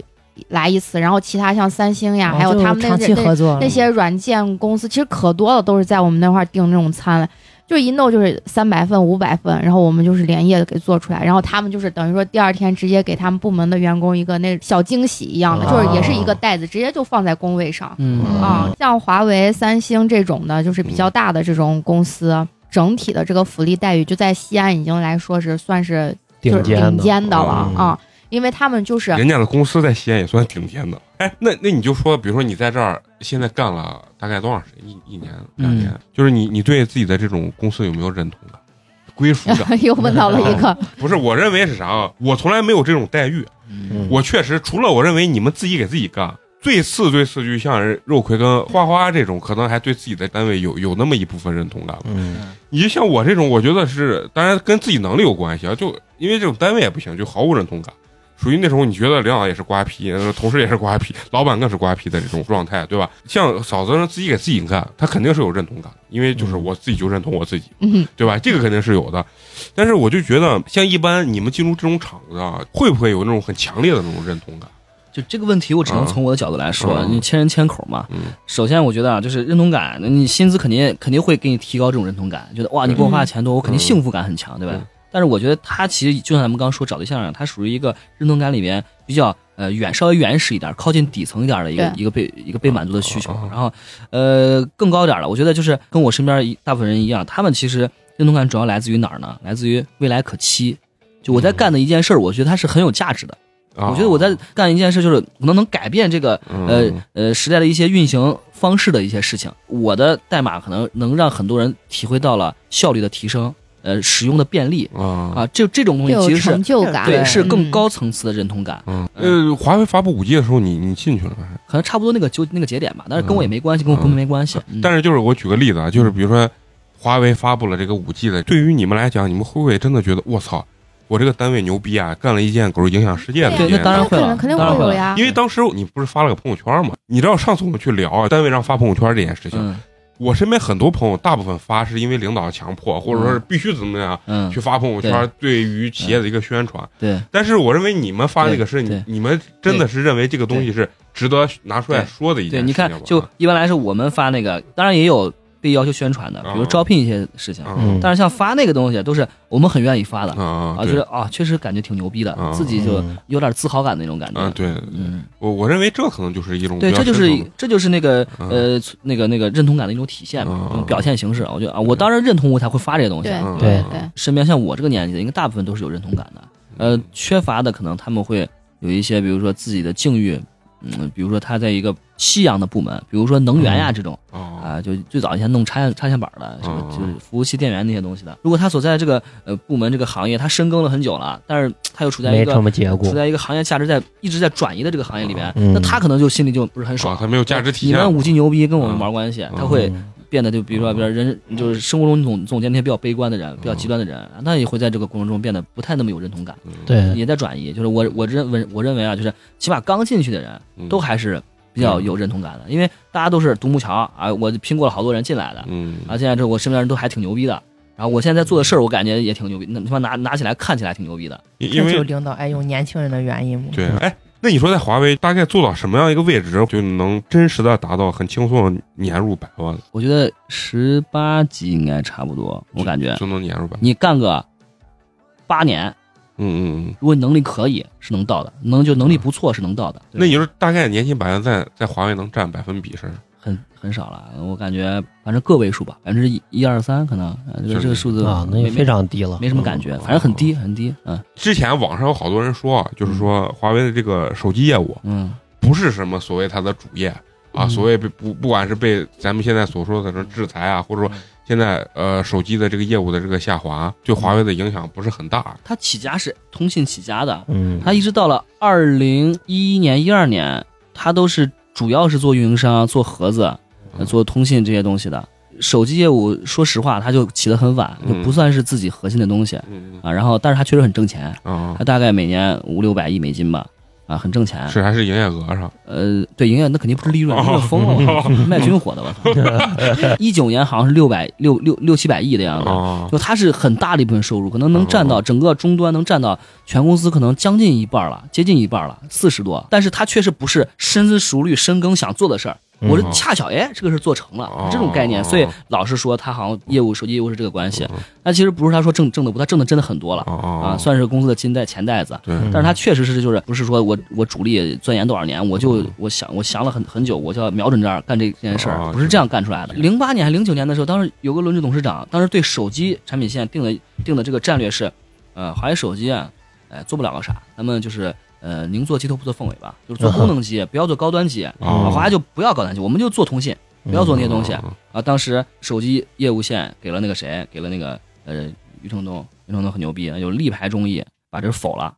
Speaker 7: 来一次，然后其他像三星呀，还有
Speaker 6: 哦就
Speaker 7: 他们那
Speaker 6: 长期
Speaker 7: 那
Speaker 6: 合作
Speaker 7: 那些软件公司，其实可多了，都是在我们那块儿订这种餐了。就一弄就是三百份、五百份，然后我们就是连夜给做出来，然后他们就是等于说第二天直接给他们部门的员工一个那小惊喜一样的，
Speaker 8: 哦
Speaker 3: 啊
Speaker 7: 就是也是一个袋子，直接就放在工位上。
Speaker 2: 嗯
Speaker 7: 啊，像华为、三星这种的，就是比较大的这种公司，
Speaker 2: 嗯
Speaker 7: 整体的这个福利待遇就在西安已经来说是算是就是
Speaker 8: 顶尖的
Speaker 7: 顶尖的了
Speaker 8: 嗯
Speaker 7: 啊，因为他们就是
Speaker 3: 人家的公司在西安也算顶尖的。哎，那那你就说，比如说你在这儿现在干了大概多长时间？一一年、两年？就是你你对自己的这种公司有没有认同感、 归属 感？
Speaker 7: 又问到了一个，
Speaker 3: 不是，我认为是啥啊？我从来没有这种待遇。
Speaker 8: 嗯
Speaker 3: 我确实，除了我认为你们自己给自己干，最次最次就像人肉葵跟花花这种，可能还对自己的单位有有那么一部分认同感吧。
Speaker 8: 嗯
Speaker 3: 你就像我这种，我觉得是，当然跟自己能力有关系啊。就因为这种单位也不行，就毫无认同感，属于那种你觉得领导也是瓜皮，呃同事也是瓜皮，老板更是瓜皮的这种状态，对吧？像嫂子自己给自己干，她肯定是有认同感，因为
Speaker 2: 嗯
Speaker 3: 就是我自己就认同我自己，
Speaker 7: 嗯，
Speaker 3: 对吧？这个肯定是有的。但是我就觉得，像一般你们进入这种厂子啊，会不会有那种很强烈的那种认同感？
Speaker 2: 就这个问题，我只能从我的角度来说，
Speaker 3: 嗯
Speaker 2: 你千人千口嘛。
Speaker 3: 嗯
Speaker 2: 首先，我觉得啊，就是认同感，你薪资肯定肯定会给你提高这种认同感，觉得哇，你给我花的钱多，我肯定幸福感很强，对吧
Speaker 3: 嗯？
Speaker 2: 但是我觉得他其实就像咱们刚刚说找对象一样，他属于一个认同感里面比较呃远稍微原始一点、靠近底层一点的一个
Speaker 7: 对
Speaker 2: 一个被一个被满足的需求
Speaker 3: 嗯嗯。嗯
Speaker 2: 然后呃更高点的，我觉得就是跟我身边一大部分人一样，他们其实认同感主要来自于哪儿呢？来自于未来可期。就我在干的一件事儿，我觉得它是很有价值的。
Speaker 3: 啊
Speaker 2: 我觉得我在干一件事，就是可能能改变这个呃
Speaker 3: 嗯
Speaker 2: 呃时代的一些运行方式的一些事情。我的代码可能能让很多人体会到了效率的提升，呃使用的便利
Speaker 3: 啊
Speaker 2: 啊，这这种东
Speaker 7: 就
Speaker 2: 西
Speaker 7: 有
Speaker 2: 其实
Speaker 7: 成
Speaker 2: 是
Speaker 7: 就感，
Speaker 2: 对是
Speaker 7: 嗯
Speaker 2: 更高层次的认同感，
Speaker 3: 嗯，呃，华为发布五 G 的时候，你你进去了吗？
Speaker 2: 可能差不多那个就那个节点吧，但是跟我也没关系，跟我
Speaker 3: 嗯
Speaker 2: 跟我没关系。
Speaker 3: 但
Speaker 2: 是
Speaker 3: 是就是我举个例子啊，
Speaker 2: 嗯
Speaker 3: 就是比如说华为发布了这个五 G 的，对于你们来讲，你们会不会真的觉得我操，我这个单位牛逼啊，干了一件狗影响世界的
Speaker 7: 对
Speaker 3: 事
Speaker 7: 啊
Speaker 3: 情？
Speaker 2: 对，那当然会
Speaker 7: 那
Speaker 2: 了，
Speaker 7: 肯定
Speaker 2: 当然
Speaker 7: 会
Speaker 2: 会
Speaker 7: 有
Speaker 2: 了。
Speaker 7: 呀。
Speaker 3: 因为当时你不是发了个朋友圈嘛？你知道上次我们去聊啊，单位让发朋友圈这件事情，
Speaker 2: 嗯
Speaker 3: 我身边很多朋友大部分发是因为领导强迫，或者说是必须怎么样、
Speaker 2: 嗯
Speaker 3: 去，发朋友圈，对于企业的一个宣传。
Speaker 2: 对
Speaker 3: 但是我认为你们发那个是
Speaker 2: 对
Speaker 3: 你
Speaker 2: 对
Speaker 3: 你们真的是认为这个东西是值得拿出来说的一件
Speaker 2: 对，
Speaker 3: 事
Speaker 2: 你
Speaker 3: 情吧。嗯啊
Speaker 2: 看，就一般来说我们发那个，当然也有被要求宣传的，比如
Speaker 3: 嗯
Speaker 2: 招聘一些事情，
Speaker 3: 嗯
Speaker 2: 但是像发那个东西都是我们很愿意发的
Speaker 3: 啊啊
Speaker 2: 啊，觉得啊确实感觉挺牛逼的
Speaker 3: 嗯，
Speaker 2: 自己就有点自豪感的那种感
Speaker 3: 啊
Speaker 2: 觉。
Speaker 3: 对，
Speaker 2: 嗯，
Speaker 3: 我我认为这可能就是一种
Speaker 2: 对，
Speaker 3: 比较
Speaker 2: 这就是
Speaker 3: 深层的
Speaker 2: 这就是那个
Speaker 3: 嗯
Speaker 2: 呃那个那个认同感的一种体现嘛，
Speaker 3: 嗯
Speaker 2: 一种表现形式。我觉得啊，我当然认同我才会发这些东西
Speaker 3: 嗯
Speaker 7: 对。
Speaker 2: 啊
Speaker 7: 对
Speaker 3: 嗯
Speaker 7: 对，
Speaker 2: 身边像我这个年纪的，应该大部分都是有认同感的。呃，缺乏的可能他们会有一些，比如说自己的境遇，嗯，比如说他在一个夕阳的部门，比如说能源呀、这种
Speaker 3: 啊
Speaker 2: 啊、就最早以前弄插插线板的，什么
Speaker 3: 嗯
Speaker 2: 就是服务器电源那些东西的。如果他所在这个呃部门这个行业，他深耕了很久了，但是他又处在一
Speaker 8: 没什
Speaker 2: 个
Speaker 8: 么结果
Speaker 2: 处。在一个行业价值在一直在转移的这个行业里边，
Speaker 8: 嗯
Speaker 2: 那他可能就心里就不是很爽。
Speaker 3: 啊，它没有价值体
Speaker 2: 你
Speaker 3: 现
Speaker 2: 们五 G 牛逼，跟我们
Speaker 3: 嗯
Speaker 2: 没关系，他
Speaker 3: 嗯
Speaker 2: 会变得就比如说，比如说人就是生活中总总见那些比较悲观的人、比较极端的人，那也会在这个过程中变得不太那么有认同感，
Speaker 3: 嗯
Speaker 8: 对，
Speaker 2: 也在转移。就是我我认为我认为啊，就是起码刚进去的人
Speaker 3: 嗯
Speaker 2: 都还是比较有认同感的，因为大家都是独木桥啊，我拼过了好多人进来的，
Speaker 3: 嗯
Speaker 2: 啊，现在这我身边人都还挺牛逼的，然后我现在做的事儿我感觉也挺牛逼，那他妈拿拿起来看起来挺牛逼的，
Speaker 3: 因因
Speaker 6: 这就是
Speaker 3: 为
Speaker 6: 领导爱用年轻人的原因嘛。
Speaker 3: 对哎。那你说在华为大概做到什么样一个位置，就能真实的达到很轻松地年入百万，
Speaker 2: 我觉得十八级应该差不多，我感觉
Speaker 3: 就能年入百万？
Speaker 2: 你干个八年。
Speaker 3: 嗯嗯嗯。
Speaker 2: 如果你能力可以，是能到的，能就能力不错是能到的。
Speaker 3: 那你说大概年薪百万在在华为能占百分比是？
Speaker 2: 很很少了，我感觉反正个位数吧，百分之一一二三可能，呃这
Speaker 3: 是
Speaker 2: 个这个数字
Speaker 8: 啊，那
Speaker 2: 没
Speaker 8: 也非常嗯低了
Speaker 2: 没。没什么感觉，反正很低很低。嗯
Speaker 3: 之前网上有好多人说，啊，就是说华为的这个手机业务
Speaker 2: 嗯，
Speaker 3: 不是什么所谓它的主业啊，
Speaker 8: 嗯
Speaker 3: 所谓被不不管是被咱们现在所说的这种制裁啊，或者说
Speaker 2: 嗯
Speaker 3: 现在呃手机的这个业务的这个下滑，对华为的影响不是很大。
Speaker 2: 它起家是通信起家的，
Speaker 8: 嗯，
Speaker 2: 它一直到了二零一一年一二年，它都是主要是做运营商、做盒子、呃
Speaker 3: 嗯
Speaker 2: 做通信这些东西的。手机业务说实话，它就起得很晚，就
Speaker 3: 嗯
Speaker 2: 不算是自己核心的东西
Speaker 3: 嗯
Speaker 2: 啊。然后，但是它确实很挣钱，
Speaker 3: 啊
Speaker 2: 它，大概每年五六百亿美金吧，啊，很挣钱。
Speaker 3: 是还是营业额上
Speaker 2: 呃，对，营业那肯定不是利润，
Speaker 3: 哦
Speaker 2: 利润疯了，我操，卖军火的，我 操。一九年好像是六百六六六七百亿的样子，
Speaker 3: 啊
Speaker 2: 就它是很大的一部分收入，可能能占到整个终端能占到全公司可能将近一半了，接近一半了，四十多。但是它确实不是深思熟虑、深耕想做的事儿。
Speaker 8: 嗯
Speaker 2: 我是恰巧哎，这个事儿做成
Speaker 3: 哦
Speaker 2: 了，这种概念，所以老是说它好像业务手机业务是这个关系，但其实不是他说挣挣的不，他挣的真的很多了
Speaker 3: 啊
Speaker 2: 啊，算是公司的金袋钱袋子，
Speaker 3: 对，
Speaker 8: 嗯
Speaker 2: 但是他确实是就是不是说我我主力钻研多少年，我就我想我想了很很久，我就要瞄准这儿干这件事
Speaker 3: 啊
Speaker 2: 儿，不哦是这样干出来的。零八年还零九年的时候，当时有个轮值董事长，当时对手机产品线定的定的这个战略是，呃，华为手机啊，哎、做不了个啥，咱们就是呃宁做鸡头不做凤尾吧，就是做功能机，不要做高端机，啊，
Speaker 3: 啊
Speaker 2: 华为就不要高端机，我们就做通信，不要做那些东西。
Speaker 3: 嗯
Speaker 2: 啊，当时手机业务线给了那个谁，给了那个呃余承东，余承东很牛逼，啊有力排众议，把这否了。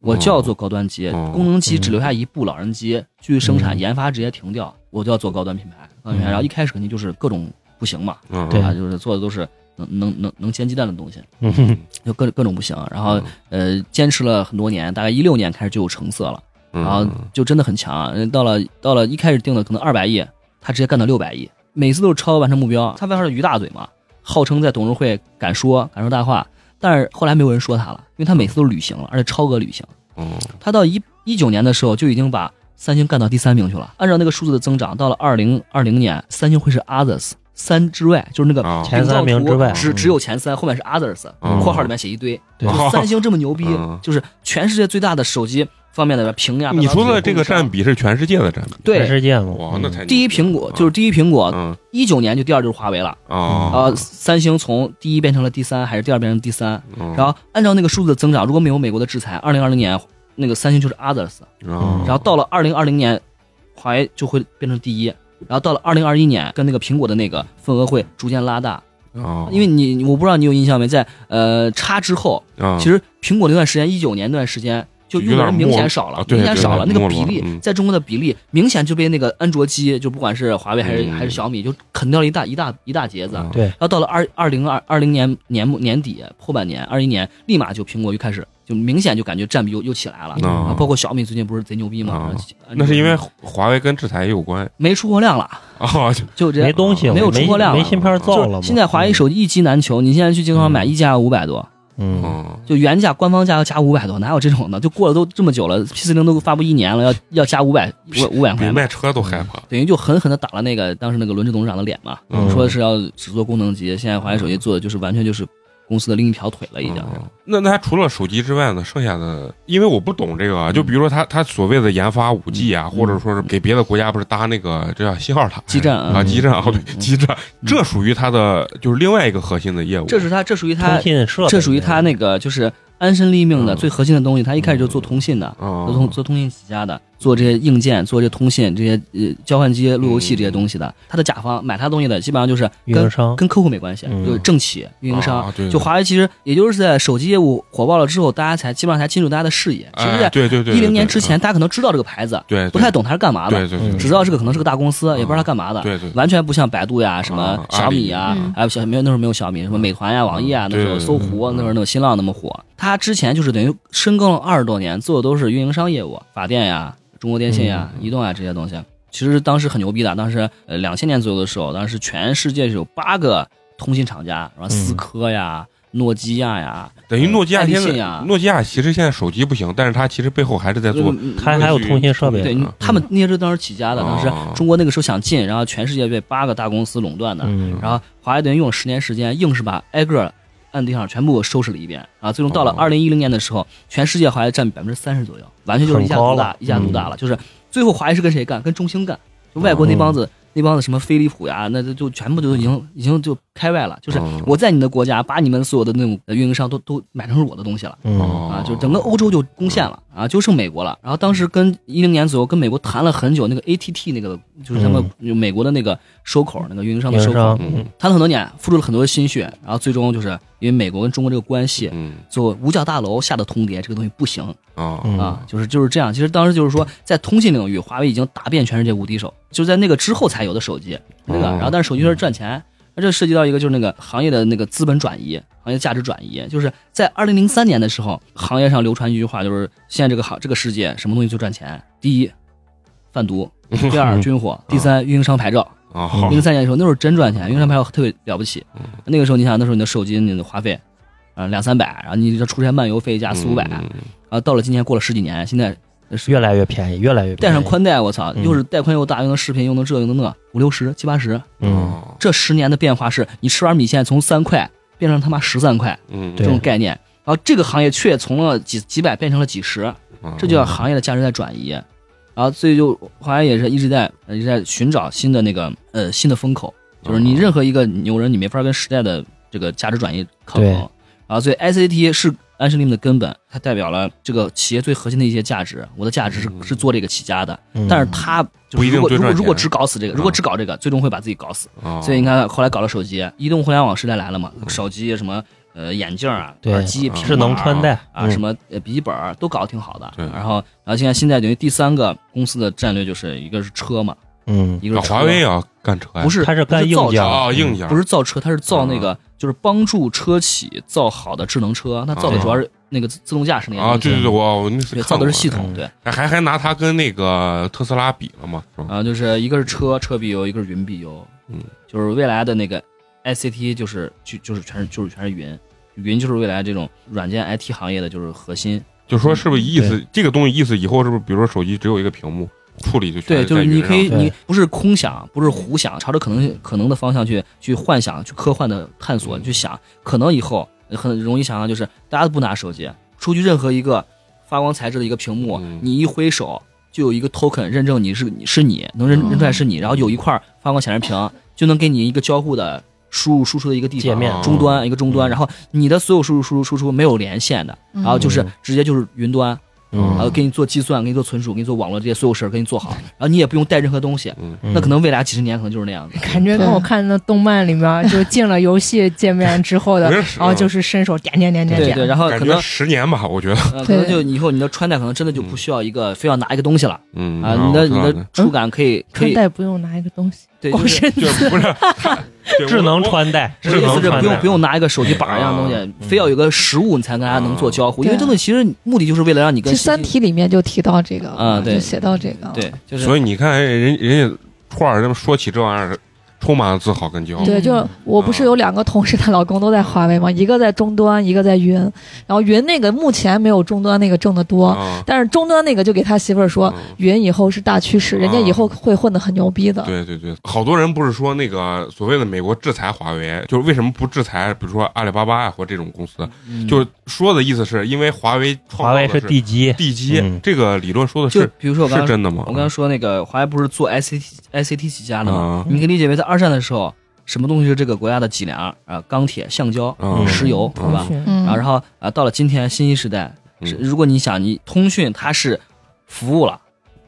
Speaker 2: 我就要做高端机，
Speaker 3: 哦
Speaker 2: 功能机只留下一部老人机，继续生产、
Speaker 8: 嗯
Speaker 2: 研发直接停掉，我就要做高端品牌。高端品牌，
Speaker 8: 嗯
Speaker 2: 然后一开始肯定就是各种不行嘛，
Speaker 3: 嗯
Speaker 8: 对
Speaker 2: 啊，就是做的都是能能能能煎鸡蛋的东西，
Speaker 8: 嗯
Speaker 2: 就各各种不行。然
Speaker 3: 嗯
Speaker 2: 后呃，坚持了很多年，大概一六年开始就有成色了，
Speaker 3: 然
Speaker 2: 然后就真的很强。呃到了到了一开始定的可能二百亿，他直接干到六百亿，每次都是超额完成目标。啊他外号是于大嘴嘛，号称在董事会敢说敢说大话，但是后来没有人说他了，因为他每次都是旅行了，而且超额旅行。
Speaker 3: 嗯
Speaker 2: 他到一一九年的时候就已经把三星干到第三名去了。按照那个数字的增长，到了二零二零年，三星会是 others 三之外，就是那个
Speaker 3: 啊
Speaker 8: 前三名之外
Speaker 2: 只
Speaker 8: 嗯
Speaker 2: 只有前三，后面是 others，
Speaker 3: 嗯
Speaker 2: 括号里面写一堆。
Speaker 8: 对
Speaker 2: 就三星这么牛逼
Speaker 3: 嗯，
Speaker 2: 就是全世界最大的手机方面的屏呀。
Speaker 3: 你说的这个
Speaker 2: 半导体
Speaker 3: 占比是全世界的占比，
Speaker 8: 全
Speaker 2: 对。
Speaker 8: 世界嘛，嗯
Speaker 3: 哇，那才
Speaker 2: 嗯第一苹果就是第一苹果，
Speaker 3: 嗯
Speaker 2: 一九年就第二就是华为了，
Speaker 3: 啊
Speaker 2: 呃，三星从第一变成了第三，还是第二变成第三？
Speaker 3: 嗯
Speaker 2: 然后按照那个数字的增长，如果没有美国的制裁，二零二零年那个三星就是 others，
Speaker 3: 然
Speaker 2: 然后到了二零二零年，华为就会变成第一，然后到了二零二一年，跟那个苹果的那个份额会逐渐拉大，
Speaker 3: 啊，
Speaker 2: 因为你我不知道你有印象没，在呃差之后，
Speaker 3: 啊，
Speaker 2: 其实苹果那段时间，一九年那段时间，就用
Speaker 3: 有
Speaker 2: 的
Speaker 3: 点
Speaker 2: 人明
Speaker 3: 没落
Speaker 2: 显少
Speaker 3: 啊
Speaker 2: 了，
Speaker 3: 对
Speaker 2: 明显
Speaker 3: 对
Speaker 2: 少
Speaker 3: 对
Speaker 2: 那个
Speaker 3: 没
Speaker 2: 比
Speaker 3: 落
Speaker 2: 例
Speaker 3: 了嗯
Speaker 2: 在中国的比例明显就被那个安卓机，就不管是华为还是
Speaker 3: 嗯
Speaker 2: 还是小米，就啃掉了一大一大一大截子。
Speaker 3: 啊
Speaker 8: 对
Speaker 2: 然后到了二二零二二零年年末年底后半年，二一年立马就苹果就开始就明显就感觉占比又又起来了。
Speaker 3: 啊
Speaker 2: 啊，包括小米最近不是贼牛逼
Speaker 3: 啊
Speaker 2: 吗？呃
Speaker 3: 那是因为华为跟制裁也有关
Speaker 2: 没出货量了，
Speaker 3: 啊，就
Speaker 2: 哦就这
Speaker 8: 没东西了，
Speaker 2: 没有出货量了
Speaker 8: 没芯片造了
Speaker 2: 就
Speaker 8: 嘛。
Speaker 2: 是现在
Speaker 3: 嗯
Speaker 2: 华为手机一机难求，你现在去京东上买
Speaker 8: 嗯
Speaker 2: 一加五百多，
Speaker 8: 嗯，
Speaker 3: 嗯
Speaker 2: 就原价官方价要加五百多，哪有这种的？就过了都这么久了，P 四零都发布一年了，要要加五百五五百
Speaker 3: 比
Speaker 2: 块钱，
Speaker 3: 卖车都害怕。
Speaker 2: 等于就狠狠的打了那个当时那个轮值董事长的脸嘛，
Speaker 3: 嗯
Speaker 2: 说是要只做功能机，现在华为手机做的就是完全就是公司的另一条腿了，已经是。
Speaker 3: 嗯那那除了手机之外呢，剩下的因为我不懂这个啊，就比如说他他所谓的研发五 G 啊，
Speaker 2: 嗯
Speaker 3: 或者说是给别的国家不是搭那个这叫信号塔
Speaker 2: 基站
Speaker 3: 啊，
Speaker 2: 嗯
Speaker 3: 基站啊，
Speaker 2: 嗯
Speaker 3: 对
Speaker 2: 嗯
Speaker 3: 基站，这属于它的就是另外一个核心的业务。
Speaker 2: 这是他，这属于他
Speaker 8: 通，信设备，
Speaker 2: 这属于他那个就是安身立命的
Speaker 3: 嗯
Speaker 2: 最核心的东西。他一开始就做通信的，
Speaker 3: 啊
Speaker 2: 做通做通信起家的，做这些硬件，做这些通信、这些呃交换机、路由器这些东西
Speaker 3: 嗯
Speaker 2: 的。他的甲方买他东西的，基本上就是
Speaker 8: 运营
Speaker 2: 跟
Speaker 8: 商。
Speaker 2: 跟客户没关系，
Speaker 8: 嗯
Speaker 2: 就是政企运营商。
Speaker 3: 啊对对
Speaker 2: 就华为其实也就是在手机业务火爆了之后，大家才基本上才进入大家的视野。其实，
Speaker 3: 哎
Speaker 2: 在
Speaker 3: 对对对，
Speaker 2: 一零年
Speaker 3: 对
Speaker 2: 之前，，大家可能知道这个牌子，
Speaker 3: 对，对
Speaker 2: 不太懂它是干嘛的，
Speaker 3: 对嗯对对，
Speaker 8: 嗯
Speaker 2: 只知道这个可能是个大公司，也不知道它干嘛的，
Speaker 3: 对对对
Speaker 2: 完全不像百度呀、什么
Speaker 3: 啊
Speaker 2: 小米
Speaker 7: 阿
Speaker 2: 呀
Speaker 7: 里嗯，
Speaker 2: 还有小没有那时候没有小米，什么美团呀、网易啊，那时
Speaker 3: 嗯对嗯
Speaker 2: 候
Speaker 3: 对对
Speaker 2: 搜狐，那时候那个新浪那么火。它之前就是等于深耕了二十多年，做的都是运营商业务，法电呀、中国电信呀、
Speaker 3: 嗯
Speaker 2: 移动啊呀这些东西。其实当时很牛逼的，当时呃两千年左右的时候，当时全世界是有八个通信厂家，然后思科呀、诺基亚呀，
Speaker 3: 等于诺基亚
Speaker 2: 爱立
Speaker 3: 现
Speaker 2: 信啊
Speaker 3: 在
Speaker 2: 呀，
Speaker 3: 诺基亚其实现在手机不行，但是它其实背后还是在做
Speaker 2: 嗯
Speaker 8: 它还有通信设备，
Speaker 2: 对
Speaker 3: 嗯
Speaker 2: 你他们那些都是当时起家的，当时
Speaker 3: 哦
Speaker 2: 中国那个时候想进，然后全世界被八个大公司垄断的，
Speaker 8: 嗯，
Speaker 2: 然后华为等于用了十年时间，硬是把挨个儿按地上全部收拾了一遍啊！最终到了
Speaker 3: 哦
Speaker 2: 二零一零年的时候，全世界华为占百分之三十左右，完全就是一家
Speaker 8: 很高
Speaker 2: 独
Speaker 8: 了嗯
Speaker 2: 大，一家独大了。就是最后华为是跟谁干？跟中兴干，就外国那帮子、
Speaker 8: 哦
Speaker 2: 那帮子什么飞利浦呀，那就就全部都已经已经就开外了。就是
Speaker 3: 哦
Speaker 2: 我在你的国家把你们所有的那种呃运营商都都买成是我的东西了。
Speaker 8: 嗯，
Speaker 3: 哦
Speaker 2: 啊，就整个欧洲就攻陷了啊，就剩美国了。然后当时跟一零年左右跟美国谈了很久，那个 ATT 那个就是他们美国的那个收口，那个运营
Speaker 8: 嗯
Speaker 2: 商
Speaker 8: 运
Speaker 2: 的收
Speaker 8: 营
Speaker 2: 口
Speaker 8: 商，，
Speaker 3: 嗯
Speaker 2: 谈了很多年，付出了很多心血，然后最终就是因为美国跟中国这个关系。
Speaker 3: 嗯
Speaker 2: 做五角大楼下的通牒，这个东西不行
Speaker 3: 啊
Speaker 8: 嗯
Speaker 2: 啊，就是就是这样。其实当时就是说，在通信领域，华为已经打遍全世界无敌手，就在那个之后才有的手机，那个。
Speaker 3: 哦
Speaker 2: 然后，但是手机是赚钱，那这涉及到一个就是那个行业的那个资本转移，行业价值转移。就是在二零零三年的时候，行业上流传一句话，就是现在这个行这个世界什么东西最赚钱？第一，贩毒；第二，嗯军火；第三，运营商牌照。
Speaker 3: 嗯 啊好
Speaker 2: 零三年的时候，那时候真赚钱，运营商牌照特别了不起。
Speaker 3: 嗯
Speaker 2: 那个时候，你想，那时候你的手机你的花费，啊、两三百，然后你这出差漫游费一下四五百，
Speaker 3: 嗯
Speaker 2: 然后到了今年过了十几年，现在
Speaker 8: 越来越便宜，越来越
Speaker 2: 带
Speaker 8: 便宜
Speaker 2: 上，宽带，我操，
Speaker 8: 嗯
Speaker 2: 又是带宽又大，又能视频，又能这又能那，五六十、七八十。
Speaker 8: 嗯，
Speaker 3: 哦
Speaker 2: 这十年的变化是你吃碗米线从三块变成他妈十三块
Speaker 3: 嗯
Speaker 2: 这
Speaker 8: 对
Speaker 2: 种概念，然后这个行业却从了几几百变成了几十，
Speaker 3: 啊
Speaker 2: 这就叫行业的价值在转移。然后所以就华为也是一直在呃一直在寻找新的那个呃新的风口，
Speaker 3: 嗯
Speaker 2: 就是你任何一个牛人，你没法跟时代的这个价值转移抗衡
Speaker 8: 对。
Speaker 2: 然后所以 ICT 是安身立命的根本，它代表了这个企业最核心的一些价值。我的价值是
Speaker 3: 嗯
Speaker 2: 是做这个起家的，
Speaker 8: 嗯
Speaker 2: 但是它就
Speaker 3: 不
Speaker 2: 是
Speaker 3: 一定
Speaker 2: 如果
Speaker 3: 最
Speaker 2: 如果
Speaker 3: 赚
Speaker 2: 如果
Speaker 3: 钱
Speaker 2: 只搞死这个，如果只搞这个，最终会把自己搞死。
Speaker 3: 啊
Speaker 2: 所以你看，后来搞了手机，移动互联网时代来了
Speaker 3: 嗯
Speaker 2: 嘛，手机什么呃眼镜啊、
Speaker 8: 对
Speaker 2: 耳机、平板
Speaker 8: 智能穿嗯戴
Speaker 2: 啊，什
Speaker 8: 么
Speaker 2: 么呃笔记本儿都搞得挺好的。啊
Speaker 3: 对
Speaker 2: 然后然后现在现在等于第三个公司的战略就是一个是车嘛，
Speaker 8: 嗯，
Speaker 2: 一个是
Speaker 3: 啊
Speaker 2: 车
Speaker 3: 华为也要干车呀
Speaker 2: 不是
Speaker 8: 它是干硬
Speaker 2: 不是
Speaker 8: 件
Speaker 2: 造
Speaker 3: 啊硬件
Speaker 2: 车，不是造车，它是造那
Speaker 3: 啊
Speaker 2: 个就是帮助车企造好的智能车，它造的主要是那个自自动驾驶那些
Speaker 3: 啊
Speaker 2: 东西
Speaker 3: 对对对，我我那次
Speaker 2: 对，
Speaker 3: 看
Speaker 2: 造
Speaker 3: 过
Speaker 2: 的是系统
Speaker 8: 嗯
Speaker 2: 对。
Speaker 3: 还还拿它跟那个特斯拉比了嘛，是吧？
Speaker 2: 啊，就是一个是车车必油，一个是云必油，
Speaker 3: 嗯，
Speaker 2: 就是未来的那个 ICT 就是就就是全是就是全是云，云就是未来这种软件 IT 行业的就是核心。
Speaker 3: 就说是不是意思这个东西意思以后是不是比如说手机只有一个屏幕处理就全
Speaker 2: 对，
Speaker 3: 是
Speaker 2: 就
Speaker 3: 在
Speaker 2: 是你
Speaker 3: 云上
Speaker 2: 可以
Speaker 8: 对
Speaker 2: 你不是空想，不是胡想，朝着可能可能的方向去去幻想、去科幻的探索、
Speaker 3: 嗯
Speaker 2: 去想，可能以后很容易想象就是大家都不拿手机，出去任何一个发光材质的一个屏幕，
Speaker 3: 嗯
Speaker 2: 你一挥手就有一个 token 认证你是你是你，能认认出来是你，然后有一块发光显示屏就能给你一个交互的输入输出的一个地方
Speaker 8: 界面
Speaker 2: 终端
Speaker 3: 哦
Speaker 2: 一个终
Speaker 8: 嗯
Speaker 2: 端，
Speaker 4: 嗯
Speaker 2: 然后你的所有输入输入输出没有连线的，然后就是直接就是云端。
Speaker 8: 嗯
Speaker 2: 然后给你做计算，给你做存储，给你做网络这些所有事儿，给你做好，然后你也不用带任何东西。
Speaker 3: 嗯，
Speaker 2: 那可能未来几十年可能就是那样子。
Speaker 6: 感觉跟我看那动漫里面，就进了游戏界 面之后的，
Speaker 3: 我也是
Speaker 6: 然
Speaker 3: 嗯
Speaker 6: 后就是伸手点点点点
Speaker 2: 对
Speaker 6: 点
Speaker 2: 对，，然后
Speaker 3: 感
Speaker 2: 啊可
Speaker 3: 觉
Speaker 2: 能
Speaker 3: 十年吧，我觉得，
Speaker 2: 呃可能就以后你的穿戴可能真的就不需要一个非要拿一个东西了
Speaker 3: 嗯
Speaker 2: 啊，你的你
Speaker 3: 我知道
Speaker 2: 的触感可以可
Speaker 6: 穿
Speaker 2: 以
Speaker 6: 戴不用拿一个东西，
Speaker 2: 对，就
Speaker 6: 光
Speaker 2: 是
Speaker 6: 身
Speaker 3: 就
Speaker 6: 子。
Speaker 3: 不 是对
Speaker 8: 智
Speaker 3: 我
Speaker 8: 能
Speaker 3: 我
Speaker 8: 穿戴，
Speaker 3: 智
Speaker 2: 我的
Speaker 3: 能
Speaker 2: 意思是
Speaker 8: 穿
Speaker 2: 不
Speaker 8: 戴
Speaker 2: 用不用拿一个手机板儿一样的东
Speaker 3: 啊
Speaker 2: 西，
Speaker 8: 嗯
Speaker 2: 非要有个实物你才跟大家能做交互，
Speaker 4: 嗯
Speaker 2: 因为这东西其实目的就是为了让你
Speaker 4: 其
Speaker 2: 跟
Speaker 4: 实《三
Speaker 2: 信息
Speaker 4: 体》里面就提到这个
Speaker 2: 啊对
Speaker 4: 就写到这个，，
Speaker 2: 对，就是
Speaker 3: 所以你看哎人人家托尔这么说起这玩意儿，充满了自豪跟骄傲。
Speaker 4: 对，
Speaker 2: 嗯
Speaker 4: 就是我不是有两个同事，她老公都在华为嘛，一个在终端，一个在云。然后云那个目前没有终端那个挣得多，
Speaker 2: 嗯
Speaker 3: 啊，
Speaker 4: 但是终端那个就给他媳妇儿说，
Speaker 3: 嗯
Speaker 4: 云以后是大趋势，人家以后会混得很牛逼的。
Speaker 3: 对对对，好多人不是说那个所谓的美国制裁华为，就是为什么不制裁，比如说阿里巴巴呀或这种公司，
Speaker 2: 嗯
Speaker 3: 就是说的意思是因为华为创
Speaker 8: 华
Speaker 3: 造
Speaker 8: 为
Speaker 3: 的
Speaker 8: 是地基，
Speaker 3: 地基，
Speaker 8: 嗯
Speaker 3: 这个理论说的
Speaker 2: 就是比如说我刚
Speaker 3: 是
Speaker 2: 刚
Speaker 3: 真的吗？
Speaker 2: 我刚才说那个华为不是做 ICT ICT 起家的吗
Speaker 3: 啊？
Speaker 2: 你可以理解为在二战的时候，什么东西是这个国家的脊梁啊？钢铁、橡胶、
Speaker 3: 嗯
Speaker 2: 石油，是吧？
Speaker 6: 嗯
Speaker 4: 嗯
Speaker 2: 啊，然后啊，到了今天信息时代，是
Speaker 3: 嗯
Speaker 2: 如果你想你通讯它是服务了，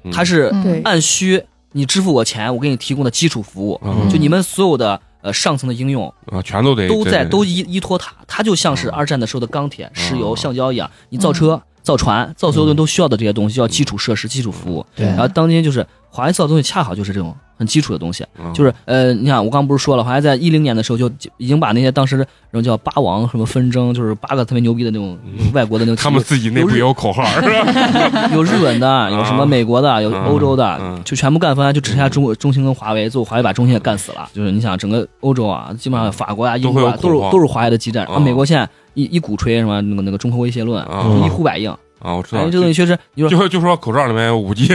Speaker 3: 嗯
Speaker 2: 它是
Speaker 4: 嗯
Speaker 6: 对
Speaker 2: 按需你支付我钱，我给你提供的基础服务，
Speaker 3: 嗯
Speaker 2: 就你们所有的呃上层的应用
Speaker 3: 啊，全都得
Speaker 2: 都在
Speaker 3: 对对
Speaker 2: 都依依托它，它就像是
Speaker 3: 嗯
Speaker 2: 二战的时候的钢铁、石油、
Speaker 3: 嗯
Speaker 2: 橡胶一样，你造车、
Speaker 4: 嗯
Speaker 2: 造船、造所有东西都需要的这些东西叫基础设施、基础服务。
Speaker 8: 对
Speaker 4: 嗯
Speaker 2: 然后当今就是华为造的东西，恰好就是这种很基础的东西，
Speaker 3: 嗯
Speaker 2: 就是呃，你想我刚刚不是说了，华为在一零年的时候就已经把那些当时那种叫八王什么纷争，就是八个特别牛逼的那种
Speaker 3: 嗯
Speaker 2: 外国的那种企业，
Speaker 3: 他们自己内部也有口号，是吧？
Speaker 2: 有日本的，有什么美国的，有
Speaker 3: 嗯
Speaker 2: 欧洲的，
Speaker 3: 嗯
Speaker 2: 就全部干翻，就只剩下中国中兴跟华为，最后华为把中兴也干死了。就是你想整个欧洲啊，基本上法国啊、英国啊
Speaker 3: 都
Speaker 2: 都
Speaker 3: 会有
Speaker 2: 是
Speaker 3: 恐慌
Speaker 2: 都是华为的基站，
Speaker 3: 嗯
Speaker 2: 然后美国现在一一鼓吹什么那个那个中科威胁论，
Speaker 3: 嗯
Speaker 2: 就一呼百应。
Speaker 3: 啊，我知
Speaker 2: 反
Speaker 3: 道
Speaker 2: 正，这东西确实，你说
Speaker 3: 就就说口罩里面有五 G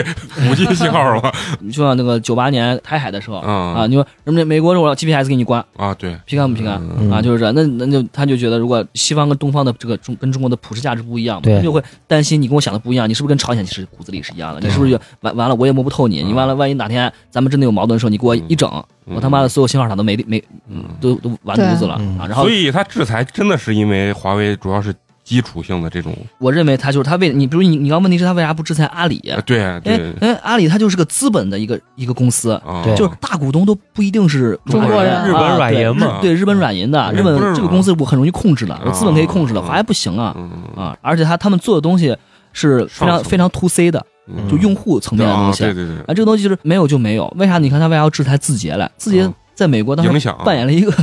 Speaker 3: 五 G 信号 了
Speaker 2: 你就像那个九八年台海的时候啊，
Speaker 3: 啊
Speaker 2: 你说人们美国说我要 GPS 给你关，
Speaker 3: 啊，对，
Speaker 2: 平安不平安？
Speaker 3: 嗯
Speaker 8: 嗯
Speaker 2: 啊，就是这样，那那就他就觉得，如果西方跟东方的这个中跟中国的普世价值不一样嘛，
Speaker 8: 对
Speaker 2: 他就会担心你跟我想的不一样，你是不是跟朝鲜其实骨子里是一样的？
Speaker 3: 对
Speaker 2: 你是不是就完完了我也摸不透你？
Speaker 3: 嗯
Speaker 2: 你完了，万一哪天咱们真的有矛盾的时候，你给我一整，
Speaker 3: 嗯
Speaker 2: 我他妈的所有信号塔都没没
Speaker 3: 嗯
Speaker 2: 都都完犊子了
Speaker 8: 对嗯
Speaker 2: 啊！然后
Speaker 3: 所以它制裁真的是因为华为主要是基础性的这种，
Speaker 2: 我认为他就是他为你，比如你你刚问题是他为啥不制裁阿里？
Speaker 3: 呃对
Speaker 2: 因为
Speaker 3: 对
Speaker 2: 因为阿里它就是个资本的一个一个公司，
Speaker 3: 啊，
Speaker 8: 对
Speaker 2: 就是大股东都不一定是
Speaker 3: 中国人
Speaker 2: 啊
Speaker 8: 日本软
Speaker 2: 对
Speaker 8: 银嘛
Speaker 2: 日对日本软银的
Speaker 3: 嗯
Speaker 2: 日
Speaker 3: 不是
Speaker 2: 本这个公司我很容易控制的，
Speaker 3: 啊
Speaker 2: 资本可以控制的，
Speaker 3: 嗯
Speaker 2: 华为不行啊。
Speaker 3: 嗯
Speaker 2: 啊，而且他他们做的东西是非
Speaker 3: 上
Speaker 2: 常
Speaker 3: 层
Speaker 2: 非常 to C 的，
Speaker 3: 嗯
Speaker 2: 就用户层面的
Speaker 3: 啊
Speaker 2: 东西。
Speaker 3: 对对对，
Speaker 2: 啊，这个东西就是没有就没有，为啥？你看他为啥要制裁字节来？字节
Speaker 3: 嗯
Speaker 2: 在美国当
Speaker 3: 影
Speaker 2: 时
Speaker 3: 响啊
Speaker 2: 扮演了一个，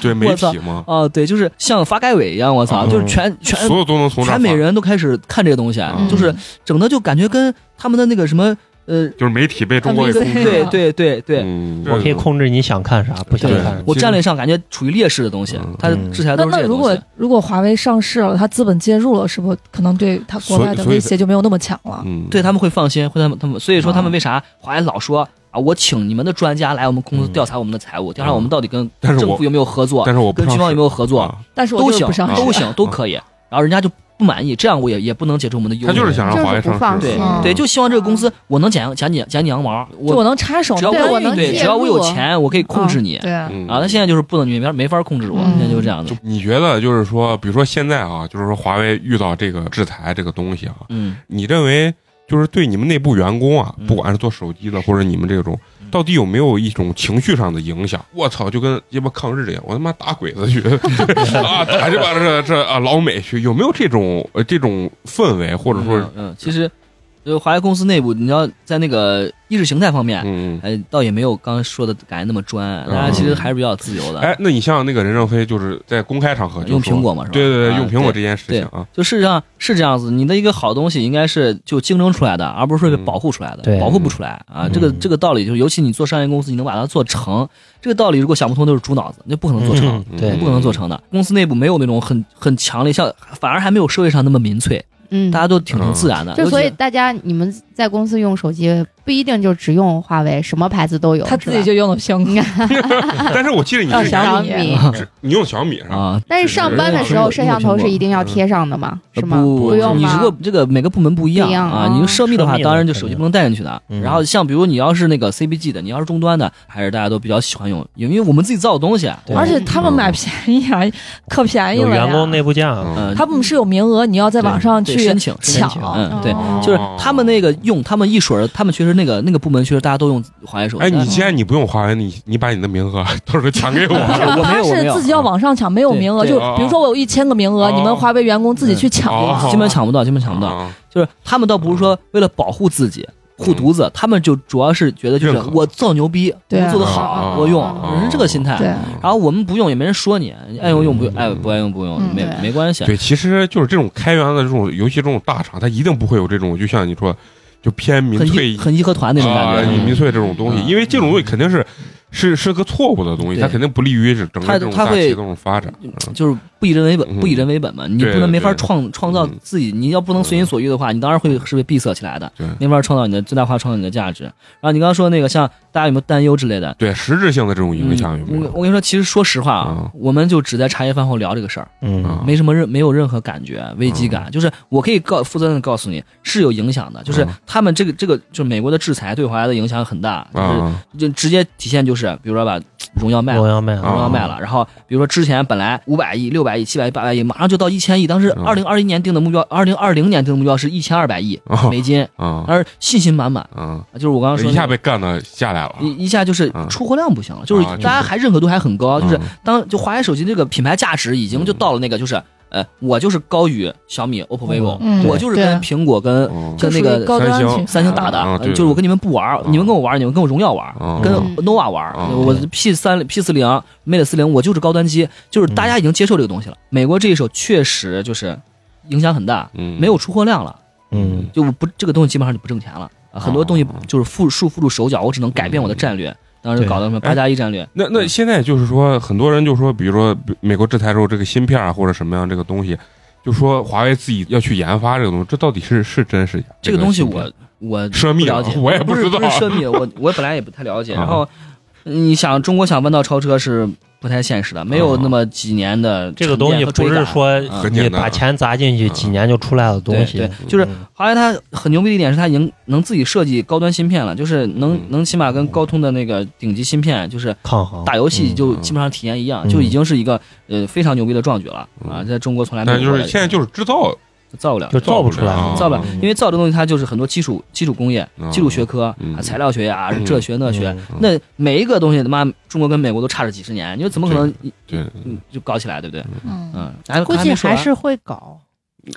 Speaker 3: 对媒
Speaker 2: 我操
Speaker 3: 体嘛，
Speaker 2: 哦，对，就是像发改委一样，我操，
Speaker 3: 嗯
Speaker 2: 就是全全
Speaker 3: 所有都能从这儿
Speaker 2: 全美
Speaker 3: 发
Speaker 2: 人都开始看这个东西啊
Speaker 3: 嗯，
Speaker 2: 就是整的就感觉跟他们的那个什么呃，
Speaker 3: 就是媒体被中国给控制
Speaker 2: 对
Speaker 3: 了，
Speaker 2: 对对对。
Speaker 3: 嗯，
Speaker 8: 我可以控制你想看啥，不想
Speaker 2: 对
Speaker 8: 看啥。
Speaker 2: 我
Speaker 3: 其实
Speaker 2: 战略上感觉处于劣势的东西
Speaker 3: 嗯，
Speaker 2: 他制
Speaker 4: 那
Speaker 2: 裁都是这
Speaker 4: 那
Speaker 2: 些
Speaker 4: 如
Speaker 2: 东
Speaker 4: 果
Speaker 2: 西。啊
Speaker 4: 如果华为上市了，它资本介入了，是不是可能对它国外
Speaker 3: 所以所
Speaker 4: 的
Speaker 3: 以
Speaker 4: 威胁就没有那么强了？
Speaker 3: 嗯，
Speaker 2: 对他们会放心，会他们他们，所以说他
Speaker 4: 啊
Speaker 2: 们为啥华为老说啊，我请你们的专家来我们公司
Speaker 8: 嗯
Speaker 2: 调查我们的财务，调查
Speaker 3: 嗯
Speaker 2: 我们到底跟
Speaker 3: 但是
Speaker 2: 政
Speaker 3: 我
Speaker 2: 府有没有合作，
Speaker 3: 但是我不
Speaker 2: 跟
Speaker 3: 上
Speaker 2: 军方有没有合作，
Speaker 3: 啊
Speaker 4: 但是我
Speaker 2: 都
Speaker 4: 就是
Speaker 2: 行
Speaker 4: 不上市，
Speaker 2: 都行都可以，然后人家就不满意，这样我也也不能解决我们的忧
Speaker 3: 嗯他
Speaker 2: 虑。
Speaker 3: 就是想让华为
Speaker 7: 就是不
Speaker 3: 上
Speaker 7: 放
Speaker 3: 市，
Speaker 2: 对
Speaker 3: 嗯
Speaker 2: 对，就希望这个公司我能剪剪你剪你羊毛，
Speaker 4: 就我
Speaker 2: 我
Speaker 4: 能插手，
Speaker 2: 只要
Speaker 4: 对
Speaker 7: 干
Speaker 2: 我
Speaker 7: 预
Speaker 2: 能
Speaker 7: 对
Speaker 2: 对，只要我有
Speaker 7: 介入
Speaker 2: 钱，我可以控制你
Speaker 4: 对啊，
Speaker 3: 嗯
Speaker 2: 啊。他现在就是不能，你没法没法控制我，
Speaker 4: 嗯
Speaker 2: 现在就是这样
Speaker 3: 就
Speaker 2: 的。
Speaker 3: 你觉得就是说，比如说现在啊，就是说华为遇到这个制裁这个东西啊，
Speaker 2: 嗯，
Speaker 3: 你认为就是对你们内部员工啊
Speaker 2: 嗯，
Speaker 3: 不管是做手机的或者你们这种，到底有没有一种情绪上的影响？我操，就跟鸡巴抗日一样，我他妈打鬼子去 啊，打这把这这啊老美去，有没有这种呃这种氛围，或者说
Speaker 2: 嗯嗯，其实就是华为公司内部，你要在那个意识形态方面，
Speaker 3: 嗯？嗯
Speaker 2: 哎，倒也没有刚刚说的感觉那么专，
Speaker 3: 嗯
Speaker 2: 大家其实还是比较自由
Speaker 3: 哎
Speaker 2: 的，，
Speaker 3: 那你像那个任正非，就是在公开场合就
Speaker 2: 用
Speaker 3: 说
Speaker 2: 苹，果嘛是吧？
Speaker 3: 对对对，
Speaker 2: 啊
Speaker 3: 用苹果这件事情啊，
Speaker 2: 就事实上是这样子，你的一个好东西应该是就竞争出来的，而不
Speaker 3: 嗯
Speaker 2: 是说被保护出来的，
Speaker 8: 对
Speaker 2: 保护不出来啊。
Speaker 8: 嗯
Speaker 2: 这个这个道理就是，尤其你做商业公司，你能把它做成，这个道理如果想不通，就是猪脑子，那不可能做成，
Speaker 3: 嗯
Speaker 8: 对
Speaker 2: 不可能做成的。公司内部没有那种很很强烈，像反而还没有社会上那么民粹，
Speaker 7: 嗯
Speaker 2: 大，家都挺挺自然的。
Speaker 7: 就
Speaker 2: 尤其
Speaker 7: 所以大家你们在公司用手机不一定就只用华为，什么牌子都有。
Speaker 4: 他自己就用了
Speaker 2: 嗯
Speaker 4: 苹果，
Speaker 3: 但是我记得你
Speaker 4: 让
Speaker 3: 是
Speaker 4: 小
Speaker 7: 小
Speaker 4: 米
Speaker 7: 米，
Speaker 3: 只你用小米是吧？
Speaker 2: 啊。
Speaker 7: 但是上班的时候摄像头是一定要贴上的嘛，是吗？
Speaker 2: 呃不，
Speaker 7: 用
Speaker 2: 你如
Speaker 7: 吗？
Speaker 2: 果这个每个部门不一样
Speaker 7: 不一样
Speaker 2: 啊
Speaker 7: 哦，
Speaker 2: 你就涉密的话，
Speaker 8: 涉密的
Speaker 2: 当然就手机不能带进去的。
Speaker 8: 嗯
Speaker 2: 然后像比如你要是那个 CBG 的，你要是终端的，还是大家都比较喜欢用，因为我们自己造的东西，啊
Speaker 8: 对
Speaker 4: 而且他们买便宜啊，可便宜
Speaker 8: 有
Speaker 4: 了呀。
Speaker 8: 员工内部啊价，
Speaker 2: 嗯，
Speaker 4: 他们是有名额，你要在网上
Speaker 2: 对
Speaker 4: 去
Speaker 2: 申请
Speaker 4: 抢啊
Speaker 2: 申请嗯，对，
Speaker 3: 哦
Speaker 2: 就是他们那个用，他们一水儿，他们确实那个那个部门确实大家都用华为手机。
Speaker 3: 哎，你既然你不用华为，你你把你的名额 到时候全给
Speaker 2: 不是
Speaker 3: 我。
Speaker 2: 嗯我没
Speaker 4: 他
Speaker 2: 有，我没
Speaker 4: 是
Speaker 2: 有嗯
Speaker 4: 自己要往上抢，没有名额。
Speaker 2: 对
Speaker 4: 就
Speaker 3: 对
Speaker 4: 比如说我有一千个名额，
Speaker 3: 哦
Speaker 4: 你们华为员工自己去抢
Speaker 3: 哦
Speaker 4: 这个。
Speaker 2: 基本抢不到，基本抢不到。
Speaker 3: 啊
Speaker 2: 就是他们倒不是说为了保护自己。护犊子，他们就主要是觉得就是
Speaker 3: 认可
Speaker 2: 我造牛逼，
Speaker 4: 对啊
Speaker 2: 我做的
Speaker 3: 啊
Speaker 2: 好，我用
Speaker 3: 啊，
Speaker 2: 人是这个心态。
Speaker 4: 对
Speaker 3: 嗯
Speaker 2: 然后我们不用也没人说你，你爱用用不用爱不爱用不用
Speaker 4: 嗯
Speaker 2: 没
Speaker 7: 对
Speaker 2: 没关系。
Speaker 3: 对，其实就是这种开源的这种，尤其这种大厂，它一定不会有这种，就像你说，就偏民
Speaker 2: 很
Speaker 3: 粹
Speaker 2: 义很义和团那种感
Speaker 3: 啊，
Speaker 2: 觉。
Speaker 3: 民
Speaker 2: 嗯
Speaker 3: 粹这种东西，
Speaker 2: 嗯
Speaker 3: 因为这种东西肯定是是是个错误的东西，
Speaker 2: 对
Speaker 3: 它肯定不利于整整个
Speaker 2: 它
Speaker 3: 这种
Speaker 2: 它
Speaker 3: 大
Speaker 2: 会嗯
Speaker 3: 企业这种发展。
Speaker 2: 就是不以人为本，
Speaker 3: 嗯
Speaker 2: 不以人为本嘛，你
Speaker 3: 对
Speaker 2: 不能没法
Speaker 3: 对
Speaker 2: 创创造
Speaker 3: 嗯
Speaker 2: 自己，你要不能随心所欲的话，你当然会是被闭塞起来的
Speaker 3: 对，
Speaker 2: 没法创造你的最大化创造你的价值。然后你刚刚说那个像大家有没有担忧之类的，
Speaker 3: 对实质性的这种影响有没
Speaker 2: 嗯我
Speaker 3: 有？
Speaker 2: 我跟你说，其实说实话啊
Speaker 3: 嗯，
Speaker 2: 我们就只在茶余饭后聊这个事儿，
Speaker 3: 啊
Speaker 8: 嗯，
Speaker 2: 没什么任没有任何感觉危机感，就是我可以告负责任的告诉你是有影响的，就是
Speaker 3: 嗯
Speaker 2: 他们这个这个就是美国的制裁对华的影响很大，就是
Speaker 3: 啊，
Speaker 2: 就直接体现就是比如说把荣耀卖了
Speaker 8: 荣。耀卖了
Speaker 3: 啊
Speaker 2: 荣耀卖了，然后比如说之前本来五百亿、六百亿、七百亿、八百亿，马上就到一千亿。当时
Speaker 3: 嗯
Speaker 2: 二零二一年定的目标，二零二零年定的目标是一千二百亿
Speaker 3: 啊
Speaker 2: 美金，
Speaker 3: 啊
Speaker 2: 当时信心满满。
Speaker 3: 啊，
Speaker 2: 就是我刚刚说
Speaker 3: 一
Speaker 2: 那
Speaker 3: 下
Speaker 2: 个
Speaker 3: 被干的下来了。
Speaker 2: 一一下就是
Speaker 3: 嗯
Speaker 2: 出货量不行了，就是
Speaker 3: 啊就是
Speaker 2: 大家还认可度还很高，就是
Speaker 3: 嗯
Speaker 2: 当就华为手机这个品牌价值已经就到了那个就是呃，我就是高于小米、OPPO、vivo，
Speaker 4: 嗯
Speaker 2: 我就是跟苹果跟
Speaker 3: 嗯
Speaker 2: 跟那
Speaker 4: 属于
Speaker 2: 个
Speaker 4: 高端
Speaker 3: 三星
Speaker 4: 群
Speaker 2: 三星打的，
Speaker 3: 啊
Speaker 2: 呃
Speaker 3: 对
Speaker 2: 就是我跟你们不玩儿，
Speaker 3: 嗯
Speaker 2: 你们跟我玩儿，你们跟我荣耀玩
Speaker 3: 嗯
Speaker 2: 儿，跟
Speaker 7: 嗯
Speaker 2: nova 玩儿，
Speaker 3: 嗯
Speaker 2: 我 P 三、P 四零、Mate 四零，我就是高端机，就是大家已经接受这个东西了。美国这一手确实就是影响很大，
Speaker 3: 嗯
Speaker 2: 没有出货量了。
Speaker 8: 嗯，
Speaker 2: 就我不这个东西基本上就不挣钱了，啊很多东西
Speaker 3: 哦
Speaker 2: 就是缚束缚住手脚，我只能改变我的战略。当时搞到什么八加一战略，
Speaker 3: 那那现在就是说，很多人就说，比如说比美国制裁之后，这个芯片啊或者什么样这个东西，就说华为自己要去研发这个东西，这到底是是真是假？
Speaker 2: 这个东西
Speaker 3: 芯片
Speaker 2: 我我
Speaker 3: 涉密
Speaker 2: 不
Speaker 3: 了
Speaker 2: 了解，
Speaker 3: 我也不
Speaker 2: 不是
Speaker 3: 知道
Speaker 2: 不是涉密，我我本来也不太了解。
Speaker 3: 啊
Speaker 2: 然后你想，中国想弯道超车是不太现实的，没有那么几年的
Speaker 8: 这个东西不
Speaker 2: 沉淀
Speaker 8: 是
Speaker 2: 和追赶
Speaker 8: 说
Speaker 2: 啊很
Speaker 8: 你
Speaker 3: 简单
Speaker 8: 把钱砸进去几年就出来的东西
Speaker 2: 对，对，就是
Speaker 8: 嗯
Speaker 2: 华为它很牛逼的一点是它已经能自己设计高端芯片了，就是
Speaker 3: 嗯
Speaker 2: 能能起码跟高通的那个顶级芯片就是
Speaker 8: 抗衡
Speaker 2: 打游戏
Speaker 8: 嗯
Speaker 2: 就基本上体验一样，
Speaker 8: 嗯
Speaker 2: 就已经是一个呃非常牛逼的壮举了
Speaker 3: 嗯
Speaker 2: 啊！在中国从来没
Speaker 3: 但
Speaker 2: 有
Speaker 3: 就
Speaker 2: 过
Speaker 3: 是
Speaker 2: 的，
Speaker 3: 现在就是制造
Speaker 2: 造不了，
Speaker 8: 嗯就造不出来
Speaker 3: 啊
Speaker 8: 了，
Speaker 2: 造不了
Speaker 3: 嗯，
Speaker 2: 因为造这东西它就是很多基础基础工业、基础学科
Speaker 3: 嗯
Speaker 2: 啊、材料学呀、
Speaker 3: 嗯
Speaker 2: 这学那学
Speaker 8: 嗯，
Speaker 2: 那每一个东西他妈中国跟美国都差着几十年，你说怎么可能
Speaker 3: 对
Speaker 2: 嗯就搞起来，对不对？
Speaker 4: 嗯，
Speaker 2: 嗯，还
Speaker 6: 估计还是会搞。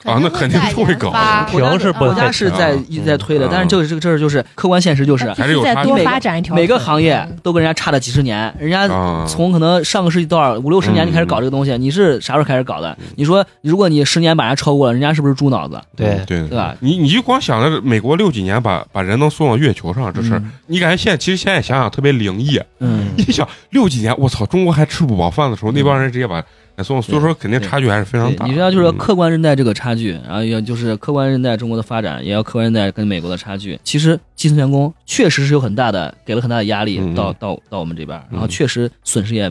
Speaker 3: 啊，那肯定
Speaker 7: 会
Speaker 3: 会
Speaker 7: 在
Speaker 3: 搞
Speaker 7: 研发
Speaker 2: 国家啊
Speaker 8: 停是不
Speaker 2: 国家
Speaker 8: 会
Speaker 2: 是在一直在推的，
Speaker 3: 嗯
Speaker 2: 但是就是这个事儿就是客观现实就是
Speaker 3: 还是有
Speaker 6: 再
Speaker 3: 差
Speaker 6: 多
Speaker 2: 距
Speaker 6: 发展一条
Speaker 2: 每个
Speaker 6: 腿
Speaker 2: 行业都跟人家差了几十年，人家
Speaker 3: 啊，嗯
Speaker 2: 从可能上个世纪多少五六十年就开始搞这个东西，你是啥时候开始搞的？你说如果你十年把人家超过了，人家是不是猪脑子？
Speaker 8: 对
Speaker 3: 对
Speaker 2: 对吧？
Speaker 3: 你你就光想着美国六几年把把人能送到月球上这事儿，你感觉现在其实现在想想特别灵异。啊
Speaker 2: 嗯，
Speaker 3: 你想六几年，我操，中国还吃不饱饭的时候，那帮人直接把人送，所以说肯定差距还是非常
Speaker 2: 对
Speaker 3: 大。嗯
Speaker 2: 你知道就是说客观认待这个差距，然后也就是客观认待中国的发展，也要客观认待跟美国的差距。其实基层员工确实是有很大的给了很大的压力
Speaker 3: 嗯
Speaker 2: 到到到我们这边，然后
Speaker 3: 嗯
Speaker 2: 确实损失也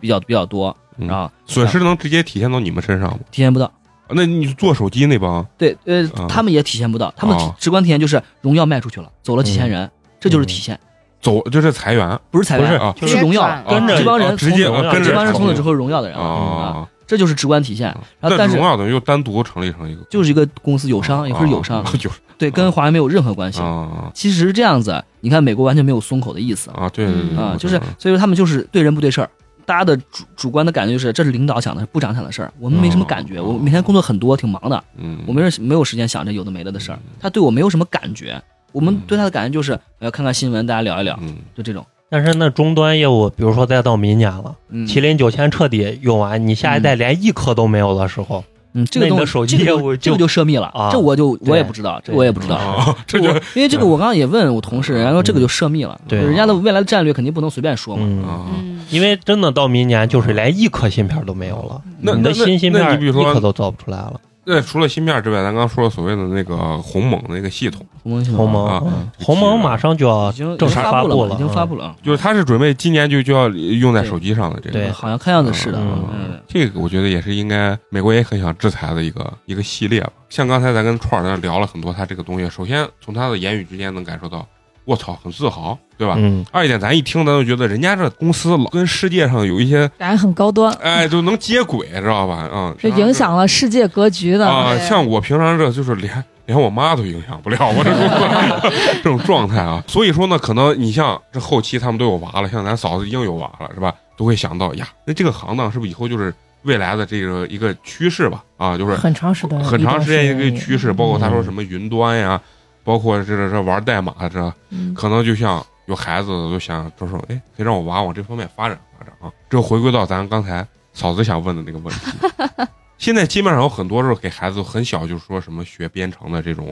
Speaker 2: 比较比较多，
Speaker 3: 嗯
Speaker 2: 然后
Speaker 3: 损失能直接体现到你们身上吗？
Speaker 2: 体现不到。
Speaker 3: 那你做手机那帮，
Speaker 2: 对，呃
Speaker 3: 啊，
Speaker 2: 他们也体现不到，他们体
Speaker 3: 哦嗯
Speaker 2: 直观体现就是荣耀卖出去了，走了几千人，这就是体现，
Speaker 3: 走就是裁员
Speaker 2: 不是裁
Speaker 8: 不
Speaker 2: 员
Speaker 8: 是，
Speaker 3: 啊
Speaker 2: 是荣耀
Speaker 7: 转
Speaker 3: 了
Speaker 2: 跟着这帮人
Speaker 3: 啊直接
Speaker 2: 从
Speaker 3: 啊跟着
Speaker 2: 这帮人
Speaker 3: 炒
Speaker 2: 从此之后是荣耀的人了啊，
Speaker 3: 啊。
Speaker 2: 这就是直观体现。然后
Speaker 3: 那
Speaker 2: 但是
Speaker 3: 荣耀等于又单独成立成一个，
Speaker 2: 就是一个公司友商，也不是 友商
Speaker 3: 啊，友
Speaker 2: 对，跟华为没有任何关系
Speaker 3: 商。啊
Speaker 2: 其实这样子，你看美国完全没有松口的意思
Speaker 3: 啊，对
Speaker 8: 嗯
Speaker 3: 对对
Speaker 2: 啊，
Speaker 3: 对
Speaker 2: 就是
Speaker 3: 对
Speaker 2: 所以说他们就是对人不对事儿。大家的主主观的感觉就是，这是领导想的，是部长想的事儿，我们没什么感觉。
Speaker 3: 哦
Speaker 2: 我每天工作很多，挺忙的，
Speaker 3: 嗯，
Speaker 2: 我没事没有时间想这有的没的的事儿。
Speaker 8: 嗯
Speaker 2: 他对我没有什么感觉，我们对他的感觉就是，呃，看看新闻，大家聊一聊，
Speaker 3: 嗯
Speaker 2: 就这种。
Speaker 8: 但是那终端业务，比如说再到明年了，
Speaker 2: 嗯，
Speaker 8: 麒麟九千彻底用完，你下一
Speaker 3: 嗯
Speaker 8: 代连一颗都没有的时候，
Speaker 2: 嗯，这
Speaker 8: 那
Speaker 2: 个
Speaker 8: 你
Speaker 2: 东
Speaker 8: 的
Speaker 2: 西，
Speaker 8: 手机
Speaker 2: 这个
Speaker 8: 业务
Speaker 2: 就这个
Speaker 8: 就
Speaker 2: 就涉密了，
Speaker 8: 啊
Speaker 2: 这我就我也不
Speaker 8: 对
Speaker 2: 知道，这
Speaker 8: 对哦
Speaker 2: 我也不知 道。
Speaker 3: 啊，这就
Speaker 2: 我因为这个，我刚刚也问我同事，人家说这个就涉密了，
Speaker 8: 嗯对
Speaker 2: 人家的未来的战略肯定不能随便说嘛。
Speaker 8: 嗯，
Speaker 3: 啊，
Speaker 7: 嗯，
Speaker 8: 因为真的到明年就是连一颗芯片都没有了，
Speaker 3: 那
Speaker 8: 你
Speaker 3: 嗯那
Speaker 8: 的新芯
Speaker 3: 那那
Speaker 8: 片
Speaker 3: 你比
Speaker 8: 一
Speaker 3: 如
Speaker 8: 颗
Speaker 3: 说
Speaker 8: 都造不出来了，
Speaker 3: 那除了芯片之外，咱刚刚说的所谓的那个鸿蒙那个系统，
Speaker 2: 鸿蒙系统
Speaker 8: 鸿蒙
Speaker 3: 啊
Speaker 2: 嗯
Speaker 8: 鸿蒙马上就要
Speaker 2: 已经
Speaker 8: 正式
Speaker 2: 发
Speaker 8: 发
Speaker 2: 布
Speaker 8: 布
Speaker 2: 了嘛，
Speaker 8: 了嗯
Speaker 2: 已经发布了啊。
Speaker 3: 就是它是准备今年就就要用在手机上的这个。
Speaker 8: 对
Speaker 2: 好像看样子是的，
Speaker 8: 嗯
Speaker 2: 嗯，，
Speaker 3: 这个我觉得也是应该，美国也很想制裁的一个一个系列吧。像刚才咱跟串儿在那聊了很多，他这个东西，首先从他的言语之间能感受到，我操，很自豪，对吧？
Speaker 8: 嗯，
Speaker 3: 二一点，咱一听咱就觉得人家这公司老跟世界上有一些，
Speaker 4: 感觉很高端，
Speaker 3: 哎，就能接轨，知道吧？嗯，
Speaker 4: 是影响了世界格局的。
Speaker 3: 啊，像我平常这就是连连我妈都影响不了我这 种这种状态啊。所以说呢，可能你像这后期他们都有娃了，像咱嫂子已经有娃了，是吧？都会想到呀，那这个行当是不是以后就是未来的这个一个趋势吧？啊，就是
Speaker 6: 很长时间，
Speaker 3: 很长时间一个趋势，包括他说
Speaker 8: 嗯
Speaker 3: 什么云端呀，包括这这玩代码啊这，
Speaker 7: 嗯
Speaker 3: 可能就像有孩子的就想着说，哎，可以让我娃往这方面发展发展啊。这回归到咱刚才嫂子想问的那个问题， 现在基本上有很多时候给孩子很小就说什么学编程的这种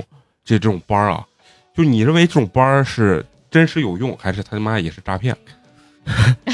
Speaker 3: 这这种班儿啊，就你认为这种班儿是真实有用，还是他妈也是诈 骗？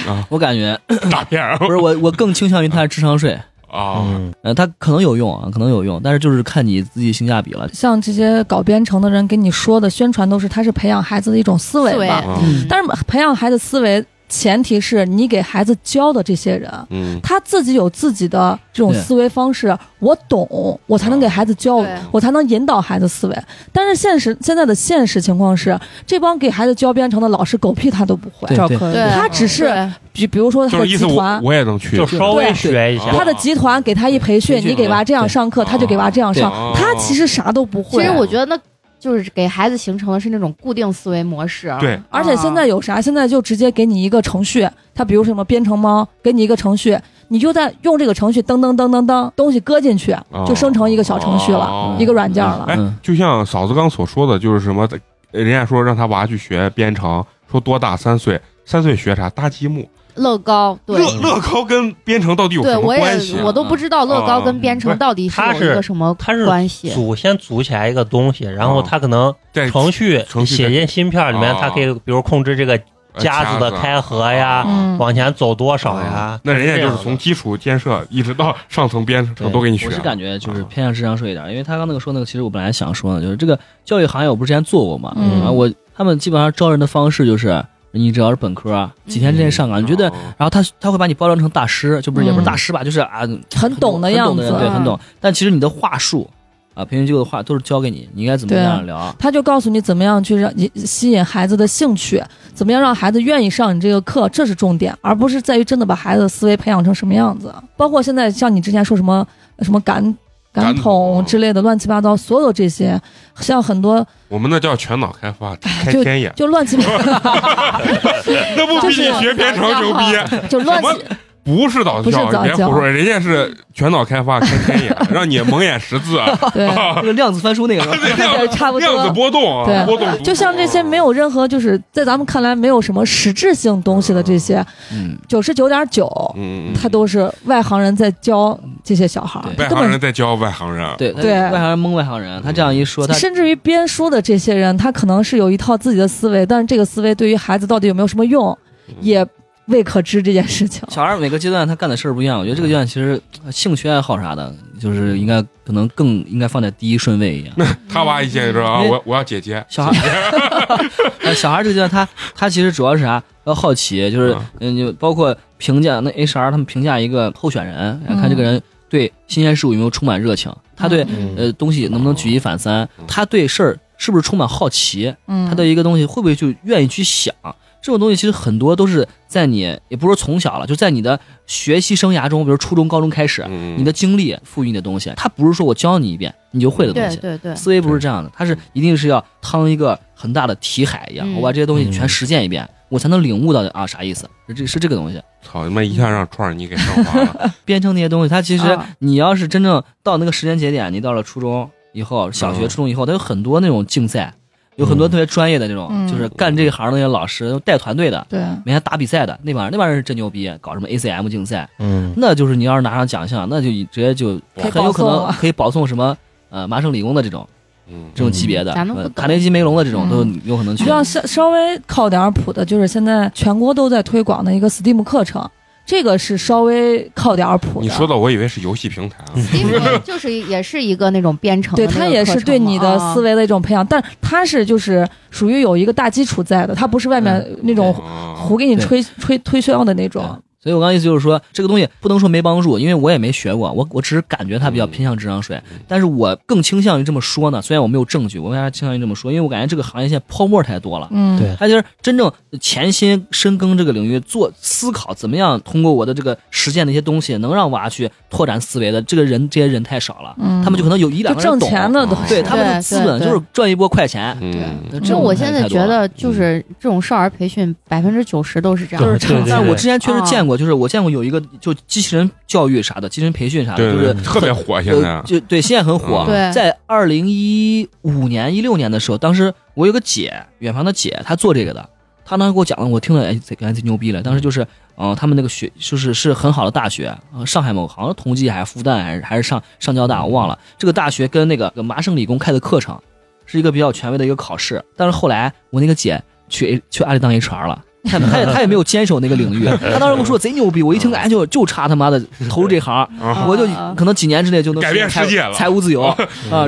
Speaker 3: 啊
Speaker 2: 我感觉
Speaker 3: 诈骗啊
Speaker 2: 不是我，我更倾向于它是智商税，
Speaker 3: 啊！
Speaker 4: 嗯
Speaker 8: 嗯
Speaker 2: 呃，它可能有用啊，可能有用，但是就是看你自己性价比了。
Speaker 4: 像这些搞编程的人给你说的宣传都是，他是培养孩子的一种思
Speaker 7: 思
Speaker 4: 维
Speaker 7: 维
Speaker 4: 嘛。
Speaker 3: 嗯
Speaker 4: 但是培养孩子思维，前提是你给孩子教的这些人，
Speaker 3: 嗯，
Speaker 4: 他自己有自己的这种
Speaker 2: 对
Speaker 4: 思维方式，我懂，我才能
Speaker 3: 哦
Speaker 4: 给孩子教
Speaker 7: 对，
Speaker 4: 我才能引导孩子思维。但是现实现在的现实情况是，这帮给孩子教编程的老师狗屁他都不会
Speaker 2: 对。
Speaker 6: 找客
Speaker 7: 对，
Speaker 4: 他只是
Speaker 7: 对
Speaker 4: 比比如说他
Speaker 3: 就
Speaker 4: 的
Speaker 3: 是意
Speaker 4: 集
Speaker 3: 思我
Speaker 4: 团，
Speaker 3: 我也能去
Speaker 8: 就稍微学一
Speaker 3: 对
Speaker 8: 下
Speaker 3: 啊。
Speaker 4: 他的集团给他一培训，
Speaker 2: 培训
Speaker 4: 你给娃这样上课，
Speaker 3: 对哦
Speaker 4: 他就给娃这样上
Speaker 3: 对，
Speaker 4: 他其实啥都不
Speaker 7: 其
Speaker 4: 会啊
Speaker 7: 实。我觉得那就是给孩子形成的是那种固定思维模式。
Speaker 3: 对
Speaker 4: 而
Speaker 7: 啊
Speaker 4: 且现在有啥？现在就直接给你一个程序，他比如什么编程猫，给你一个程序，你就在用这个程序噔噔噔噔噔东西搁进去，
Speaker 3: 哦
Speaker 4: 就生成一个小程序
Speaker 3: 哦
Speaker 4: 了，一个软件了。
Speaker 3: 哎
Speaker 2: 嗯，
Speaker 3: 就像嫂子刚所说的，就是什么，呃人家说让他娃去学编程，说多大三岁，三岁学啥搭积木，
Speaker 7: 乐高，对
Speaker 3: 乐乐高跟编程到底有
Speaker 7: 对，
Speaker 3: 什么
Speaker 7: 我
Speaker 3: 关系
Speaker 7: 也
Speaker 3: 啊？
Speaker 7: 我都不知道乐高
Speaker 3: 啊
Speaker 7: 跟编程到底
Speaker 8: 他
Speaker 7: 有一
Speaker 8: 是
Speaker 7: 个什么
Speaker 8: 他是
Speaker 7: 关系。
Speaker 8: 组先组起来一个东西，然后
Speaker 3: 哦
Speaker 8: 它可能
Speaker 3: 在
Speaker 8: 程序
Speaker 3: 程序
Speaker 8: 写进芯片里面，
Speaker 3: 哦
Speaker 8: 它可以比如控制这个
Speaker 3: 呃
Speaker 8: 夹子的开合呀
Speaker 3: 啊
Speaker 4: 嗯，
Speaker 8: 往前走多少
Speaker 3: 啊
Speaker 8: 呀。
Speaker 3: 那人家
Speaker 8: 这
Speaker 3: 就
Speaker 8: 样
Speaker 3: 是
Speaker 8: 的
Speaker 3: 从基础建设一直到上层编程都给你学啊
Speaker 2: 我是
Speaker 3: 了。
Speaker 2: 感觉就是偏向智商税一点，因为他刚那个说那个，其实我本来想说呢，就是这个教育行业我不是之前做过嘛，
Speaker 4: 嗯
Speaker 2: 然后我他们基本上招人的方式就是你只要是本科，啊几天之内上岗，你觉得，
Speaker 3: 哦
Speaker 2: 然后他他会把你包装成大师，就不是也不是大师吧，就是啊
Speaker 4: 嗯很懂的
Speaker 2: 很
Speaker 4: 样
Speaker 2: 人
Speaker 4: 子。嗯
Speaker 2: 对，很懂，但其实你的话术啊，培训机构的话都是教给你，你应该怎么
Speaker 4: 啊
Speaker 2: 样聊，啊
Speaker 4: 他就告诉你怎么样去让你吸引孩子的兴趣，怎么样让孩子愿意上你这个课，这是重点，而不是在于真的把孩子的思维培养成什么样子。包括现在像你之前说什么呃什么感
Speaker 3: 感
Speaker 4: 感
Speaker 3: 统
Speaker 4: 统之类的乱七八糟，所有这些，像很多
Speaker 3: 我们那叫全脑开发，开
Speaker 4: 就
Speaker 3: 天眼，
Speaker 4: 就乱七八
Speaker 3: 那不比
Speaker 4: 就是
Speaker 3: 你学编程牛 逼？
Speaker 4: 就乱七
Speaker 3: 不是早
Speaker 4: 不是
Speaker 3: 教，你
Speaker 4: 早
Speaker 3: 别
Speaker 4: 教
Speaker 3: 胡说，人家是全脑开发，开天眼，让你蒙眼识 字，啊
Speaker 4: 对，
Speaker 2: 那个量子翻书那个是吧
Speaker 4: 对差不
Speaker 3: 量子
Speaker 4: 多。
Speaker 3: 波动啊，
Speaker 4: 对
Speaker 3: 波动读
Speaker 4: 就像这些没
Speaker 3: 啊
Speaker 4: 有任何就是在咱们看来没有什么实质性东西的这些，
Speaker 2: 嗯，
Speaker 4: 九十九点九，
Speaker 3: 嗯，嗯嗯
Speaker 4: 他都是外行人在教这些小孩儿
Speaker 2: 对，
Speaker 3: 外
Speaker 4: 根
Speaker 3: 行
Speaker 4: 本
Speaker 3: 人在教外行人，啊
Speaker 2: 对
Speaker 4: 对
Speaker 2: 外行人蒙外行人，他这样一说，他
Speaker 4: 甚至于编书的这些人，他可能是有一套自己的思维，但是这个思维对于孩子到底有没有什么用，
Speaker 2: 嗯
Speaker 4: 也未可知这件事情。
Speaker 2: 小孩儿每个阶段他干的事儿不一样，我觉得这个阶段其实呃兴趣爱好啥的，就是应该可能更应该放在第一顺位一样。
Speaker 3: 他娃一见就知道啊，
Speaker 2: 因为
Speaker 3: 我我要姐姐，
Speaker 2: 小孩儿，呃小孩儿这个 阶段他他其实主要是啥？要好奇，就是
Speaker 3: 嗯
Speaker 2: 嗯，就包括评价那 HR 他们评价一个候选人，看这个人对新鲜事物有没有充满热情，他对
Speaker 8: 嗯，
Speaker 2: 呃东西能不能举一反三
Speaker 3: 嗯，
Speaker 2: 他对事儿是不是充满好奇，
Speaker 4: 嗯，
Speaker 2: 他对一个东西会不会就愿意去想？这种东西其实很多都是在你，也不是说从小了，就在你的学习生涯中，比如初中、高中开始，
Speaker 3: 嗯，
Speaker 2: 你的经历赋予你的东西，它不是说我教你一遍你就会的东
Speaker 7: 对
Speaker 2: 西。
Speaker 7: 对对，
Speaker 2: 思维不是这样的，它是一定是要趟一个很大的题海一样，
Speaker 7: 嗯
Speaker 2: 我把这些东西全实践一遍，我才能领悟到啊啥意思，是这是这个东西。
Speaker 3: 操他妈一下让串儿你给升华了，
Speaker 2: 编程那些东西，它其实
Speaker 4: 啊
Speaker 2: 你要是真正到那个时间节点，你到了初中以后、小学、
Speaker 3: 嗯
Speaker 2: 初中以后，它有很多那种竞赛，有很多特别专业的这种，
Speaker 4: 嗯
Speaker 2: 就是干这行的那些老师带团队的，
Speaker 4: 对，
Speaker 2: 每天打比赛的那玩意儿，那玩意儿是真牛逼，搞什么 ACM 竞赛，
Speaker 8: 嗯，
Speaker 2: 那就是你要是拿上奖项，那就直接就
Speaker 4: 可以
Speaker 2: 很有
Speaker 4: 保
Speaker 2: 可
Speaker 4: 送
Speaker 2: 能
Speaker 4: 了。
Speaker 2: 可以保送什么呃麻省理工的这种
Speaker 3: 嗯，
Speaker 2: 这种级别的，
Speaker 7: 咱们不
Speaker 2: 呃
Speaker 7: 懂
Speaker 2: 卡内基梅隆的这种
Speaker 4: 嗯
Speaker 2: 都有可能去
Speaker 4: 就。要稍稍微靠点儿谱的，就是现在全国都在推广的一个 STEAM 课程，这个是稍微靠点儿谱的。
Speaker 3: 你说的我以为是游戏平台啊，
Speaker 7: 因为就是也是一个那种编程的
Speaker 4: 对
Speaker 7: 那个课
Speaker 4: 它
Speaker 7: 程嘛，啊
Speaker 4: 也是对你的思维的一种培养，但它是就是属于有一个大基础在的，它不是外面那种
Speaker 3: 啊，
Speaker 4: 胡给你
Speaker 2: 对
Speaker 4: 吹吹推销的那
Speaker 2: 对
Speaker 4: 种。。
Speaker 2: 所以我刚刚意思就是说，这个东西不能说没帮助，因为我也没学过，我我只是感觉它
Speaker 4: 嗯
Speaker 2: 比较偏向智商税，但是我更倾向于这么说呢。虽然我没有证据，我为啥倾向于这么说？因为我感觉这个行业现在泡沫太多了。
Speaker 4: 嗯，
Speaker 8: 对
Speaker 2: 他就是真正潜心深耕这个领域，做思考怎么样通过我的这个实践的一些东西，能让娃去拓展思维的这个人，这些人太少了，
Speaker 4: 嗯
Speaker 2: 他们就可能有一两
Speaker 4: 就
Speaker 2: 个人
Speaker 4: 挣
Speaker 2: 懂，啊
Speaker 4: 钱的都
Speaker 2: 对
Speaker 4: 是
Speaker 2: 他们的
Speaker 7: 对
Speaker 2: 资
Speaker 7: 对
Speaker 2: 本
Speaker 7: 对
Speaker 2: 就是赚一波快钱。
Speaker 3: 嗯，
Speaker 2: 那这
Speaker 7: 就
Speaker 2: 种
Speaker 7: 我
Speaker 2: 太
Speaker 7: 现
Speaker 2: 太
Speaker 7: 在
Speaker 2: 多
Speaker 7: 觉
Speaker 2: 了
Speaker 7: 得，就是这种少儿培训百分之九十都是这样
Speaker 8: 对
Speaker 7: 的，
Speaker 8: 对对
Speaker 2: 但是我
Speaker 8: 对
Speaker 2: 之前确实
Speaker 3: 啊
Speaker 2: 见过，就是我见过有一个就机器人教育啥的，机器人培训啥的，
Speaker 3: 对
Speaker 2: 就
Speaker 3: 对，
Speaker 2: 是
Speaker 3: 对特别火现在啊
Speaker 2: 呃，就对，现在很火。啊
Speaker 3: 嗯
Speaker 7: 对
Speaker 2: 在二零一五年、一六年的时候，当时我有个姐，远房的姐，她做这个的，她当时给我讲了，我听了，哎，这感觉挺牛逼了。当时就是，嗯、他们那个学就是是很好的大学，呃、上海某好像是同济还是复旦还是还是上上交大，我忘了。这个大学跟那个麻省理工开的课程是一个比较权威的一个考试，但是后来我那个姐去去阿里当 HR 了。她她也她也没有坚守那个领域，她当时跟我说贼牛逼，我一听哎就就差他妈的投入这行，
Speaker 3: 啊，
Speaker 2: 我就
Speaker 7: 啊
Speaker 2: 可能几年之内就能
Speaker 3: 改变世界了嗯
Speaker 2: 财务 自由啊！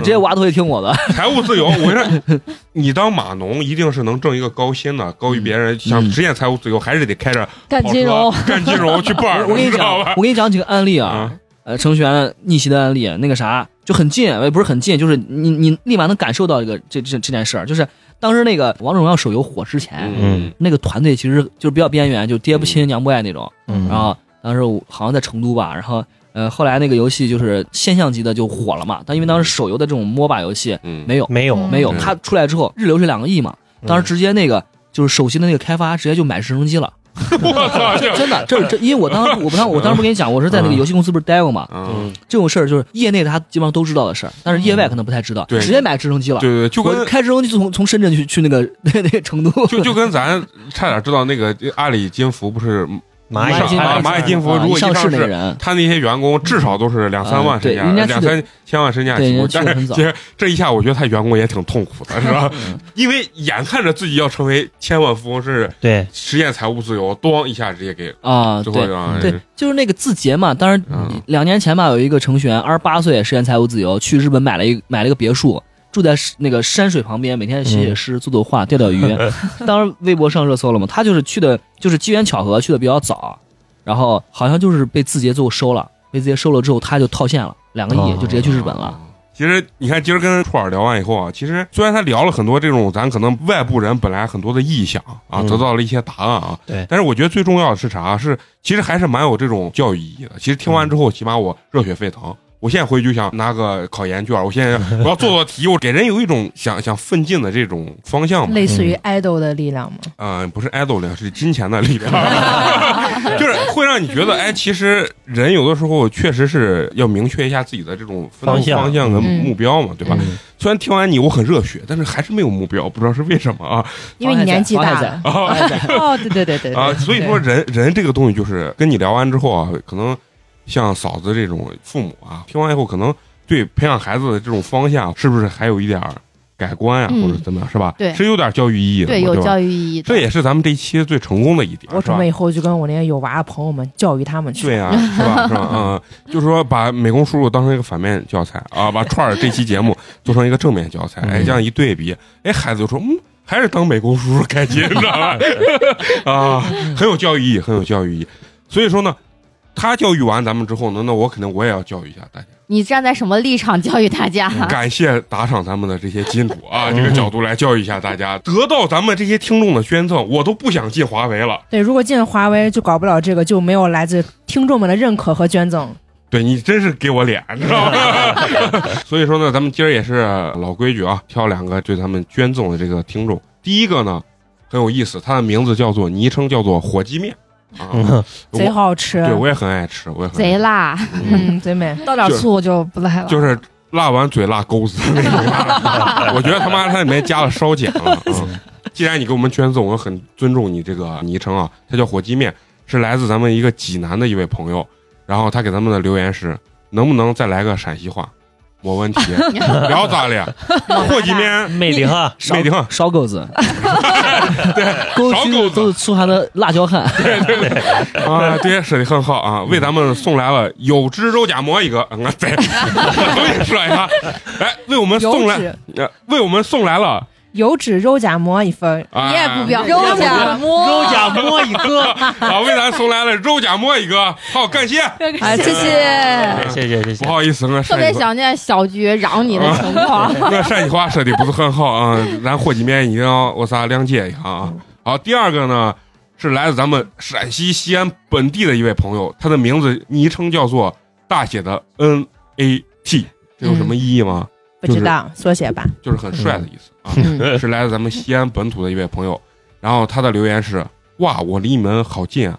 Speaker 2: 这些娃都会听我的，
Speaker 3: 财务自由。我说你当码农一定是能挣一个高薪的，高于别人。想实现财务自由，还是得开着
Speaker 4: 干
Speaker 3: 跑
Speaker 4: 金融
Speaker 3: 车，干金融去办，
Speaker 2: 我我跟你
Speaker 3: 知
Speaker 2: 讲
Speaker 3: 道吧，？
Speaker 2: 我跟你讲几个案例啊，
Speaker 3: 啊，
Speaker 2: 呃，程序员逆袭的案例，那个啥就很近，也不是很近，就是你你立马能感受到这个这这这件事儿，就是当时那个《王者荣耀》手游火之前，
Speaker 3: 嗯
Speaker 2: 那个团队其实就是比较边缘，就爹不亲娘不爱那种。
Speaker 8: 嗯
Speaker 2: 然后当时我好像在成都吧，然后呃后来那个游戏就是现象级的就火了嘛，但因为当时手游的这种 MOBA 游戏
Speaker 3: 嗯，
Speaker 2: 没有。
Speaker 8: 没有
Speaker 2: 没有，
Speaker 3: 嗯
Speaker 2: 它出来之后日流是两个亿嘛，当时直接那个就是首席的那个开发直接就买直升机了，
Speaker 3: 我操， 这
Speaker 2: 真的，这这因为我当时我不当我当时不跟你讲，我是在那个游戏公司不是待过嘛，
Speaker 3: 嗯，
Speaker 2: 这种事儿就是业内大家基本上都知道的事儿，但是业外可能不太知道，
Speaker 3: 对
Speaker 2: 直接买直升机了
Speaker 3: 对。对，就
Speaker 2: 我
Speaker 3: 跟
Speaker 2: 开直升机从从深圳去去那个 那个成都，
Speaker 3: 就就跟咱差点知道那个阿里金服不是蚂
Speaker 8: 蚂蚁
Speaker 3: 蚁金
Speaker 8: 金
Speaker 3: 服蚂蚁金服
Speaker 2: 啊
Speaker 3: 如果一
Speaker 2: 上
Speaker 3: 上
Speaker 2: 市那个
Speaker 3: 市
Speaker 2: 人，
Speaker 3: 他那些员工至少都是两三万
Speaker 2: 啊
Speaker 3: 身
Speaker 2: 对
Speaker 3: 价，
Speaker 2: 人家去
Speaker 3: 两
Speaker 2: 的
Speaker 3: 三千万身价
Speaker 2: 对
Speaker 3: 起步
Speaker 2: 人。家去的
Speaker 3: 但
Speaker 2: 很
Speaker 3: 是
Speaker 2: 早嗯
Speaker 3: 其实这一下，我觉得他员工也挺痛苦的，是吧？ 因为眼看着自己要成为千万富翁，甚至
Speaker 8: 对，
Speaker 3: 实现财务自由，咣一下直接给
Speaker 2: 啊，
Speaker 3: 最后
Speaker 2: 对
Speaker 3: 让
Speaker 2: 对，就是那个字节嘛。当然
Speaker 3: 嗯，
Speaker 2: 两年前吧，有一个程序员二十八岁实现财务自由，去日本买了一买了一个别墅，住在那个山水旁边，每天写写诗、做做画、钓钓鱼。当时微博上热搜了嘛，他就是去的，就是机缘巧合去的比较早，然后好像就是被字节最后收了，被字节收了之后，他就套现了两个亿，
Speaker 8: 哦
Speaker 2: 就直接去日本了。
Speaker 3: 其实你看，今儿跟兔儿聊完以后啊，其实虽然他聊了很多这种咱可能外部人本来很多的臆想啊，
Speaker 8: 嗯
Speaker 3: 得到了一些答案啊，
Speaker 8: 对
Speaker 3: 但是我觉得最重要的是啥？是其实还是蛮有这种教育意义的。其实听完之后，起码我热血沸腾。我现在回去就想拿个考研卷，我现在 我要做做题，我给人有一种想想奋进的这种方向嘛。
Speaker 6: 类似于 idol 的力量嘛。
Speaker 3: 嗯、不是 idol 力量，是金钱的力量， 就是会让你觉得，哎，其实人有的时候确实是要明确一下自己的这种奋斗
Speaker 8: 方向
Speaker 3: 方向跟
Speaker 6: 嗯
Speaker 3: 目标嘛，对吧？
Speaker 8: 嗯
Speaker 3: 虽然听完你我很热血，但是还是没有目标，不知道是为什么 啊
Speaker 6: 因为你年纪
Speaker 2: 黄海
Speaker 6: 大
Speaker 2: 仔
Speaker 6: 了。
Speaker 3: 啊
Speaker 6: 哦，对对对对对
Speaker 3: 啊！所以说人人这个东西就是跟你聊完之后啊，可能像嫂子这种父母啊，听完以后可能对培养孩子的这种方向是不是还有一点儿改观呀、
Speaker 7: 嗯
Speaker 3: 或者怎么样，是吧？
Speaker 7: 对
Speaker 3: 是有点教育意义的嘛，
Speaker 7: 对
Speaker 3: 对
Speaker 7: 有
Speaker 3: 吧
Speaker 7: 教育意义的。
Speaker 3: 这也是咱们这一期最成功的一点，
Speaker 6: 我
Speaker 3: 是吧
Speaker 6: 准备以后就跟我那些有娃的朋友们教育他们去。
Speaker 3: 对呀、是吧？是吧？嗯，就是说把美工叔叔当成一个反面教材啊，把串儿这期节目做成一个正面教材，哎，
Speaker 8: 嗯
Speaker 3: 这样一对比，哎，孩子就说，嗯，还是当美工叔叔开心，你知道吧？ 啊，很有教育意义，很有教育意义。所以说呢，他教育完咱们之后呢，那我肯定我也要教育一下大家。
Speaker 7: 你站在什么立场教育大家？
Speaker 3: 感谢打赏咱们的这些金主啊，这个角度来教育一下大家，得到咱们这些听众的捐赠，我都不想进华为了。
Speaker 6: 对，如果进了华为就搞不了这个，就没有来自听众们的认可和捐赠。
Speaker 3: 对你真是给我脸，你知道吗？ 所以说呢，咱们今儿也是老规矩啊，挑两个对咱们捐赠的这个听众。第一个呢很有意思，他的名字叫做昵称叫做火鸡面啊，
Speaker 8: 嗯
Speaker 3: 我
Speaker 6: 贼好吃，啊
Speaker 3: 对我也很爱吃，我也很爱
Speaker 7: 贼辣，
Speaker 3: 吃嗯
Speaker 6: 嗯，贼美。
Speaker 4: 倒点醋就不赖了。
Speaker 3: 就是辣完嘴辣钩子那种 辣。我觉得他妈它里面加了烧碱了啊！既然你给我们捐赠，我很尊重你这个昵称啊，它叫火鸡面，是来自咱们一个济南的一位朋友，然后他给咱们的留言是：能不能再来个陕西话？没问 题，聊咋了？过几天
Speaker 8: 魅力哈，
Speaker 3: 美玲，
Speaker 2: 烧狗子， 对，
Speaker 3: 烧
Speaker 2: 狗
Speaker 3: 狗子
Speaker 2: 子都是出汗的辣椒汗，
Speaker 3: 啊，这些说的很好啊，为咱们送来了有汁肉夹馍一个，嗯，对， 我跟你说一下，来为我们送
Speaker 6: 油
Speaker 3: 来，
Speaker 6: 脂
Speaker 3: 呃为我们送来了，
Speaker 6: 油脂肉夹馍一份，
Speaker 3: 啊、
Speaker 7: 你也不表
Speaker 1: 肉 夹
Speaker 8: 肉
Speaker 1: 馍，
Speaker 8: 夹馍一个，
Speaker 3: 啊，为咱送来了肉夹馍一个，好，感谢，
Speaker 1: 哎，谢谢。
Speaker 8: 谢谢谢谢
Speaker 3: 不，好意思，我
Speaker 7: 特
Speaker 3: 陕
Speaker 7: 别
Speaker 3: 西话
Speaker 7: 想念小菊嚷你的情况。
Speaker 3: 我陕西话说的不是很好啊，咱伙计面一定要我啥谅解一下啊。好，第二个呢是来自咱们陕西西安本地的一位朋友，他的名字昵称叫做大写的 N A T，这有什么意义吗？
Speaker 6: 不知道缩写吧？
Speaker 3: 就是很帅的意思啊，
Speaker 6: 嗯
Speaker 3: 是来自咱们西安本土的一位朋友。然后他的留言是：哇，我离你们好近 啊！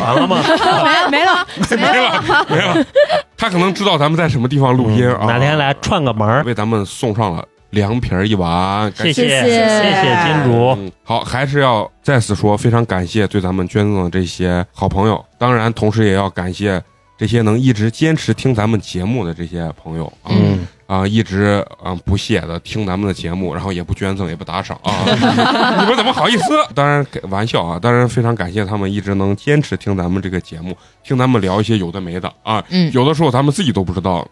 Speaker 8: 完了吗？
Speaker 7: 没了没了，
Speaker 3: 没了没了，他可能知道咱们在什么地方录音啊。
Speaker 8: 嗯哪天来串个门儿？
Speaker 3: 为咱们送上了凉皮儿一碗，感
Speaker 8: 谢谢
Speaker 1: 谢
Speaker 8: 谢
Speaker 1: 谢
Speaker 8: 谢金主，
Speaker 3: 嗯，好，还是要再次说，非常感谢对咱们捐赠的这些好朋友，当然，同时也要感谢这些能一直坚持听咱们节目的这些朋友啊。
Speaker 8: 嗯，
Speaker 3: 啊，一直啊不懈的听咱们的节目，然后也不捐赠，也不打赏啊，你们怎么好意思？当然给玩笑啊，当然非常感谢他们一直能坚持听咱们这个节目，听咱们聊一些有的没的啊，
Speaker 7: 嗯
Speaker 3: 有的时候咱们自己都不知 道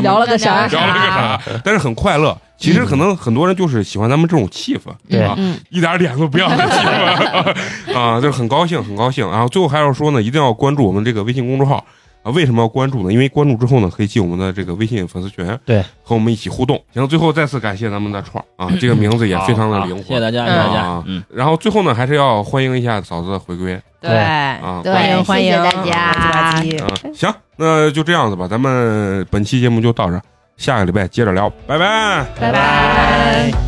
Speaker 1: 聊了个啥？
Speaker 3: 聊了个 啥，但是很快乐。其实可能很多人就是喜欢咱们这种气氛，
Speaker 8: 对
Speaker 3: 啊，
Speaker 7: 嗯，
Speaker 3: 一点脸都不要的气氛 啊，就是很高兴，很高兴。然后最后还要说呢，一定要关注我们这个微信公众号啊。为什么要关注呢？因为关注之后呢，可以进我们的这个微信粉丝群，
Speaker 8: 对，
Speaker 3: 和我们一起互动。行，最后再次感谢咱们的串儿啊，这个名字也非常的灵活。
Speaker 2: 嗯谢谢大家，
Speaker 6: 嗯
Speaker 2: 谢谢大家
Speaker 3: 啊，
Speaker 2: 嗯，
Speaker 3: 然后最后呢，还是要欢迎一下嫂子的回归
Speaker 6: 对
Speaker 3: 啊，
Speaker 7: 对
Speaker 6: 欢迎欢迎
Speaker 7: 谢谢大家
Speaker 6: 吧唧
Speaker 3: 啊。行，那就这样子吧，咱们本期节目就到这儿，下个礼拜接着聊，拜拜。
Speaker 7: 拜拜。